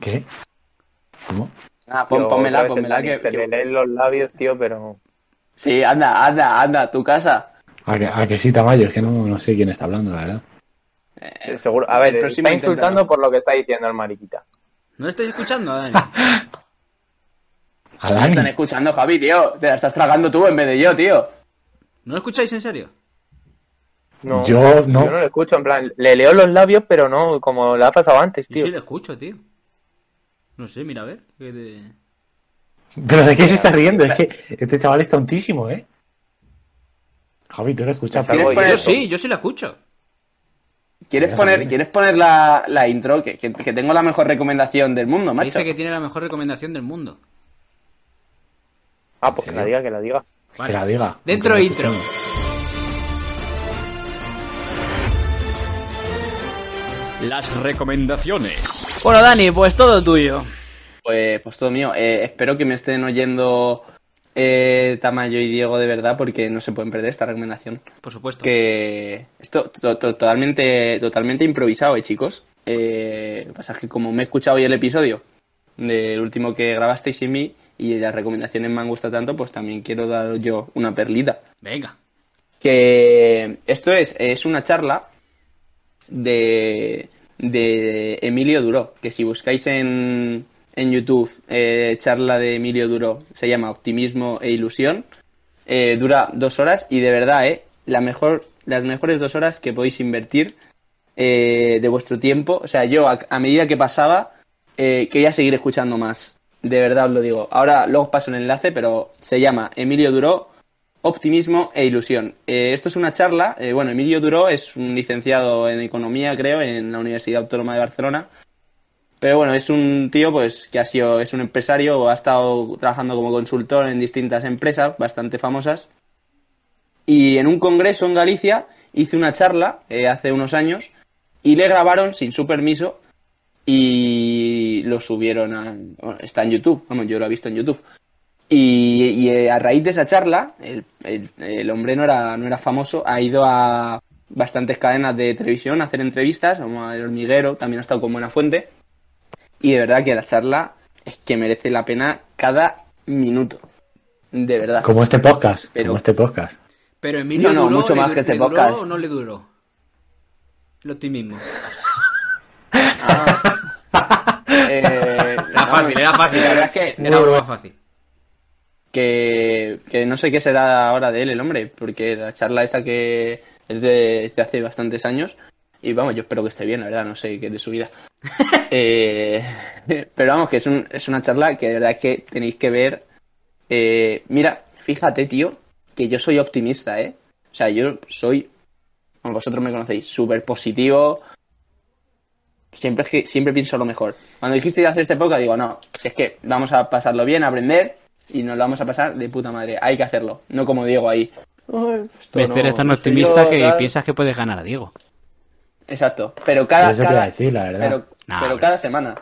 S5: ¿Qué? ¿Cómo?
S2: Ah, *laughs* pon-
S4: Tío,
S2: pónmela,
S4: otra vez el
S2: pónmela.
S4: Dani,
S2: Que,
S4: Se
S2: que-
S4: le leen los labios, tío, pero...
S2: Sí, anda, anda, anda, tu casa.
S5: ¿A que, a que sí, Tamayo? Es que no, no sé quién está hablando, la verdad.
S2: Eh,
S4: Seguro... A
S2: el
S4: ver,
S2: próximo
S4: está insultando
S2: inténtalo.
S4: por lo que está diciendo el mariquita.
S3: ¿No lo estáis escuchando, Dani?
S5: ¿A
S2: Si me están
S5: Dani?
S2: escuchando, Javi, tío. Te la estás tragando tú en vez de yo, tío.
S3: ¿No lo escucháis en serio?
S4: No,
S5: Yo no.
S4: Yo no lo escucho, en plan, le leo los labios, pero no, como le ha pasado antes,
S3: Yo
S4: tío.
S3: sí lo escucho, tío. No sé, mira, a ver. que te-
S5: ¿Pero de qué se está riendo? Es que este chaval es tontísimo, ¿eh? Javi, tú lo escuchas.
S4: Me salgo Oye,
S5: pero-
S2: Pues
S3: Yo
S4: eso.
S3: sí, yo sí la escucho.
S2: ¿Quieres
S5: Ya
S2: poner,
S5: sabía.
S2: ¿quieres poner la, la intro? Que, que- que tengo la mejor recomendación del mundo,
S3: Me
S2: macho.
S3: dice que tiene la mejor recomendación del mundo.
S4: Ah, pues
S5: ¿En
S4: que la
S5: serio?
S4: diga, que la diga.
S5: Que
S3: Vale.
S5: la diga.
S3: Dentro
S5: aunque no
S3: intro.
S5: escuchemos.
S1: Las recomendaciones.
S3: Bueno, Dani, pues todo tuyo.
S2: Pues, pues todo mío. Eh, espero que me estén oyendo eh, Tamayo y Diego de verdad, porque no se pueden perder esta recomendación.
S3: Por supuesto.
S2: Que esto to- to- totalmente, totalmente improvisado, eh, chicos. Eh, lo que pasa es que como me he escuchado hoy el episodio del último que grabasteis sin mí y las recomendaciones me han gustado tanto, pues también quiero dar yo una perlita.
S3: Venga.
S2: que esto es, es una charla de, de Emilio Duró, que si buscáis en, en YouTube eh, charla de Emilio Duró, se llama Optimismo e Ilusión, eh, dura dos horas y de verdad, eh, la mejor, las mejores dos horas que podéis invertir eh, de vuestro tiempo. O sea, yo a, a medida que pasaba, eh, quería seguir escuchando más. De verdad os lo digo. Ahora luego os paso el enlace, pero se llama Emilio Duró, Optimismo e Ilusión. Eh, esto es una charla. eh, bueno, Emilio Duró es un licenciado en Economía, creo, en la Universidad Autónoma de Barcelona. Pero bueno, es un tío pues que ha sido, es un empresario, ha estado trabajando como consultor en distintas empresas bastante famosas. Y en un congreso en Galicia hice una charla eh, hace unos años y le grabaron sin su permiso y lo subieron a... bueno, está en YouTube, vamos, yo lo he visto en YouTube. Y, y, eh, a raíz de esa charla, el, el- el hombre no era, no era famoso, ha ido a bastantes cadenas de televisión a hacer entrevistas, como a El Hormiguero, también ha estado con Buena Fuente. Y de verdad que la charla es que merece la pena cada minuto. De verdad.
S5: Como este podcast.
S2: Pero-
S5: Como este podcast.
S3: Pero Emilio
S2: No, no,
S3: duró,
S2: mucho
S3: le
S2: más
S3: du-
S2: que este
S3: le duró
S2: podcast.
S3: o no le duró. El optimismo. *laughs*
S2: Ah. Eh,
S3: Era fácil, era fácil.
S2: La verdad es que
S3: Era algo más fácil.
S2: que, que no sé qué será ahora de él el hombre, porque la charla esa que es de, es de hace bastantes años, y vamos, yo espero que esté bien, la verdad, no sé qué es de su vida. *laughs* Eh, *laughs* pero vamos, que es, un- es una charla que de verdad que tenéis que ver. Eh, mira, fíjate, tío, que yo soy optimista, ¿eh? O sea, yo soy, bueno, vosotros me conocéis, súper positivo. Siempre, es que- siempre pienso lo mejor. Cuando dijiste de hacer este podcast, digo, no, si es que vamos a pasarlo bien, a aprender y nos lo vamos a pasar de puta madre. Hay que hacerlo, no como Diego ahí. "Ay, esto
S3: Pero eres tan
S2: no sé yo,
S3: optimista que
S2: tal".
S3: piensas que puedes ganar a Diego.
S2: Exacto, pero cada,
S5: Eso te iba a
S2: cada,
S5: decir, la verdad.
S2: pero,
S3: Nah,
S2: pero
S3: hombre.
S2: cada semana.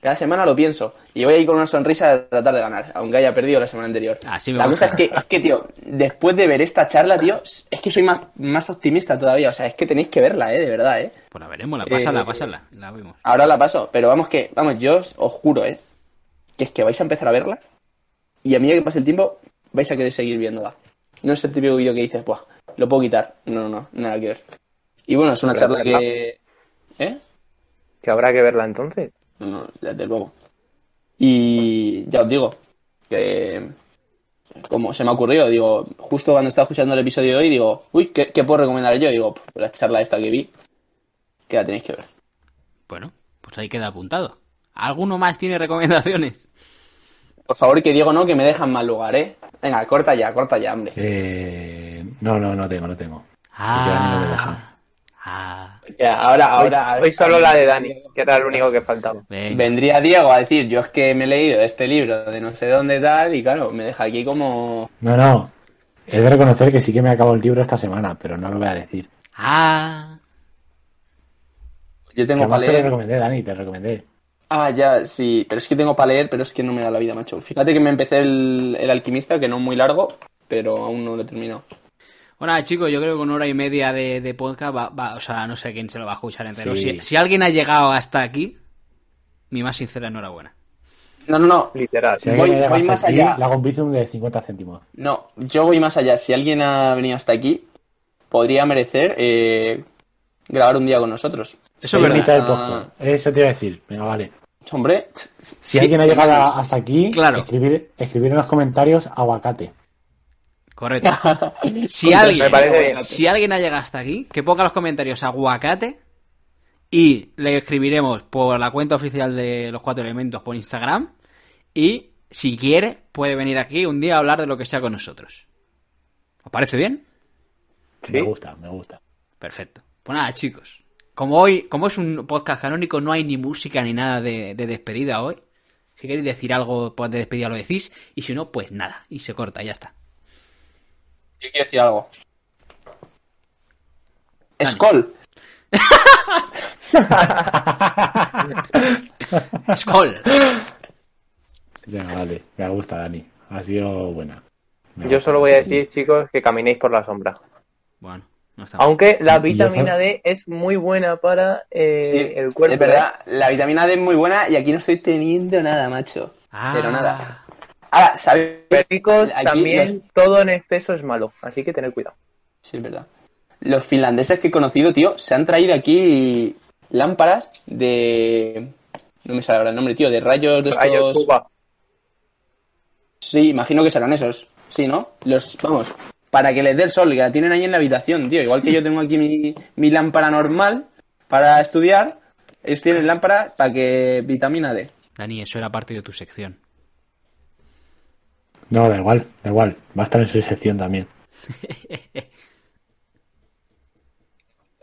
S2: Cada semana lo pienso. Y voy a ir con una sonrisa a tratar de ganar, aunque haya perdido la semana anterior.
S3: Así Ah, me
S2: la
S3: gusta.
S2: cosa es que, es que, tío, después de ver esta charla, tío, es que soy más, más optimista todavía. O sea, es que tenéis que verla, ¿eh? De verdad, ¿eh?
S3: Pues la veremos, la
S2: Eh,
S3: pásala,
S2: eh,
S3: pásala. La vemos.
S2: Ahora la paso. Pero vamos que, vamos, yo os, os juro, ¿eh? Que es que vais a empezar a verla. Y a medida que pase el tiempo, vais a querer seguir viéndola. No es el típico vídeo que dices, Buah, lo puedo quitar. No, no, no, nada que ver. Y bueno, es una
S4: Pero
S2: charla
S4: verla.
S2: que... ¿Eh?
S4: Que habrá que verla entonces.
S2: No, no, desde luego. Y ya os digo, que como se me ha ocurrido, digo, justo cuando estaba escuchando el episodio de hoy, digo, uy, ¿qué, qué puedo recomendar yo? Digo, pues la charla esta que vi, que la tenéis que ver.
S3: Bueno, pues ahí queda apuntado. ¿Alguno más tiene recomendaciones?
S2: Por favor, que Diego no, que me dejan mal lugar, ¿eh? Venga, corta ya, corta ya, hombre.
S5: Eh, no, no, no tengo, no tengo. Dani
S3: Ah,
S5: no lo deja.
S3: ah,
S2: Ya, ahora,
S4: Hoy,
S2: ahora...
S4: hoy solo la de Dani, que era el único que faltaba.
S3: venga.
S2: Vendría Diego a decir, yo es que me he leído este libro de no sé dónde tal, y claro, me deja aquí como...
S5: No, no. He de reconocer que sí que me acabo el libro esta semana, pero no lo voy a decir.
S3: Ah,
S2: Yo
S5: Que
S2: tengo para
S5: además te lo
S2: leer...
S5: recomendé, Dani, te lo recomendé.
S2: Ah, ya, sí, pero es que tengo para leer, pero es que no me da la vida, macho. Fíjate que me empecé el, el alquimista, que no es muy largo, pero aún no lo he terminado.
S3: Bueno, nada, chicos, yo creo que con hora y media de, de podcast va, va- o sea, no sé quién se lo va a escuchar entero.
S5: Sí.
S3: Si, si alguien ha llegado hasta aquí, mi más sincera enhorabuena.
S2: No, no, no,
S4: Literal.
S5: Si alguien
S2: Voy-
S5: me llega
S2: voy
S5: hasta
S2: más
S5: aquí,
S2: allá.
S5: Le hago un bizum de 50 céntimos.
S2: no, yo voy más allá. Si alguien ha venido hasta aquí, podría merecer eh, grabar un día con nosotros.
S3: Eso
S5: Soy
S3: es
S5: la mitad
S3: verdad.
S5: del
S2: Ah.
S5: podcast. Eso te iba a decir. Venga, vale.
S2: Hombre,
S3: Sí,
S5: Si alguien ha llegado a- hasta aquí,
S3: claro.
S5: escribir, escribir en los comentarios aguacate.
S3: Correcto.
S4: *laughs*
S3: Si
S2: Contra-
S3: alguien,
S4: Me parece bien.
S3: si alguien ha llegado hasta aquí, que ponga en los comentarios aguacate y le escribiremos por la cuenta oficial de los cuatro elementos por Instagram. Y si quiere, puede venir aquí un día a hablar de lo que sea con nosotros. ¿Os parece bien?
S5: Me
S4: Sí.
S5: gusta, me gusta.
S3: Perfecto. Pues nada, chicos. Como hoy, como es un podcast canónico, no hay ni música ni nada de, de despedida hoy. Si queréis decir algo pues, de despedida lo decís, y si no, pues nada, y se corta, ya
S4: *laughs*
S3: está.
S2: yo quiero decir algo.
S3: Dani.
S4: Eh,
S2: Skoll,
S3: ¡Skol!
S5: Ya, vale. Me gusta, Dani. Ha sido buena. Me
S4: Yo
S5: gusta.
S4: solo voy a decir, chicos, que caminéis por la sombra.
S3: Bueno, no está mal.
S4: Aunque la
S5: Y ya
S4: vitamina D es muy buena para eh,
S2: sí,
S4: el cuerpo. ¿eh?
S2: es verdad, la vitamina D es muy buena y aquí no estoy teniendo nada, macho.
S3: Ah,
S2: Pero nada. Ahora, ¿sabéis?
S4: Pero, chicos,
S2: Aquí
S4: también todo en exceso es malo, así que tened cuidado.
S2: Sí, es verdad. Los finlandeses que he conocido, tío, se han traído aquí lámparas de... No me sale ahora el nombre, tío, de rayos de estos...
S4: Rayos uva.
S2: Sí, imagino que serán esos. Sí, ¿no? Los, vamos, para que les dé el sol, que la tienen ahí en la habitación, tío. Igual que yo tengo aquí mi, mi lámpara normal para estudiar, ellos tienen lámpara para que vitamina D.
S3: Dani, eso era parte de tu sección.
S5: No, da igual, da igual. Va a estar en su sección también.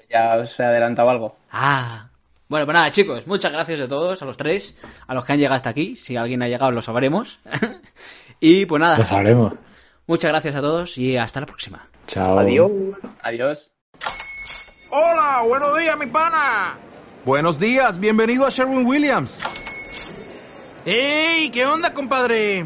S2: Ya os he adelantado algo.
S3: Ah. Bueno, pues nada, chicos, muchas gracias a todos, a los tres, a los que han llegado hasta aquí. Si alguien ha llegado, lo sabremos. *laughs* y pues
S5: Lo
S3: nada,
S5: sabremos.
S3: muchas gracias a todos y hasta la próxima.
S5: Chao.
S4: Adiós.
S2: Adiós.
S6: Hola, buenos días, mi pana. Buenos días, bienvenido a Sherwin Williams.
S7: ¡Ey! ¿Qué onda, compadre?